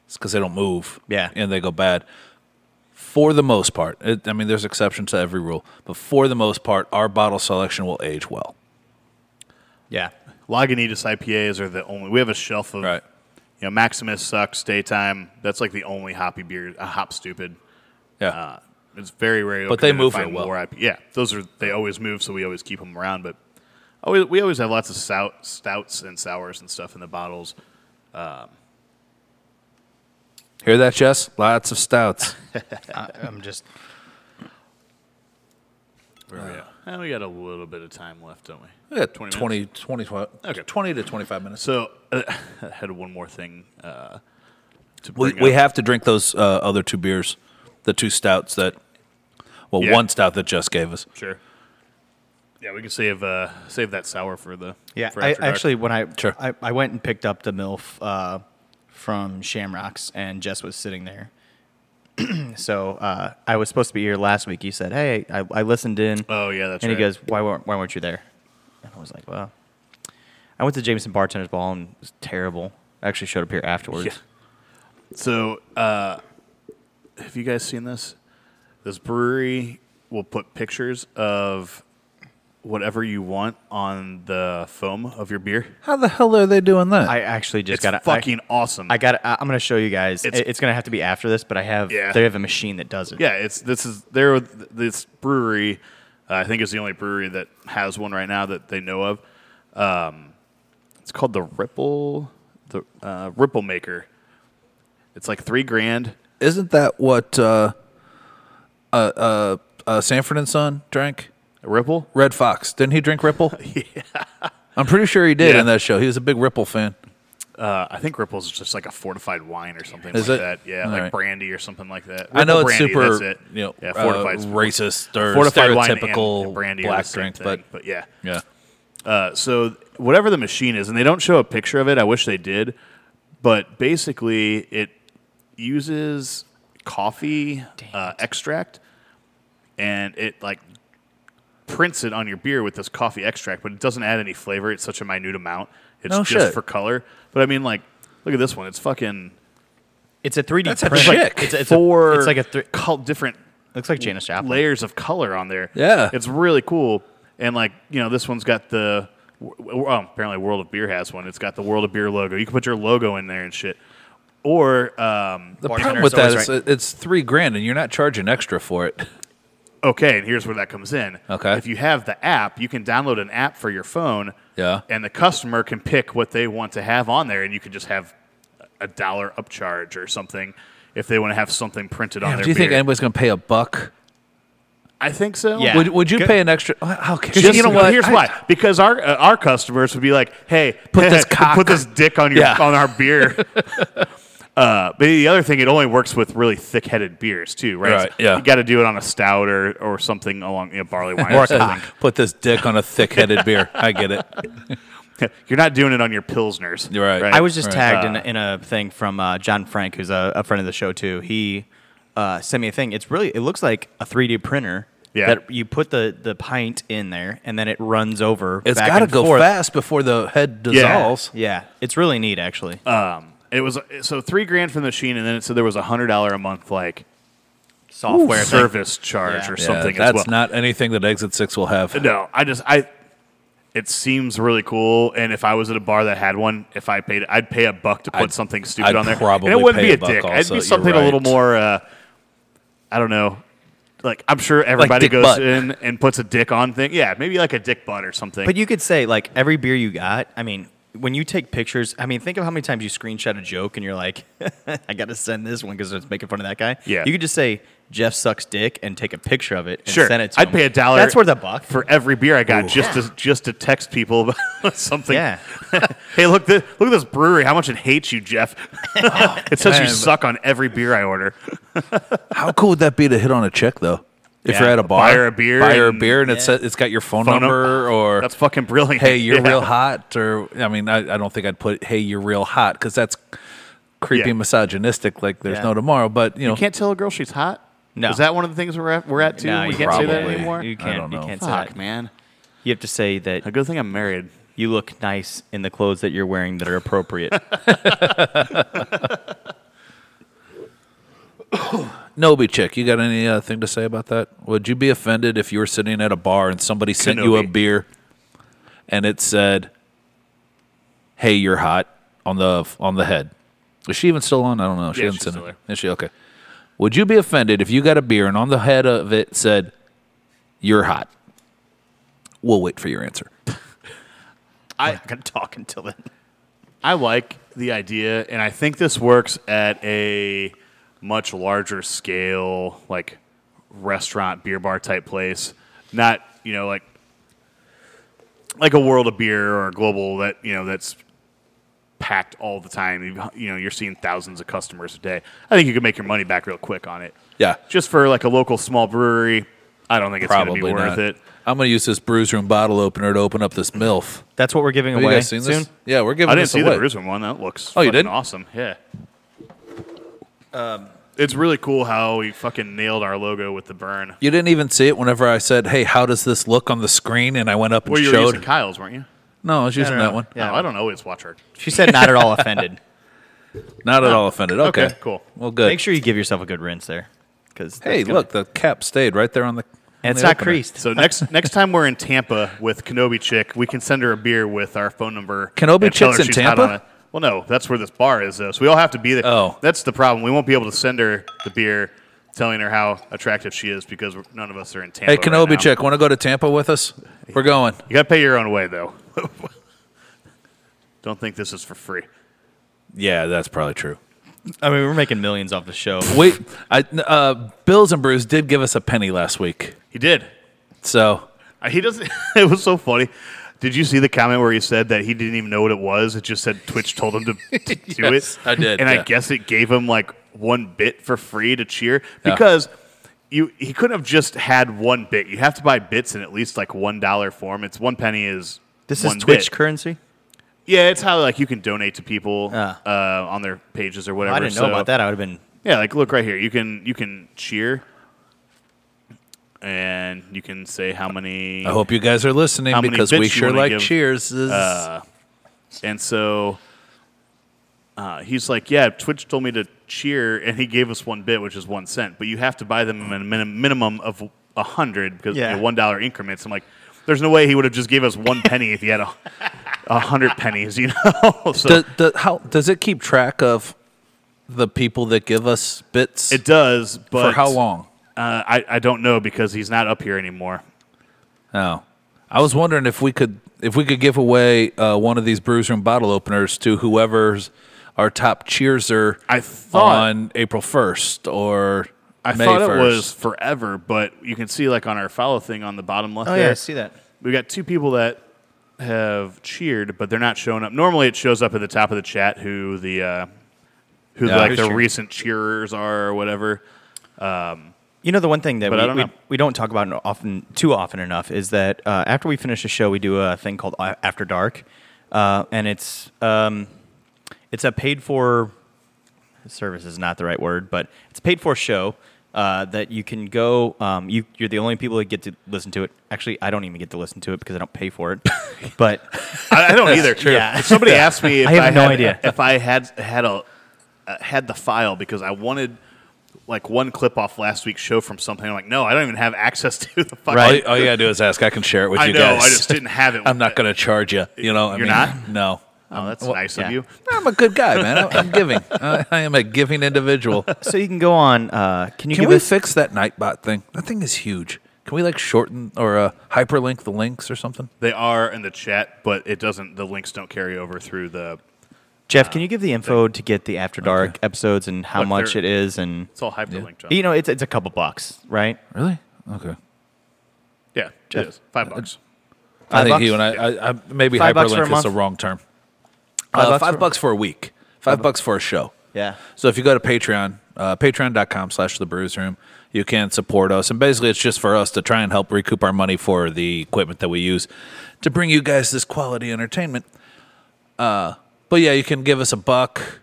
[SPEAKER 1] It's because they don't move.
[SPEAKER 3] Yeah.
[SPEAKER 1] And they go bad. For the most part, it, I mean, there's exceptions to every rule, but for the most part, our bottle selection will age well.
[SPEAKER 3] Yeah,
[SPEAKER 2] Lagunitas IPAs are the only. We have a shelf of.
[SPEAKER 1] Right.
[SPEAKER 2] You know, Maximus sucks. Daytime. That's like the only hoppy beer. Uh, hop stupid.
[SPEAKER 1] Yeah.
[SPEAKER 2] Uh, it's very rare.
[SPEAKER 1] But they
[SPEAKER 2] occasion to
[SPEAKER 1] move
[SPEAKER 2] find
[SPEAKER 1] it well.
[SPEAKER 2] more IP. Yeah, those are they always move, so we always keep them around. But always, we always have lots of stout, stouts and sours and stuff in the bottles.
[SPEAKER 1] Hear that, Jess? Lots of [laughs] stouts.
[SPEAKER 3] I, I'm just.
[SPEAKER 1] Oh,
[SPEAKER 2] And we got a little bit of time left, don't we?
[SPEAKER 1] We got
[SPEAKER 2] 20
[SPEAKER 1] 20,
[SPEAKER 2] minutes?
[SPEAKER 1] 20, 25
[SPEAKER 2] Okay.
[SPEAKER 1] 20 to 25 minutes.
[SPEAKER 2] So [laughs] uh, I had one more thing uh, to
[SPEAKER 1] We,
[SPEAKER 2] bring
[SPEAKER 1] we
[SPEAKER 2] up.
[SPEAKER 1] have to drink those uh, other two beers, the two stouts that, well,
[SPEAKER 2] Yeah.
[SPEAKER 1] one stout that Jess gave us.
[SPEAKER 2] sure. Yeah, we can save uh, save that sour for the
[SPEAKER 3] Yeah,
[SPEAKER 2] for
[SPEAKER 3] I
[SPEAKER 2] after dark.
[SPEAKER 3] actually when I,
[SPEAKER 1] Sure.
[SPEAKER 3] I I went and picked up the milf uh, from Shamrocks, and Jess was sitting there. [clears throat] so uh, I was supposed to be here last week. You said, "Hey, I, I listened in,"
[SPEAKER 2] Oh yeah, that's
[SPEAKER 3] and
[SPEAKER 2] right.
[SPEAKER 3] he goes, "Why weren't Why weren't you there?" And I was like, "Well, I went to Jameson Bartender's Ball and it was terrible. I actually showed up here afterwards.
[SPEAKER 2] Yeah. So, uh, have you guys seen this? This brewery will put pictures of whatever you want on the foam of your beer.
[SPEAKER 1] How the hell are they doing that?
[SPEAKER 3] I actually just
[SPEAKER 2] It's
[SPEAKER 3] got
[SPEAKER 2] fucking awesome.
[SPEAKER 3] I, got. I'm gonna show you guys.
[SPEAKER 2] It's-
[SPEAKER 3] It's, it's gonna have to be after this, but I have.
[SPEAKER 2] Yeah.
[SPEAKER 3] They have a machine that does it.
[SPEAKER 2] yeah, it's this is there. This brewery, uh, I think, is the only brewery that has one right now that they know of. Um, it's called the Ripple, the uh, Ripple Maker. It's like three grand.
[SPEAKER 1] Isn't that what uh, uh, uh, uh, Sanford and Son drank?
[SPEAKER 2] Ripple.
[SPEAKER 1] Red Fox. Didn't he
[SPEAKER 2] [laughs]
[SPEAKER 1] drink Ripple? yeah. I'm pretty sure he did
[SPEAKER 2] Yeah.
[SPEAKER 1] in that show. He was a big Ripple fan.
[SPEAKER 2] Uh, I think Ripple's is just like a fortified wine or something
[SPEAKER 1] Is
[SPEAKER 2] like
[SPEAKER 1] it?
[SPEAKER 2] that. Yeah,
[SPEAKER 1] All
[SPEAKER 2] like
[SPEAKER 1] right.
[SPEAKER 2] brandy or something like that.
[SPEAKER 1] I know
[SPEAKER 2] Ripple
[SPEAKER 1] it's
[SPEAKER 2] brandy,
[SPEAKER 1] super,
[SPEAKER 2] that's it.
[SPEAKER 1] you know,
[SPEAKER 2] yeah,
[SPEAKER 1] uh,
[SPEAKER 2] fortified,
[SPEAKER 1] racist or
[SPEAKER 2] fortified wine and-
[SPEAKER 1] stereotypical
[SPEAKER 2] and brandy are the
[SPEAKER 1] black
[SPEAKER 2] same
[SPEAKER 1] drink,
[SPEAKER 2] thing,
[SPEAKER 1] but
[SPEAKER 2] but yeah.
[SPEAKER 1] yeah,
[SPEAKER 2] Uh, so whatever the machine is, and they don't show a picture of it. I wish they did, but basically it uses coffee uh, extract, and it like prints it on your beer with this coffee extract, but it doesn't add any flavor. It's such a minute amount. It's
[SPEAKER 1] No
[SPEAKER 2] just
[SPEAKER 1] shit.
[SPEAKER 2] for color. But I mean, like, look at this one. It's fucking
[SPEAKER 3] It's a 3D
[SPEAKER 1] That's a
[SPEAKER 3] print.
[SPEAKER 1] chick.
[SPEAKER 3] It's, a- it's,
[SPEAKER 2] four.
[SPEAKER 3] a, it's like a. Th-
[SPEAKER 2] col- different
[SPEAKER 3] looks like Janis Joplin.
[SPEAKER 2] layers of color on there.
[SPEAKER 1] Yeah.
[SPEAKER 2] it's really cool. And like you know, this one's got the well, apparently World of Beer has one. It's got the World of Beer logo. You can put your logo in there and shit. Or um,
[SPEAKER 1] the problem
[SPEAKER 3] bartender's
[SPEAKER 1] with that
[SPEAKER 3] always
[SPEAKER 1] is it- it's three grand, and you're not charging extra for
[SPEAKER 2] Oh,
[SPEAKER 1] it.
[SPEAKER 2] okay, and here's where that comes in.
[SPEAKER 1] Okay.
[SPEAKER 2] if you have the app, you can download an app for your phone.
[SPEAKER 1] Yeah.
[SPEAKER 2] and the customer can pick what they want to have on there, and you can just have a dollar upcharge or something if they want to have something printed on
[SPEAKER 1] Damn,
[SPEAKER 2] their
[SPEAKER 1] do you think
[SPEAKER 2] beer.
[SPEAKER 1] anybody's going to pay a buck
[SPEAKER 2] I think so.
[SPEAKER 3] Yeah.
[SPEAKER 1] Would, would you
[SPEAKER 2] Go-
[SPEAKER 1] pay an extra? Oh, Okay.
[SPEAKER 2] Just,
[SPEAKER 1] you know
[SPEAKER 2] well,
[SPEAKER 1] what?
[SPEAKER 2] Here's
[SPEAKER 1] I- [laughs]
[SPEAKER 2] why. Because our uh, our customers would be like, "Hey, [laughs]
[SPEAKER 1] Put this cock-
[SPEAKER 2] put this dick on your
[SPEAKER 1] Yeah.
[SPEAKER 2] on our
[SPEAKER 1] [laughs]
[SPEAKER 2] beer." uh, but the other thing, it only works with really thick-headed beers too, right?
[SPEAKER 1] Right, yeah.
[SPEAKER 2] You got to do it on a stout or, or something along you know, barley wine or,
[SPEAKER 1] Or,
[SPEAKER 2] something.
[SPEAKER 1] put this dick on a thick-headed beer. I get it.
[SPEAKER 2] [laughs] You're not doing it on your pilsners,
[SPEAKER 1] You're right.
[SPEAKER 3] I was just
[SPEAKER 1] Right.
[SPEAKER 3] tagged
[SPEAKER 2] Uh,
[SPEAKER 3] in, in a thing from uh, John Frank, who's a, a friend of the show too. He uh, sent me a thing. It's really it looks like a 3D printer.
[SPEAKER 2] Yeah.
[SPEAKER 3] That you put the, the pint in there and then it runs over.
[SPEAKER 1] It's
[SPEAKER 3] back
[SPEAKER 1] got to
[SPEAKER 3] and
[SPEAKER 1] go
[SPEAKER 3] forth.
[SPEAKER 1] fast before the head dissolves.
[SPEAKER 3] Yeah, it's really neat actually.
[SPEAKER 2] Um, it was so three grand for the machine, and then it said there was a hundred dollar a month like
[SPEAKER 3] Software thing.
[SPEAKER 2] service charge
[SPEAKER 3] Yeah.
[SPEAKER 2] or
[SPEAKER 1] Yeah,
[SPEAKER 2] something.
[SPEAKER 1] That's
[SPEAKER 2] as well.
[SPEAKER 1] not anything that Exit Six will have.
[SPEAKER 2] No, I just I. It seems really cool, and if I was at a bar that had one, if I paid, I'd pay a buck to put
[SPEAKER 1] I'd-
[SPEAKER 2] something stupid
[SPEAKER 1] I'd
[SPEAKER 2] on there.
[SPEAKER 1] probably
[SPEAKER 2] and it wouldn't
[SPEAKER 1] pay
[SPEAKER 2] be
[SPEAKER 1] a
[SPEAKER 2] a,
[SPEAKER 1] buck
[SPEAKER 2] dick.
[SPEAKER 1] also,
[SPEAKER 2] It'd
[SPEAKER 1] you're
[SPEAKER 2] be something a little
[SPEAKER 1] right.
[SPEAKER 2] more. Uh, I don't know. Like I'm sure everybody
[SPEAKER 1] dick
[SPEAKER 2] goes
[SPEAKER 1] butt.
[SPEAKER 2] in and puts a dick on thing. Yeah, maybe like a dick butt or something.
[SPEAKER 3] But you could say like every beer you got. I mean, when you take pictures, I mean, think of how many times you screenshot a joke and you're like, [laughs] I got to send this one because it's making fun of that guy.
[SPEAKER 2] Yeah.
[SPEAKER 3] You could just say Jeff sucks dick and take a picture of it and
[SPEAKER 2] sure,
[SPEAKER 3] send it to
[SPEAKER 2] I'd
[SPEAKER 3] him.
[SPEAKER 2] pay a dollar.
[SPEAKER 3] That's worth a buck.
[SPEAKER 2] for every beer I got just to just to text people about [laughs] something.
[SPEAKER 3] Yeah.
[SPEAKER 2] hey, look this look at this brewery. How much it hates you, Jeff. it says you
[SPEAKER 1] man.
[SPEAKER 2] suck on every beer I order.
[SPEAKER 1] How cool would that be to hit on a chick though? If
[SPEAKER 2] Yeah.
[SPEAKER 1] you're at a bar,
[SPEAKER 2] Buy her a beer
[SPEAKER 1] buy her a
[SPEAKER 2] and-
[SPEAKER 1] beer, and it's
[SPEAKER 3] Yeah.
[SPEAKER 1] it's got your phone,
[SPEAKER 2] Phone num-
[SPEAKER 1] number, or
[SPEAKER 2] That's fucking brilliant.
[SPEAKER 1] hey, you're
[SPEAKER 2] [laughs] Yeah.
[SPEAKER 1] real hot, or I mean, I, I don't think I'd put hey, you're real hot because that's creepy,
[SPEAKER 2] Yeah.
[SPEAKER 1] misogynistic. Like there's
[SPEAKER 3] Yeah.
[SPEAKER 1] no tomorrow, but you know,
[SPEAKER 2] You can't tell a girl she's hot.
[SPEAKER 3] No.
[SPEAKER 2] Is that one of the things we're at? We're at too.
[SPEAKER 3] No,
[SPEAKER 2] we
[SPEAKER 3] you
[SPEAKER 2] can't say that
[SPEAKER 1] probably-
[SPEAKER 2] anymore.
[SPEAKER 3] You
[SPEAKER 1] I
[SPEAKER 3] can't.
[SPEAKER 1] don't
[SPEAKER 3] you
[SPEAKER 1] know.
[SPEAKER 3] can't say
[SPEAKER 2] Fuck,
[SPEAKER 3] that.
[SPEAKER 2] man.
[SPEAKER 3] You have to say that
[SPEAKER 2] A good thing I'm married.
[SPEAKER 3] you look nice in the clothes that you're wearing that
[SPEAKER 2] [laughs]
[SPEAKER 3] are appropriate.
[SPEAKER 1] Nobi chick, you got anything uh, thing to say about that? Would you be offended if you were sitting at a bar and somebody sent you a
[SPEAKER 2] Kenobi.
[SPEAKER 1] beer and it said, "Hey, you're hot" on the on the head? Is she even still on? I don't know. She
[SPEAKER 2] Yeah,
[SPEAKER 1] hasn't
[SPEAKER 2] she's
[SPEAKER 1] sent
[SPEAKER 2] still
[SPEAKER 1] it.
[SPEAKER 2] there.
[SPEAKER 1] Is she okay? Would you be offended if you got a beer and on the head of it said, "You're hot"? We'll wait for your answer.
[SPEAKER 3] I'm not gonna talk until then.
[SPEAKER 2] I like the idea, and I think this works at a much larger scale, like restaurant, beer bar type place. Not you know like like a world of beer or a global that you know that's packed all the time. You- You know you're seeing thousands of customers a day. I think you can make your money back real quick on it.
[SPEAKER 1] Yeah.
[SPEAKER 2] Just for like a local small brewery, I don't think it's going to
[SPEAKER 1] Probably
[SPEAKER 2] be worth
[SPEAKER 1] not.
[SPEAKER 2] it.
[SPEAKER 1] I'm gonna use this brews room bottle opener to open up this milf.
[SPEAKER 3] That's what we're giving
[SPEAKER 1] Have
[SPEAKER 3] away
[SPEAKER 1] you guys seen
[SPEAKER 3] soon.
[SPEAKER 1] this? Yeah, we're giving
[SPEAKER 2] I didn't
[SPEAKER 1] this
[SPEAKER 2] see
[SPEAKER 1] away.
[SPEAKER 2] the Bruiser one. That looks
[SPEAKER 1] Oh, you Um,
[SPEAKER 2] fucking
[SPEAKER 1] didn't?
[SPEAKER 2] awesome. Yeah. it's really cool how we fucking nailed our logo with the burn.
[SPEAKER 1] You didn't even see it whenever I said, "Hey, how does this look on the screen?" And I went up and
[SPEAKER 2] Well, you were
[SPEAKER 1] showed.
[SPEAKER 2] using Kyle's, weren't you?
[SPEAKER 1] no, I was using
[SPEAKER 3] no,
[SPEAKER 1] that one.
[SPEAKER 3] Yeah.
[SPEAKER 2] No, I don't always watch our.
[SPEAKER 3] She said not at all offended.
[SPEAKER 1] Not at all offended. Okay,
[SPEAKER 2] okay, cool.
[SPEAKER 1] Well, [laughs] good.
[SPEAKER 3] Make sure you give yourself a good rinse there. Because
[SPEAKER 1] hey, look, the cap stayed right there on the. on
[SPEAKER 3] and it's
[SPEAKER 1] the
[SPEAKER 3] not
[SPEAKER 1] opener.
[SPEAKER 3] creased.
[SPEAKER 2] So next [laughs] next time we're in Tampa with Kenobi Chick, we can send her a beer with our phone number.
[SPEAKER 1] Kenobi
[SPEAKER 2] and tell her
[SPEAKER 1] Chick's in
[SPEAKER 2] she's hot on
[SPEAKER 1] Tampa?
[SPEAKER 2] it. Well, no, that's where this bar is, though. So we all have to be there.
[SPEAKER 1] Oh.
[SPEAKER 2] that's the problem. We won't be able to send her the beer, telling her how attractive she is because we're, none of us are in Tampa.
[SPEAKER 1] Hey,
[SPEAKER 2] right
[SPEAKER 1] Kenobi
[SPEAKER 2] now.
[SPEAKER 1] chick, want to go to Tampa with us? We're going.
[SPEAKER 2] You got to pay your own way, though. [laughs] Don't think this is for free.
[SPEAKER 1] Yeah, that's probably true.
[SPEAKER 3] I mean, we're making millions off the show.
[SPEAKER 1] Wait, I, uh, Bills and Brews did give us a penny last week,
[SPEAKER 2] He did.
[SPEAKER 1] so
[SPEAKER 2] Uh, He doesn't. [laughs] it was so funny. Did you see the comment where he said that he didn't even know what it was? It just said Twitch told him
[SPEAKER 1] [laughs]
[SPEAKER 2] to, to do
[SPEAKER 1] Yes,
[SPEAKER 2] it.
[SPEAKER 1] I did,
[SPEAKER 2] and
[SPEAKER 1] yeah.
[SPEAKER 2] I guess it gave him like one bit for free to cheer because you he couldn't have just had one bit. You have to buy bits in at least like one dollar form. It's one penny is
[SPEAKER 3] This
[SPEAKER 2] one
[SPEAKER 3] is
[SPEAKER 2] bit.
[SPEAKER 3] Twitch currency.
[SPEAKER 2] yeah, it's how like you can donate to people
[SPEAKER 3] Ah.
[SPEAKER 2] uh, on their pages or whatever.
[SPEAKER 3] I didn't know
[SPEAKER 2] So-
[SPEAKER 3] about that. I would have been.
[SPEAKER 2] Yeah, like look right here. You can you can cheer, and you can say how many.
[SPEAKER 1] I hope you guys are listening
[SPEAKER 2] How many
[SPEAKER 1] because we
[SPEAKER 2] bits you
[SPEAKER 1] sure
[SPEAKER 2] wanna
[SPEAKER 1] like
[SPEAKER 2] give,
[SPEAKER 1] cheers.
[SPEAKER 2] uh, and so uh, he's like, "Yeah, Twitch told me to cheer," [laughs] and he gave us one bit, which is one cent. But you have to buy them in a min- minimum of a hundred because you know,
[SPEAKER 3] Yeah.
[SPEAKER 2] one dollar increments. I'm like, "There's no way he would have just gave us one penny if he had a, a hundred pennies." [laughs] You know, so
[SPEAKER 1] Do- do- how does it keep track of the people that give us bits?
[SPEAKER 2] it does. But
[SPEAKER 1] for how long?
[SPEAKER 2] Uh, I I don't know because he's not up here anymore.
[SPEAKER 1] Oh, I was wondering if we could if we could give away uh, one of these brews room bottle openers to whoever's our top cheerser
[SPEAKER 2] I thought-
[SPEAKER 1] on April first or
[SPEAKER 2] I
[SPEAKER 1] May
[SPEAKER 2] thought it
[SPEAKER 1] 1st.
[SPEAKER 2] was forever, but you can see like on our follow thing on the bottom left.
[SPEAKER 3] Oh
[SPEAKER 2] there,
[SPEAKER 3] yeah, I see that.
[SPEAKER 2] we got two people that have cheered, but they're not showing up. Normally, it shows up at the top of the chat who the uh, who
[SPEAKER 1] Yeah,
[SPEAKER 2] like
[SPEAKER 1] who's
[SPEAKER 2] the
[SPEAKER 1] cheering.
[SPEAKER 2] recent cheerers are or whatever.
[SPEAKER 3] You know, the one thing that
[SPEAKER 2] But
[SPEAKER 3] we,
[SPEAKER 2] I don't
[SPEAKER 3] we,
[SPEAKER 2] know.
[SPEAKER 3] we don't talk about often too often enough is that uh, after we finish a show, we do a thing called A- After Dark, uh, and it's um, it's a paid for service is not the right word, but it's a paid for show. Uh, that you can go. Um, you, you're the only people that get to listen to it. Actually, I don't even get to listen to it because I don't pay
[SPEAKER 2] [laughs]
[SPEAKER 3] for it. But
[SPEAKER 2] I, I
[SPEAKER 1] [laughs]
[SPEAKER 2] don't either.
[SPEAKER 3] [laughs] Yeah.
[SPEAKER 2] If somebody asked me if
[SPEAKER 3] I have no
[SPEAKER 2] had,
[SPEAKER 3] idea.
[SPEAKER 2] if I had had a uh, had the file because I wanted like one clip off last week's show from something. I'm like, no, I don't even have access [laughs] to the file.
[SPEAKER 1] All, you- all you gotta do is ask. I can share it with
[SPEAKER 2] I
[SPEAKER 1] Oh, you
[SPEAKER 2] know.
[SPEAKER 1] guys.
[SPEAKER 2] I
[SPEAKER 1] [laughs]
[SPEAKER 2] just didn't have it.
[SPEAKER 1] I'm not gonna charge you. You know. I
[SPEAKER 2] You're
[SPEAKER 1] mean,
[SPEAKER 2] not?
[SPEAKER 1] No.
[SPEAKER 2] Oh, that's
[SPEAKER 1] Well,
[SPEAKER 2] nice
[SPEAKER 3] yeah.
[SPEAKER 2] of you.
[SPEAKER 1] I'm a good guy, man. I'm, I'm [laughs] giving. I, I am a giving individual.
[SPEAKER 3] so you can go on. Uh, can you
[SPEAKER 1] Can
[SPEAKER 3] give
[SPEAKER 1] we
[SPEAKER 3] us?
[SPEAKER 1] fix that Nightbot thing? That thing is huge. Can we like shorten or uh, hyperlink the links or something?
[SPEAKER 2] They are in the chat, but it doesn't. The links don't carry over through the.
[SPEAKER 3] Jeff, can you
[SPEAKER 2] Uh,
[SPEAKER 3] give the info to get the After Dark episodes and how
[SPEAKER 2] Look,
[SPEAKER 3] much
[SPEAKER 2] they're-
[SPEAKER 3] it is? And
[SPEAKER 2] It's all hyperlinked. John.
[SPEAKER 3] you know, it's it's a couple bucks, right?
[SPEAKER 1] Really? Okay.
[SPEAKER 2] Yeah, it is five bucks.
[SPEAKER 1] I
[SPEAKER 3] Five
[SPEAKER 1] think
[SPEAKER 3] bucks?
[SPEAKER 1] you and I, I, I maybe
[SPEAKER 3] Five bucks for a
[SPEAKER 1] hyperlink is the
[SPEAKER 3] month?
[SPEAKER 1] wrong term.
[SPEAKER 3] Five
[SPEAKER 1] Uh,
[SPEAKER 3] bucks
[SPEAKER 1] five
[SPEAKER 3] for-
[SPEAKER 1] bucks for a week. Five bucks for a show.
[SPEAKER 3] Yeah.
[SPEAKER 1] So if you go to Patreon, uh, patreon.com slash the brews room, you can support us. And basically, it's just for us to try and help recoup our money for the equipment that we use to bring you guys this quality entertainment. Uh, but yeah, you can give us a buck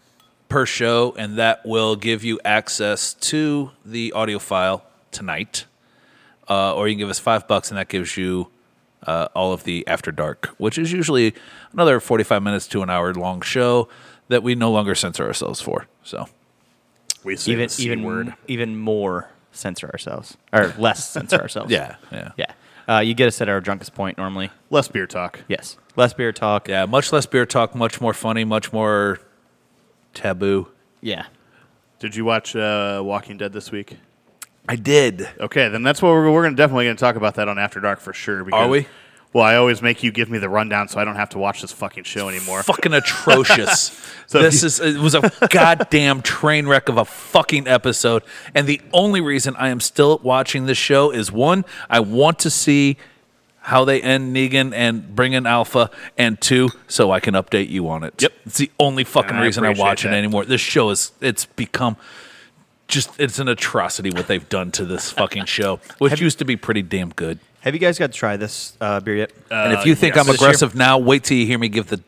[SPEAKER 1] per show, and that will give you access to the audio file tonight. Uh, or you can give us five bucks, and that gives you uh, all of the After Dark, which is usually another 45 minutes to an hour long show that we no longer censor ourselves for. So.
[SPEAKER 2] We say
[SPEAKER 3] Even
[SPEAKER 2] the C
[SPEAKER 3] even
[SPEAKER 2] word.
[SPEAKER 3] even more censor ourselves or less [laughs] censor ourselves.
[SPEAKER 1] Yeah, yeah.
[SPEAKER 3] Yeah. Uh, you get us at our drunkest point normally.
[SPEAKER 2] Less beer talk.
[SPEAKER 3] Yes. Less beer talk.
[SPEAKER 1] Yeah, much less beer talk, much more funny, much more taboo.
[SPEAKER 3] Yeah.
[SPEAKER 2] Did you watch uh, Walking Dead this week?
[SPEAKER 1] I did.
[SPEAKER 2] Okay, then that's what we're, we're gonna definitely going to talk about that on After Dark for sure. Because,
[SPEAKER 1] Are we?
[SPEAKER 2] Well, I always make you give me the rundown so I don't have to watch this fucking show anymore. [laughs]
[SPEAKER 1] Fucking atrocious.
[SPEAKER 2] So
[SPEAKER 1] this
[SPEAKER 2] you-
[SPEAKER 1] is it was a goddamn train wreck of a fucking episode. And the only reason I am still watching this show is one, I want to see how they end Negan and bring in Alpha, and two, so I can update you on it.
[SPEAKER 2] Yep.
[SPEAKER 1] It's the only fucking
[SPEAKER 2] And I
[SPEAKER 1] reason I
[SPEAKER 2] appreciate
[SPEAKER 1] watch it
[SPEAKER 2] that.
[SPEAKER 1] anymore. This show is it's become just it's an atrocity what they've done to this fucking show, which used to be pretty damn good.
[SPEAKER 3] Have you guys got to try this uh, beer yet?
[SPEAKER 1] And if you think
[SPEAKER 2] yes.
[SPEAKER 1] I'm
[SPEAKER 2] This year-
[SPEAKER 1] aggressive now, wait till you hear me give the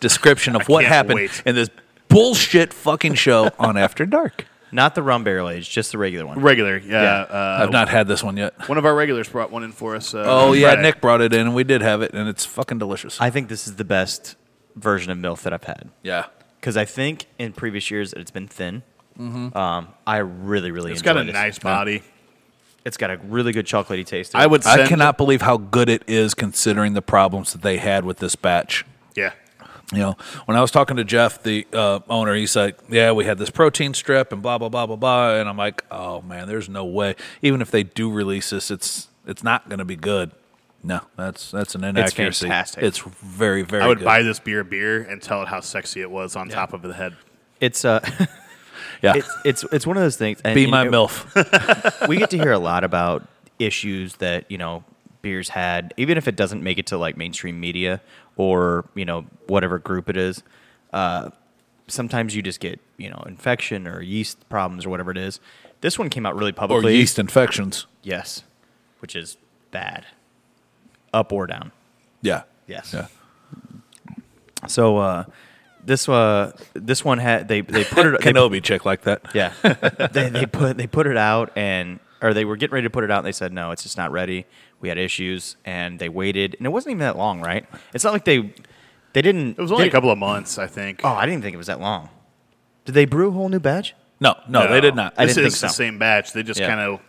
[SPEAKER 1] description of what
[SPEAKER 2] can't
[SPEAKER 1] happened
[SPEAKER 2] wait.
[SPEAKER 1] in this bullshit fucking show on After Dark.
[SPEAKER 3] Not the rum barrel age, just the regular one.
[SPEAKER 2] Regular, yeah.
[SPEAKER 3] Yeah.
[SPEAKER 2] Uh,
[SPEAKER 1] I've not had this one yet.
[SPEAKER 2] one of our regulars brought one in for us. Uh,
[SPEAKER 1] Oh
[SPEAKER 2] on
[SPEAKER 1] yeah,
[SPEAKER 2] Friday.
[SPEAKER 1] Nick brought it in, and we did have it, and it's fucking delicious.
[SPEAKER 3] I think this is the best version of MILF that I've had.
[SPEAKER 1] yeah,
[SPEAKER 3] Because I think in previous years it's been thin. Um, I really, really
[SPEAKER 2] It's
[SPEAKER 3] enjoy
[SPEAKER 2] got a
[SPEAKER 3] this.
[SPEAKER 2] nice body.
[SPEAKER 3] It's got a really good chocolatey taste. To it.
[SPEAKER 2] I would. Send,
[SPEAKER 1] I cannot believe how good it is considering the problems that they had with this batch.
[SPEAKER 2] Yeah.
[SPEAKER 1] You know, when I was talking to Jeff, the uh, owner, he's like, "Yeah, we had this protein strip and blah blah blah blah blah," and I'm like, "Oh man, there's no way. Even if they do release this, it's it's not going to be good." No, that's that's an inaccuracy.
[SPEAKER 3] fantastic.
[SPEAKER 1] It's very very.
[SPEAKER 2] I would
[SPEAKER 1] good.
[SPEAKER 2] buy this beer beer and tell it how sexy it was on top of the head.
[SPEAKER 3] It's uh, [laughs]
[SPEAKER 1] Yeah,
[SPEAKER 3] it's it's it's one of those things. And,
[SPEAKER 1] be
[SPEAKER 3] you
[SPEAKER 1] my
[SPEAKER 3] know,
[SPEAKER 1] milf.
[SPEAKER 3] we get to hear a lot about issues that you know beers had, even if it doesn't make it to like mainstream media or you know whatever group it is. Uh, sometimes you just get you know infection or yeast problems or whatever it is. This one came out really
[SPEAKER 1] or
[SPEAKER 3] publicly.
[SPEAKER 1] yeast infections.
[SPEAKER 3] yes, which is bad, up or down.
[SPEAKER 1] Yeah.
[SPEAKER 3] Yes.
[SPEAKER 1] Yeah.
[SPEAKER 3] So uh, this uh, this one had they they put it they
[SPEAKER 1] Kenobi chick like that.
[SPEAKER 3] Yeah, [laughs] they, they put they put it out and or they were getting ready to put it out and they said no, it's just not ready. We had issues and they waited and it wasn't even that long, right? It's not like they they didn't.
[SPEAKER 2] It was only
[SPEAKER 3] they-
[SPEAKER 2] a couple of months, I think.
[SPEAKER 3] Oh, I didn't think it was that long. Did they brew a whole new batch?
[SPEAKER 1] No, no,
[SPEAKER 2] Oh,
[SPEAKER 1] they did not.
[SPEAKER 3] I
[SPEAKER 2] this
[SPEAKER 3] didn't think
[SPEAKER 2] is the
[SPEAKER 3] so.
[SPEAKER 2] same batch. They just
[SPEAKER 3] Yeah.
[SPEAKER 2] kind of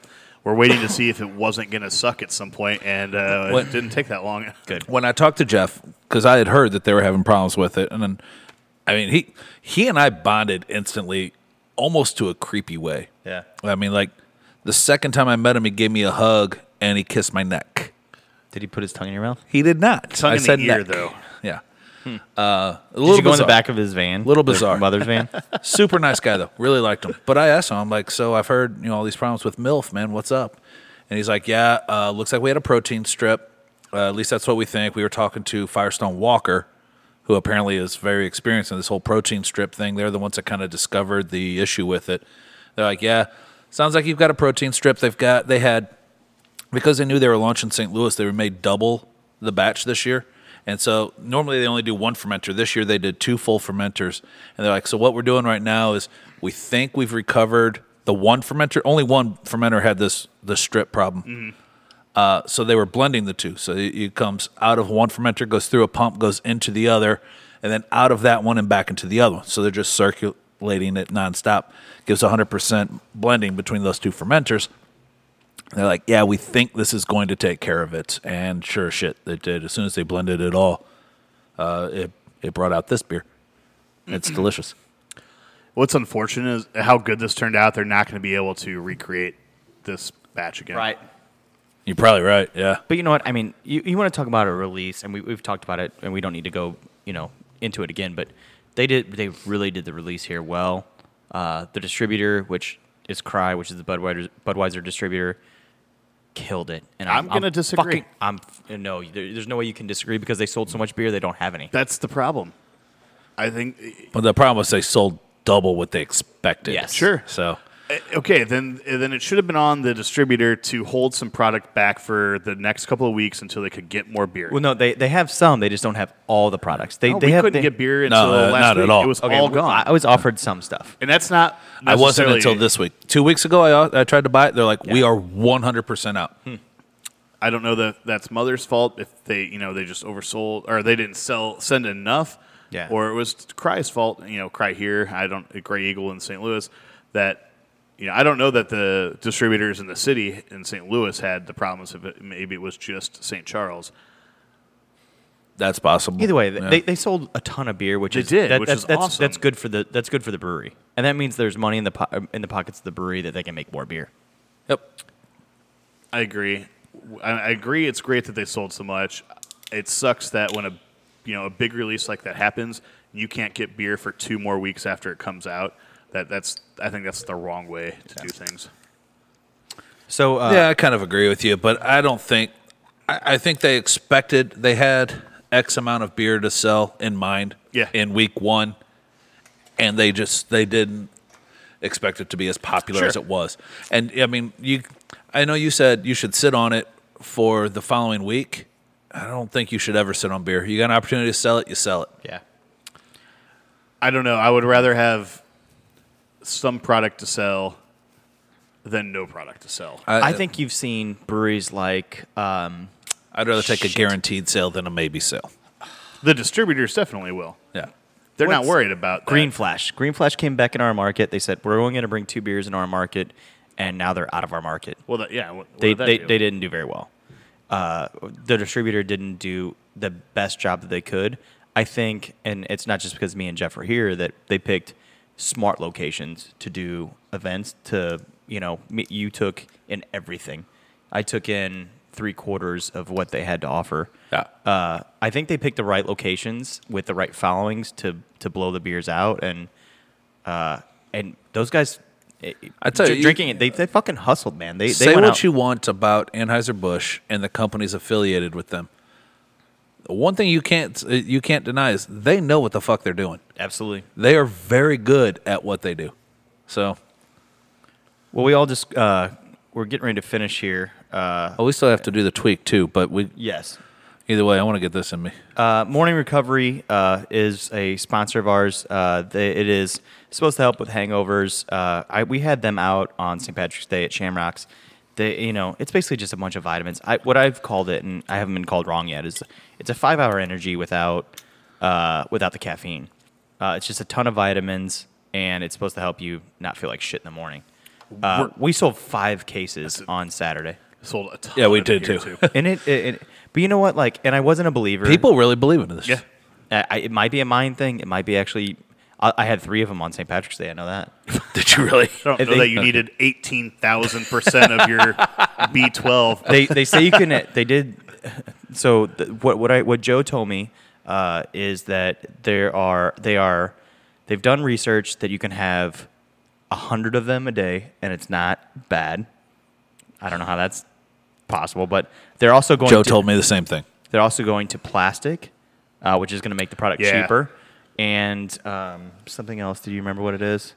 [SPEAKER 2] were waiting to see if it wasn't going to suck at some point, and uh,
[SPEAKER 1] What-
[SPEAKER 2] it didn't take that long.
[SPEAKER 3] Good.
[SPEAKER 1] when I talked to Jeff because I had heard that they were having problems with it, and then I mean he he and I bonded instantly, almost to a creepy way.
[SPEAKER 3] Yeah.
[SPEAKER 1] I mean, like the second time I met him, he gave me a hug and he kissed my neck.
[SPEAKER 3] Did he put his tongue in your mouth?
[SPEAKER 1] He did not.
[SPEAKER 2] Tongue
[SPEAKER 1] I
[SPEAKER 2] in the
[SPEAKER 1] said
[SPEAKER 2] ear,
[SPEAKER 1] neck.
[SPEAKER 2] though. Hmm.
[SPEAKER 1] Yeah. Uh, a little
[SPEAKER 3] Did you go in the
[SPEAKER 1] bizarre.
[SPEAKER 3] back of his van?
[SPEAKER 1] Little
[SPEAKER 3] Their
[SPEAKER 1] bizarre.
[SPEAKER 3] Mother's van.
[SPEAKER 1] [laughs] Super nice guy though. Really liked him. But I asked him, I'm like, so I've heard, you know, all these problems with MILF, man, what's up? And he's like, Yeah, uh, looks like we had a protein strip. Uh, at least that's what we think. We were talking to Firestone Walker, who apparently is very experienced in this whole protein strip thing. They're the ones that kind of discovered the issue with it. They're like, Yeah, sounds like you've got a protein strip. They've got they had because they knew they were launching St. Louis, they were made double the batch this year. And so normally they only do one fermenter. This year they did two full fermenters. And they're like, so what we're doing right now is we think we've recovered the one fermenter. Only one fermenter had this this strip problem. Uh, so they were blending the two. So it, it comes out of one fermenter, goes through a pump, goes into the other, and then out of that one and back into the other one. So they're just circulating it nonstop. Gives 100% blending between those two fermenters. They're like, yeah, we think this is going to take care of it, and sure as shit, they did. As soon as they blended it all, uh, it it brought out this beer. It's delicious.
[SPEAKER 2] What's unfortunate is how good this turned out. They're not going to be able to recreate this batch again.
[SPEAKER 3] right.
[SPEAKER 1] You're probably right. Yeah,
[SPEAKER 3] But you know what? I mean, you, you want to talk about a release, and we, we've talked about it, and we don't need to go, you know, into it again. But they did, they really did the release here well. Uh, the distributor, which is Cry, which is the Budweiser, Budweiser distributor, killed it. And
[SPEAKER 2] I'm gonna disagree.
[SPEAKER 3] fucking- I'm f- no, there, there's no way you can disagree because they sold so much beer they don't have any.
[SPEAKER 2] That's the problem. I think.
[SPEAKER 1] but the problem was they sold double what they expected.
[SPEAKER 3] Yes.
[SPEAKER 2] Sure.
[SPEAKER 1] So
[SPEAKER 2] eh, Okay, then then it should have been on the distributor to hold some product back for the next couple of weeks until they could get more beer.
[SPEAKER 3] Well, no, they they have some. They just don't have all the products. They
[SPEAKER 2] No,
[SPEAKER 3] they
[SPEAKER 2] we
[SPEAKER 3] have,
[SPEAKER 2] couldn't
[SPEAKER 3] they-
[SPEAKER 2] get beer until
[SPEAKER 1] uh,
[SPEAKER 2] last
[SPEAKER 1] not at
[SPEAKER 2] week.
[SPEAKER 1] all.
[SPEAKER 2] It was
[SPEAKER 3] Okay,
[SPEAKER 2] all gone,
[SPEAKER 3] I was offered some stuff.
[SPEAKER 2] and that's not.
[SPEAKER 1] I wasn't
[SPEAKER 2] necessarily-
[SPEAKER 1] until this week. Two weeks ago, I I tried to buy it. They're like, we are 100 percent out.
[SPEAKER 2] I don't know that that's mother's fault if they you know they just oversold or they didn't sell send enough.
[SPEAKER 3] Yeah.
[SPEAKER 2] Or it was Cry's fault. You know, Cry here. I don't Gray Eagle in St. Louis. That you know I don't know that the distributors in the city in St. Louis had the problems. If it, maybe it was just St. Charles.
[SPEAKER 1] That's possible.
[SPEAKER 3] Either way, th
[SPEAKER 1] Yeah.
[SPEAKER 3] they, they sold a ton of beer, which
[SPEAKER 2] They
[SPEAKER 3] is
[SPEAKER 2] did,
[SPEAKER 3] that-
[SPEAKER 2] which
[SPEAKER 3] that's,
[SPEAKER 2] is
[SPEAKER 3] that's,
[SPEAKER 2] awesome.
[SPEAKER 3] that's good for the that's good for the brewery, and that means there's money in the po- uh, in the pockets of the brewery that they can make more beer.
[SPEAKER 1] yep.
[SPEAKER 2] I agree. I, I agree. It's great that they sold so much. It sucks that when a you know a big release like that happens, you can't get beer for two more weeks after it comes out. That that's I think that's the wrong way to do things.
[SPEAKER 3] So uh,
[SPEAKER 1] yeah, I kind of agree with you, but I don't think. I, I think they expected they had X amount of beer to sell in mind.
[SPEAKER 2] Yeah.
[SPEAKER 1] In week one, and they just they didn't expect it to be as popular as
[SPEAKER 2] Sure.
[SPEAKER 1] it was. And I mean, you. I know you said you should sit on it for the following week. I don't think you should ever sit on beer. You got an opportunity to sell it, you sell it.
[SPEAKER 3] yeah.
[SPEAKER 2] I don't know. I would rather have some product to sell than no product to sell.
[SPEAKER 3] I think you've seen breweries like um,
[SPEAKER 1] I'd rather take a guaranteed sale than a maybe sale.
[SPEAKER 2] The distributors definitely will.
[SPEAKER 1] Yeah.
[SPEAKER 2] They're not
[SPEAKER 3] What's-
[SPEAKER 2] worried about that.
[SPEAKER 3] Green Flash. Green Flash came back in our market. They said we're only going to bring two beers in our market, and now they're out of our market.
[SPEAKER 2] Well, that, yeah. What, what
[SPEAKER 3] they
[SPEAKER 2] did that
[SPEAKER 3] they,
[SPEAKER 2] do?
[SPEAKER 3] they didn't do very well. Uh, the distributor didn't do the best job that they could. I think, and it's not just because me and Jeff are here that they picked smart locations to do events. To you know, me- you took in everything. I took in three quarters of what they had to offer.
[SPEAKER 1] Yeah.
[SPEAKER 3] Uh, I think they picked the right locations with the right followings to to blow the beers out, and uh, and those guys. eh,
[SPEAKER 1] I tell you-
[SPEAKER 3] drinking it, they, they fucking hustled, man. They, they
[SPEAKER 1] Say
[SPEAKER 3] went
[SPEAKER 1] what
[SPEAKER 3] out.
[SPEAKER 1] you want about Anheuser Busch and the companies affiliated with them. One thing you can't uh, you can't deny is they know what the fuck they're doing.
[SPEAKER 3] Absolutely.
[SPEAKER 1] They are very good at what they do. So
[SPEAKER 3] Well, we all just uh, we're getting ready to finish here. Uh,
[SPEAKER 1] oh, we still have to do the tweak too, but we
[SPEAKER 3] yes.
[SPEAKER 1] either way, I want to get this in me.
[SPEAKER 3] Uh, Morning Recovery uh, is a sponsor of ours. Uh, they, it is supposed to help with hangovers. Uh, I, we had them out on St. Patrick's Day at Shamrocks. They, you know, it's basically just a bunch of vitamins. I, what I've called it, and I haven't been called wrong yet, is it's a five-hour energy without uh, without the caffeine. Uh, it's just a ton of vitamins, and it's supposed to help you not feel like shit in the morning. Uh, we sold five cases on Saturday.
[SPEAKER 2] sold a ton.
[SPEAKER 1] Yeah, we
[SPEAKER 2] of it
[SPEAKER 1] did
[SPEAKER 2] here,
[SPEAKER 1] too. [laughs]
[SPEAKER 3] and it, it, it but you know what like and i wasn't a believer
[SPEAKER 1] People really believe in this.
[SPEAKER 2] yeah.
[SPEAKER 3] I, I- it might be a mind thing it might be actually i, I had three of them on st patrick's day i know
[SPEAKER 1] [laughs]
[SPEAKER 3] that
[SPEAKER 1] [laughs] Did you really?
[SPEAKER 2] I don't
[SPEAKER 3] I
[SPEAKER 2] know
[SPEAKER 3] think-
[SPEAKER 2] that you needed eighteen thousand percent of
[SPEAKER 1] [laughs]
[SPEAKER 2] your B twelve.
[SPEAKER 3] they, they say you can they did so th- what, what i what joe told me uh, is that there are they are they've done research that you can have a hundred of them a day and it's not bad. I don't know how that's possible, but they're also going.
[SPEAKER 1] Joe
[SPEAKER 3] to,
[SPEAKER 1] told me the same thing.
[SPEAKER 3] they're also going to plastic, uh, which is going to make the product
[SPEAKER 2] Yeah.
[SPEAKER 3] cheaper. And um, something else. Do you remember what it is?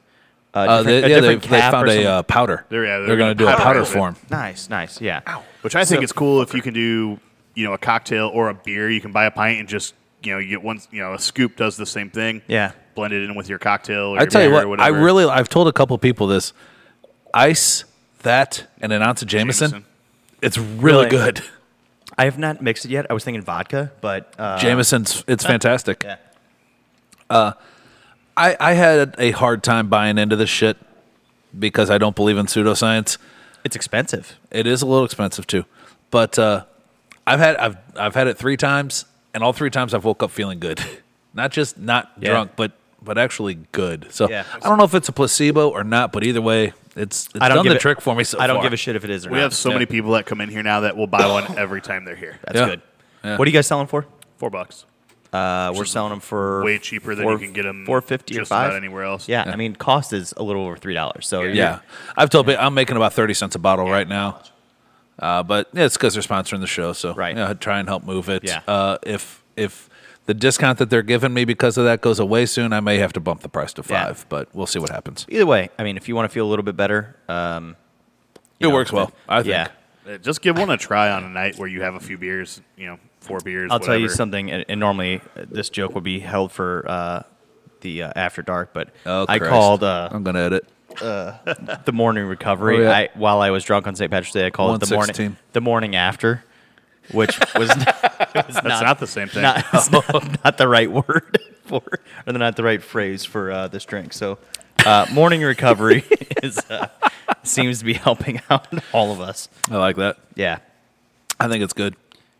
[SPEAKER 3] Uh,
[SPEAKER 1] Uh,
[SPEAKER 3] different-
[SPEAKER 1] they,
[SPEAKER 3] a
[SPEAKER 1] yeah, they,
[SPEAKER 3] different
[SPEAKER 1] they
[SPEAKER 3] cap or
[SPEAKER 1] found a
[SPEAKER 3] something.
[SPEAKER 1] uh, powder.
[SPEAKER 2] They're- yeah,
[SPEAKER 1] they're,
[SPEAKER 2] they're
[SPEAKER 1] going to do
[SPEAKER 2] gonna
[SPEAKER 1] a powder
[SPEAKER 2] powder it.
[SPEAKER 1] form.
[SPEAKER 3] nice, nice. Yeah.
[SPEAKER 2] Which I think
[SPEAKER 3] So-
[SPEAKER 2] is cool if you can do, you know, a cocktail or a beer. You can buy a pint and just, you know, you get one, you know, a scoop does the same thing.
[SPEAKER 3] Yeah.
[SPEAKER 2] Blend it in with your cocktail or
[SPEAKER 1] I
[SPEAKER 2] your
[SPEAKER 1] tell you
[SPEAKER 2] beer
[SPEAKER 1] what,
[SPEAKER 2] or
[SPEAKER 1] I
[SPEAKER 2] whatever.
[SPEAKER 1] really I've told a couple people this. Ice that and an ounce of Jameson.
[SPEAKER 2] Jameson.
[SPEAKER 1] It's really,
[SPEAKER 3] Really?
[SPEAKER 1] good.
[SPEAKER 3] I have not mixed it yet. I was thinking vodka, but uh,
[SPEAKER 1] Jameson's it's fantastic.
[SPEAKER 3] Yeah.
[SPEAKER 1] I, I had a hard time buying into this shit because I don't believe in pseudoscience.
[SPEAKER 3] It's expensive.
[SPEAKER 1] It is a little expensive too, but uh, I've had I've I've had it three times, and all three times I've woke up feeling good, [laughs] not just not
[SPEAKER 3] Yeah.
[SPEAKER 1] drunk, but but actually good. So
[SPEAKER 3] Yeah.
[SPEAKER 1] I don't know if it's a placebo or not, but either way, it's it's
[SPEAKER 3] I don't
[SPEAKER 1] done
[SPEAKER 3] give
[SPEAKER 1] the
[SPEAKER 3] a-
[SPEAKER 1] trick for me. So
[SPEAKER 3] I don't
[SPEAKER 1] far.
[SPEAKER 3] give a shit if it is or
[SPEAKER 2] we
[SPEAKER 3] not.
[SPEAKER 2] have so
[SPEAKER 1] Yeah.
[SPEAKER 2] many people that come in here now that will buy one every time they're here.
[SPEAKER 3] That's
[SPEAKER 1] Yeah.
[SPEAKER 3] good.
[SPEAKER 1] Yeah.
[SPEAKER 3] What are you guys selling for?
[SPEAKER 2] Four bucks.
[SPEAKER 3] Uh, we're selling them for
[SPEAKER 2] way cheaper than you can get 'em
[SPEAKER 3] Four fifty or
[SPEAKER 2] just about
[SPEAKER 3] five
[SPEAKER 2] anywhere else.
[SPEAKER 3] Yeah, I mean, cost is a little over three dollars. So you're-
[SPEAKER 1] Yeah, I've told people I'm making about thirty cents a bottle right now, uh, but yeah, it's because they're sponsoring the show, so
[SPEAKER 3] Right.
[SPEAKER 1] yeah, I'd try and help move it.
[SPEAKER 3] Yeah.
[SPEAKER 1] Uh, if if the discount that they're giving me because of that goes away soon, I may have to bump the price to
[SPEAKER 3] Yeah.
[SPEAKER 1] five, but we'll see what happens.
[SPEAKER 3] Either way, I mean, if you want to feel a little bit better, um,
[SPEAKER 1] It works well, I think.
[SPEAKER 3] yeah.
[SPEAKER 2] Uh, Just give one a try on a night where you have a few beers, you know, four beers.
[SPEAKER 3] I'll tell you
[SPEAKER 2] whatever.
[SPEAKER 3] something, and, and normally uh, this joke would be held for uh, the uh, after dark, but
[SPEAKER 1] Oh,
[SPEAKER 3] I
[SPEAKER 1] Christ.
[SPEAKER 3] called uh,
[SPEAKER 1] I'm gonna edit.
[SPEAKER 3] the morning recovery.
[SPEAKER 1] Oh, yeah.
[SPEAKER 3] I while I was drunk on St. Patrick's Day, I called it the morning
[SPEAKER 1] 116.
[SPEAKER 3] the morning after, which was, was not,
[SPEAKER 2] That's not the same thing.
[SPEAKER 3] not, it's [laughs] not, not the right word [laughs] for, or not the right phrase for uh, this drink. So, uh, morning recovery is uh, seems to be helping [laughs] out all of us.
[SPEAKER 1] I like that.
[SPEAKER 3] Yeah.
[SPEAKER 1] I think it's good.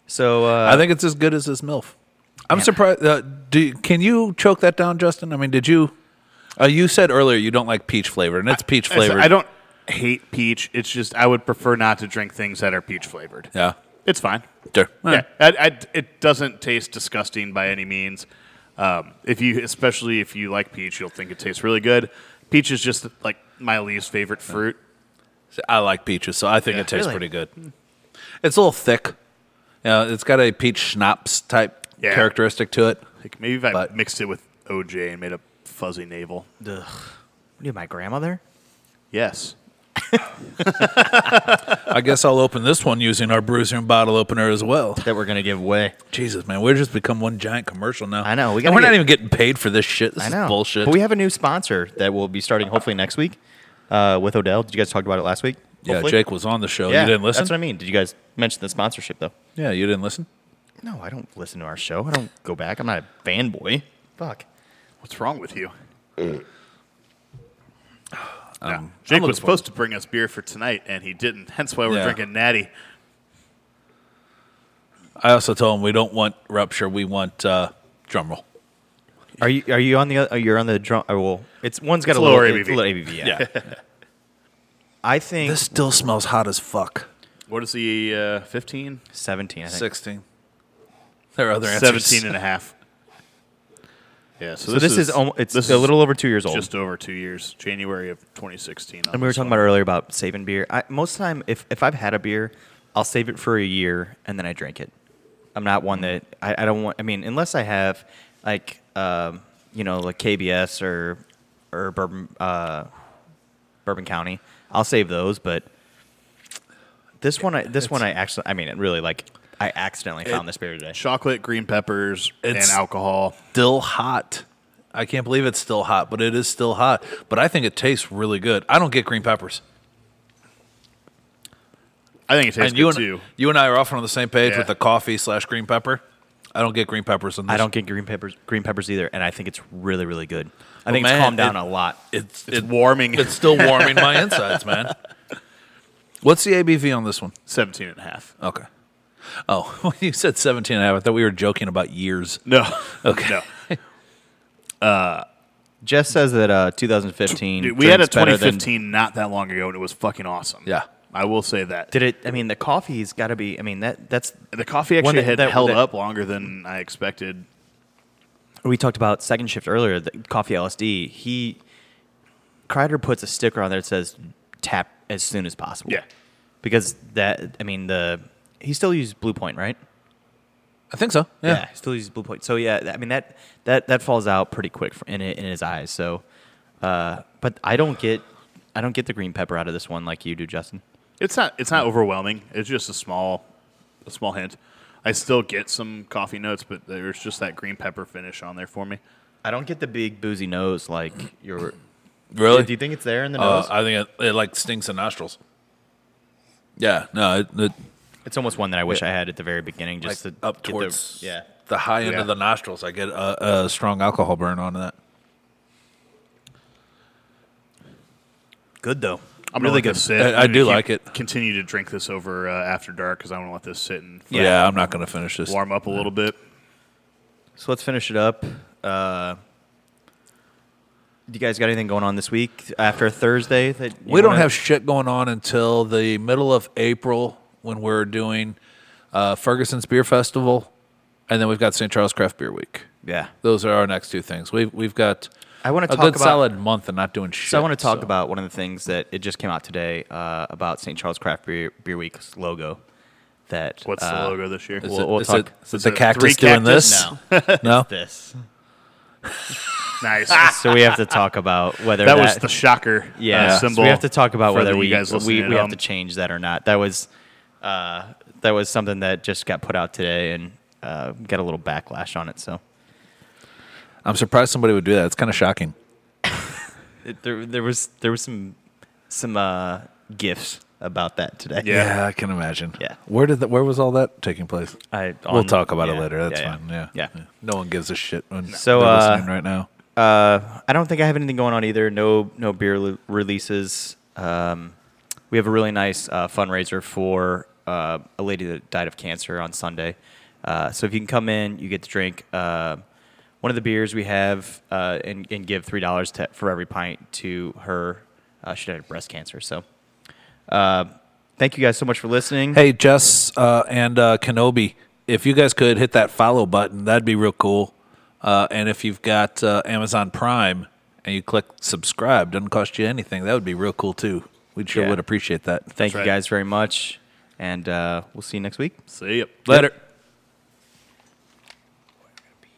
[SPEAKER 3] So uh,
[SPEAKER 1] I think it's as good as this milf. I'm surprised. Uh, do can you choke that down, Justin? I mean, did you? Uh, you said earlier you don't like peach flavor, and it's peach
[SPEAKER 2] I said,
[SPEAKER 1] flavored.
[SPEAKER 2] I don't hate peach. It's just I would prefer not to drink things that are peach flavored.
[SPEAKER 1] Yeah.
[SPEAKER 2] It's fine.
[SPEAKER 1] Sure.
[SPEAKER 2] Yeah, I, I, it doesn't taste disgusting by any means. Um, if you, especially if you like peach, you'll think it tastes really good. Peach is just like my least favorite fruit.
[SPEAKER 1] I like peaches, so I think it tastes
[SPEAKER 3] Really?
[SPEAKER 1] pretty good. It's a little thick. Yeah, it's got a peach schnapps type
[SPEAKER 2] Yeah.
[SPEAKER 1] characteristic to it.
[SPEAKER 2] Like maybe if I
[SPEAKER 1] But-
[SPEAKER 2] mixed it with OJ and made a fuzzy navel.
[SPEAKER 3] Ugh. What did my grandmother?
[SPEAKER 2] Yes.
[SPEAKER 1] I guess I'll open this one using our bruiser and bottle opener as well.
[SPEAKER 3] That we're gonna give away.
[SPEAKER 1] Jesus, man, we're just become one giant commercial now.
[SPEAKER 3] I know, we
[SPEAKER 1] We
[SPEAKER 3] gotta
[SPEAKER 1] are not
[SPEAKER 3] get-
[SPEAKER 1] even getting paid for this shit. This
[SPEAKER 3] I know
[SPEAKER 1] is bullshit.
[SPEAKER 3] But we have a new sponsor that will be starting hopefully next week uh, with Odell. Did you guys talk about it last week?
[SPEAKER 1] yeah,
[SPEAKER 3] Hopefully?
[SPEAKER 1] Jake was on the show.
[SPEAKER 3] Yeah,
[SPEAKER 1] you didn't listen.
[SPEAKER 3] That's what I mean. Did you guys mention the sponsorship though?
[SPEAKER 1] Yeah, you didn't listen.
[SPEAKER 3] No, I don't listen to our show. I don't go back. I'm not a fanboy. Fuck.
[SPEAKER 2] What's wrong with you? Yeah.
[SPEAKER 1] I'm
[SPEAKER 2] Jake
[SPEAKER 1] looking
[SPEAKER 2] was supposed to bring us beer for tonight, and he didn't. Hence why we're
[SPEAKER 1] Yeah.
[SPEAKER 2] drinking Natty.
[SPEAKER 1] I also told him we don't want rupture. We want uh, drumroll.
[SPEAKER 3] Are you are you on the oth- you're on the drum? Oh, well, it's one's got
[SPEAKER 2] It's
[SPEAKER 3] a
[SPEAKER 2] lower
[SPEAKER 3] little it's
[SPEAKER 2] ABV.
[SPEAKER 3] a little ABV. Yeah.
[SPEAKER 1] Yeah.
[SPEAKER 3] [laughs] I think
[SPEAKER 1] this still smells hot as fuck.
[SPEAKER 2] What is the uh, 15?
[SPEAKER 3] 17. I think.
[SPEAKER 1] Sixteen. There are other answers.
[SPEAKER 2] 17 and a half. Yeah, so,
[SPEAKER 3] So this, is, almost it's a little over two years old.
[SPEAKER 2] just over two years, January of 2016.
[SPEAKER 3] And we were talking about earlier about saving beer. I, most of the time, if, if I've had a beer, I'll save it for a year and then I drink it. I'm not one that I, I don't want. I mean, unless I have like um, you know like KBS or or Bourbon uh, Bourbon County, I'll save those. But this one, I, this one, I actually, I mean, it really like I accidentally found this beer today.
[SPEAKER 2] chocolate, green peppers,
[SPEAKER 1] It's-
[SPEAKER 2] and alcohol.
[SPEAKER 1] still hot. I can't believe it's still hot, but it is still hot. But I think it tastes really good. I don't get green peppers.
[SPEAKER 2] I think it tastes
[SPEAKER 1] and you
[SPEAKER 2] good
[SPEAKER 1] and
[SPEAKER 2] too.
[SPEAKER 1] you and I are often on the same page
[SPEAKER 2] Yeah.
[SPEAKER 1] with the coffee slash green pepper. I don't get green peppers in this.
[SPEAKER 3] I don't get green peppers, green peppers either, and I think it's really, really good. I think
[SPEAKER 1] man,
[SPEAKER 3] it's calmed down
[SPEAKER 1] it-
[SPEAKER 3] a lot.
[SPEAKER 1] It's
[SPEAKER 2] It's
[SPEAKER 1] it-
[SPEAKER 2] warming. [laughs]
[SPEAKER 1] It's still warming my insides, man. What's the ABV on this one?
[SPEAKER 2] 17 and a half.
[SPEAKER 1] Okay. Oh, [laughs] when you said 17 and a half, I thought we were joking about years.
[SPEAKER 2] No.
[SPEAKER 1] Okay.
[SPEAKER 2] [laughs] No.
[SPEAKER 3] Jess says that uh, 2015.
[SPEAKER 2] Dude, we had a
[SPEAKER 3] drinks better than-
[SPEAKER 2] 2015 not that long ago, and it was fucking awesome.
[SPEAKER 1] Yeah.
[SPEAKER 2] I will say that.
[SPEAKER 3] Did it? I mean, the coffee's got to be. I mean, that that's
[SPEAKER 2] the coffee
[SPEAKER 3] One
[SPEAKER 2] actually
[SPEAKER 3] that-
[SPEAKER 2] had
[SPEAKER 3] that-
[SPEAKER 2] held
[SPEAKER 3] that-
[SPEAKER 2] up longer than I expected.
[SPEAKER 3] we talked about second shift earlier, the coffee LSD. He Kreider puts a sticker on there that says tap as soon as possible.
[SPEAKER 2] Yeah.
[SPEAKER 3] Because that I mean the he still uses Blue Point, right?
[SPEAKER 1] I think so. Yeah.
[SPEAKER 3] he still uses Blue Point. So yeah, th- I mean that that that falls out pretty quick for, in in his eyes. So uh but I don't get I don't get the green pepper out of this one like you do, Justin.
[SPEAKER 2] It's not it's not overwhelming. It's just a small a small hint. I still get some coffee notes, but there's just that green pepper finish on there for me.
[SPEAKER 3] I don't get the big boozy nose like your
[SPEAKER 1] Really?
[SPEAKER 3] Do you think it's there in the
[SPEAKER 1] Uh,
[SPEAKER 3] nose?
[SPEAKER 1] I think it, it like stinks in nostrils. Yeah. No. It, it,
[SPEAKER 3] it's almost one that I wish I had at the very beginning, just
[SPEAKER 1] like
[SPEAKER 3] to
[SPEAKER 1] up
[SPEAKER 3] get the-
[SPEAKER 1] towards
[SPEAKER 3] yeah.
[SPEAKER 1] the high end
[SPEAKER 2] Yeah.
[SPEAKER 1] of the nostrils. I get a, a strong alcohol burn on that.
[SPEAKER 3] Good though.
[SPEAKER 2] I'm
[SPEAKER 1] Really
[SPEAKER 2] really
[SPEAKER 1] good.
[SPEAKER 2] good. Sit. I'm
[SPEAKER 1] I- I
[SPEAKER 2] gonna
[SPEAKER 1] do
[SPEAKER 2] keep-
[SPEAKER 1] like it.
[SPEAKER 2] Continue to drink this over uh, after dark because I want to let this sit and
[SPEAKER 1] Yeah,
[SPEAKER 3] Yeah.
[SPEAKER 1] I'm not going to finish this.
[SPEAKER 2] warm up a little bit.
[SPEAKER 3] So let's finish it up. Uh, do you guys got anything going on this week after Thursday? That you
[SPEAKER 1] we don't
[SPEAKER 3] wanna-
[SPEAKER 1] have shit going on until the middle of April when we're doing uh, Ferguson's Beer Festival, and then we've got St. Charles Craft Beer Week.
[SPEAKER 3] yeah.
[SPEAKER 1] Those are our next two things. We've we've got
[SPEAKER 3] I wanna
[SPEAKER 1] a
[SPEAKER 3] talk
[SPEAKER 1] good
[SPEAKER 3] about-
[SPEAKER 1] solid month and not doing shit.
[SPEAKER 3] So I want to talk
[SPEAKER 1] so.
[SPEAKER 3] about one of the things that it just came out today uh, about St. Charles Craft Beer, Beer Week's logo. That
[SPEAKER 2] What's
[SPEAKER 3] uh,
[SPEAKER 2] the logo this year?
[SPEAKER 1] Is
[SPEAKER 3] We'll-
[SPEAKER 1] it,
[SPEAKER 3] we'll
[SPEAKER 1] is
[SPEAKER 3] talk-
[SPEAKER 1] it- is it
[SPEAKER 2] is
[SPEAKER 1] the
[SPEAKER 2] it
[SPEAKER 1] cactus
[SPEAKER 2] three
[SPEAKER 1] doing this?
[SPEAKER 2] cactus?
[SPEAKER 1] [laughs] No.
[SPEAKER 3] [laughs] This.
[SPEAKER 2] nice.
[SPEAKER 1] Ah!
[SPEAKER 3] So we have to talk about whether
[SPEAKER 2] that was the shocker.
[SPEAKER 3] yeah.
[SPEAKER 2] uh,
[SPEAKER 3] so
[SPEAKER 2] symbol.
[SPEAKER 3] we have to talk about
[SPEAKER 2] for
[SPEAKER 3] whether
[SPEAKER 2] the-
[SPEAKER 3] we
[SPEAKER 2] you guys listening
[SPEAKER 3] we,
[SPEAKER 2] at
[SPEAKER 3] we have
[SPEAKER 2] home.
[SPEAKER 3] to change that or not. That was uh, that was something that just got put out today and uh, got a little backlash on it. So
[SPEAKER 1] I'm surprised somebody would do that. It's kind of shocking.
[SPEAKER 3] it, there there was there was some some uh, gifs about that today.
[SPEAKER 2] Yeah.
[SPEAKER 1] I can imagine.
[SPEAKER 3] Yeah.
[SPEAKER 1] Where did that? Where was all that taking place?
[SPEAKER 3] I,
[SPEAKER 1] we'll
[SPEAKER 3] on-
[SPEAKER 1] talk about it
[SPEAKER 3] yeah,
[SPEAKER 1] later. That's
[SPEAKER 3] yeah,
[SPEAKER 1] fine. Yeah.
[SPEAKER 3] yeah.
[SPEAKER 1] No one gives a shit when
[SPEAKER 3] So,
[SPEAKER 1] they're
[SPEAKER 3] uh,
[SPEAKER 1] listening right now.
[SPEAKER 3] Uh, I don't think I have anything going on either. No, no beer le- releases. Um, we have a really nice uh, fundraiser for uh, a lady that died of cancer on Sunday. Uh, so if you can come in, you get to drink uh, one of the beers we have uh, and, and give three dollars for every pint to her. Uh, she died of breast cancer. So uh, thank you guys so much for listening.
[SPEAKER 1] Hey, Jess uh, and uh, Kenobi, if you guys could hit that follow button, that'd be real cool. Uh, and if you've got uh, Amazon Prime and you click subscribe, doesn't cost you anything. That would be real cool too. We'd sure
[SPEAKER 3] Yeah.
[SPEAKER 1] would appreciate that.
[SPEAKER 3] thank you
[SPEAKER 2] right.
[SPEAKER 3] guys very much, and uh, we'll see you next week.
[SPEAKER 2] See ya.
[SPEAKER 1] Later.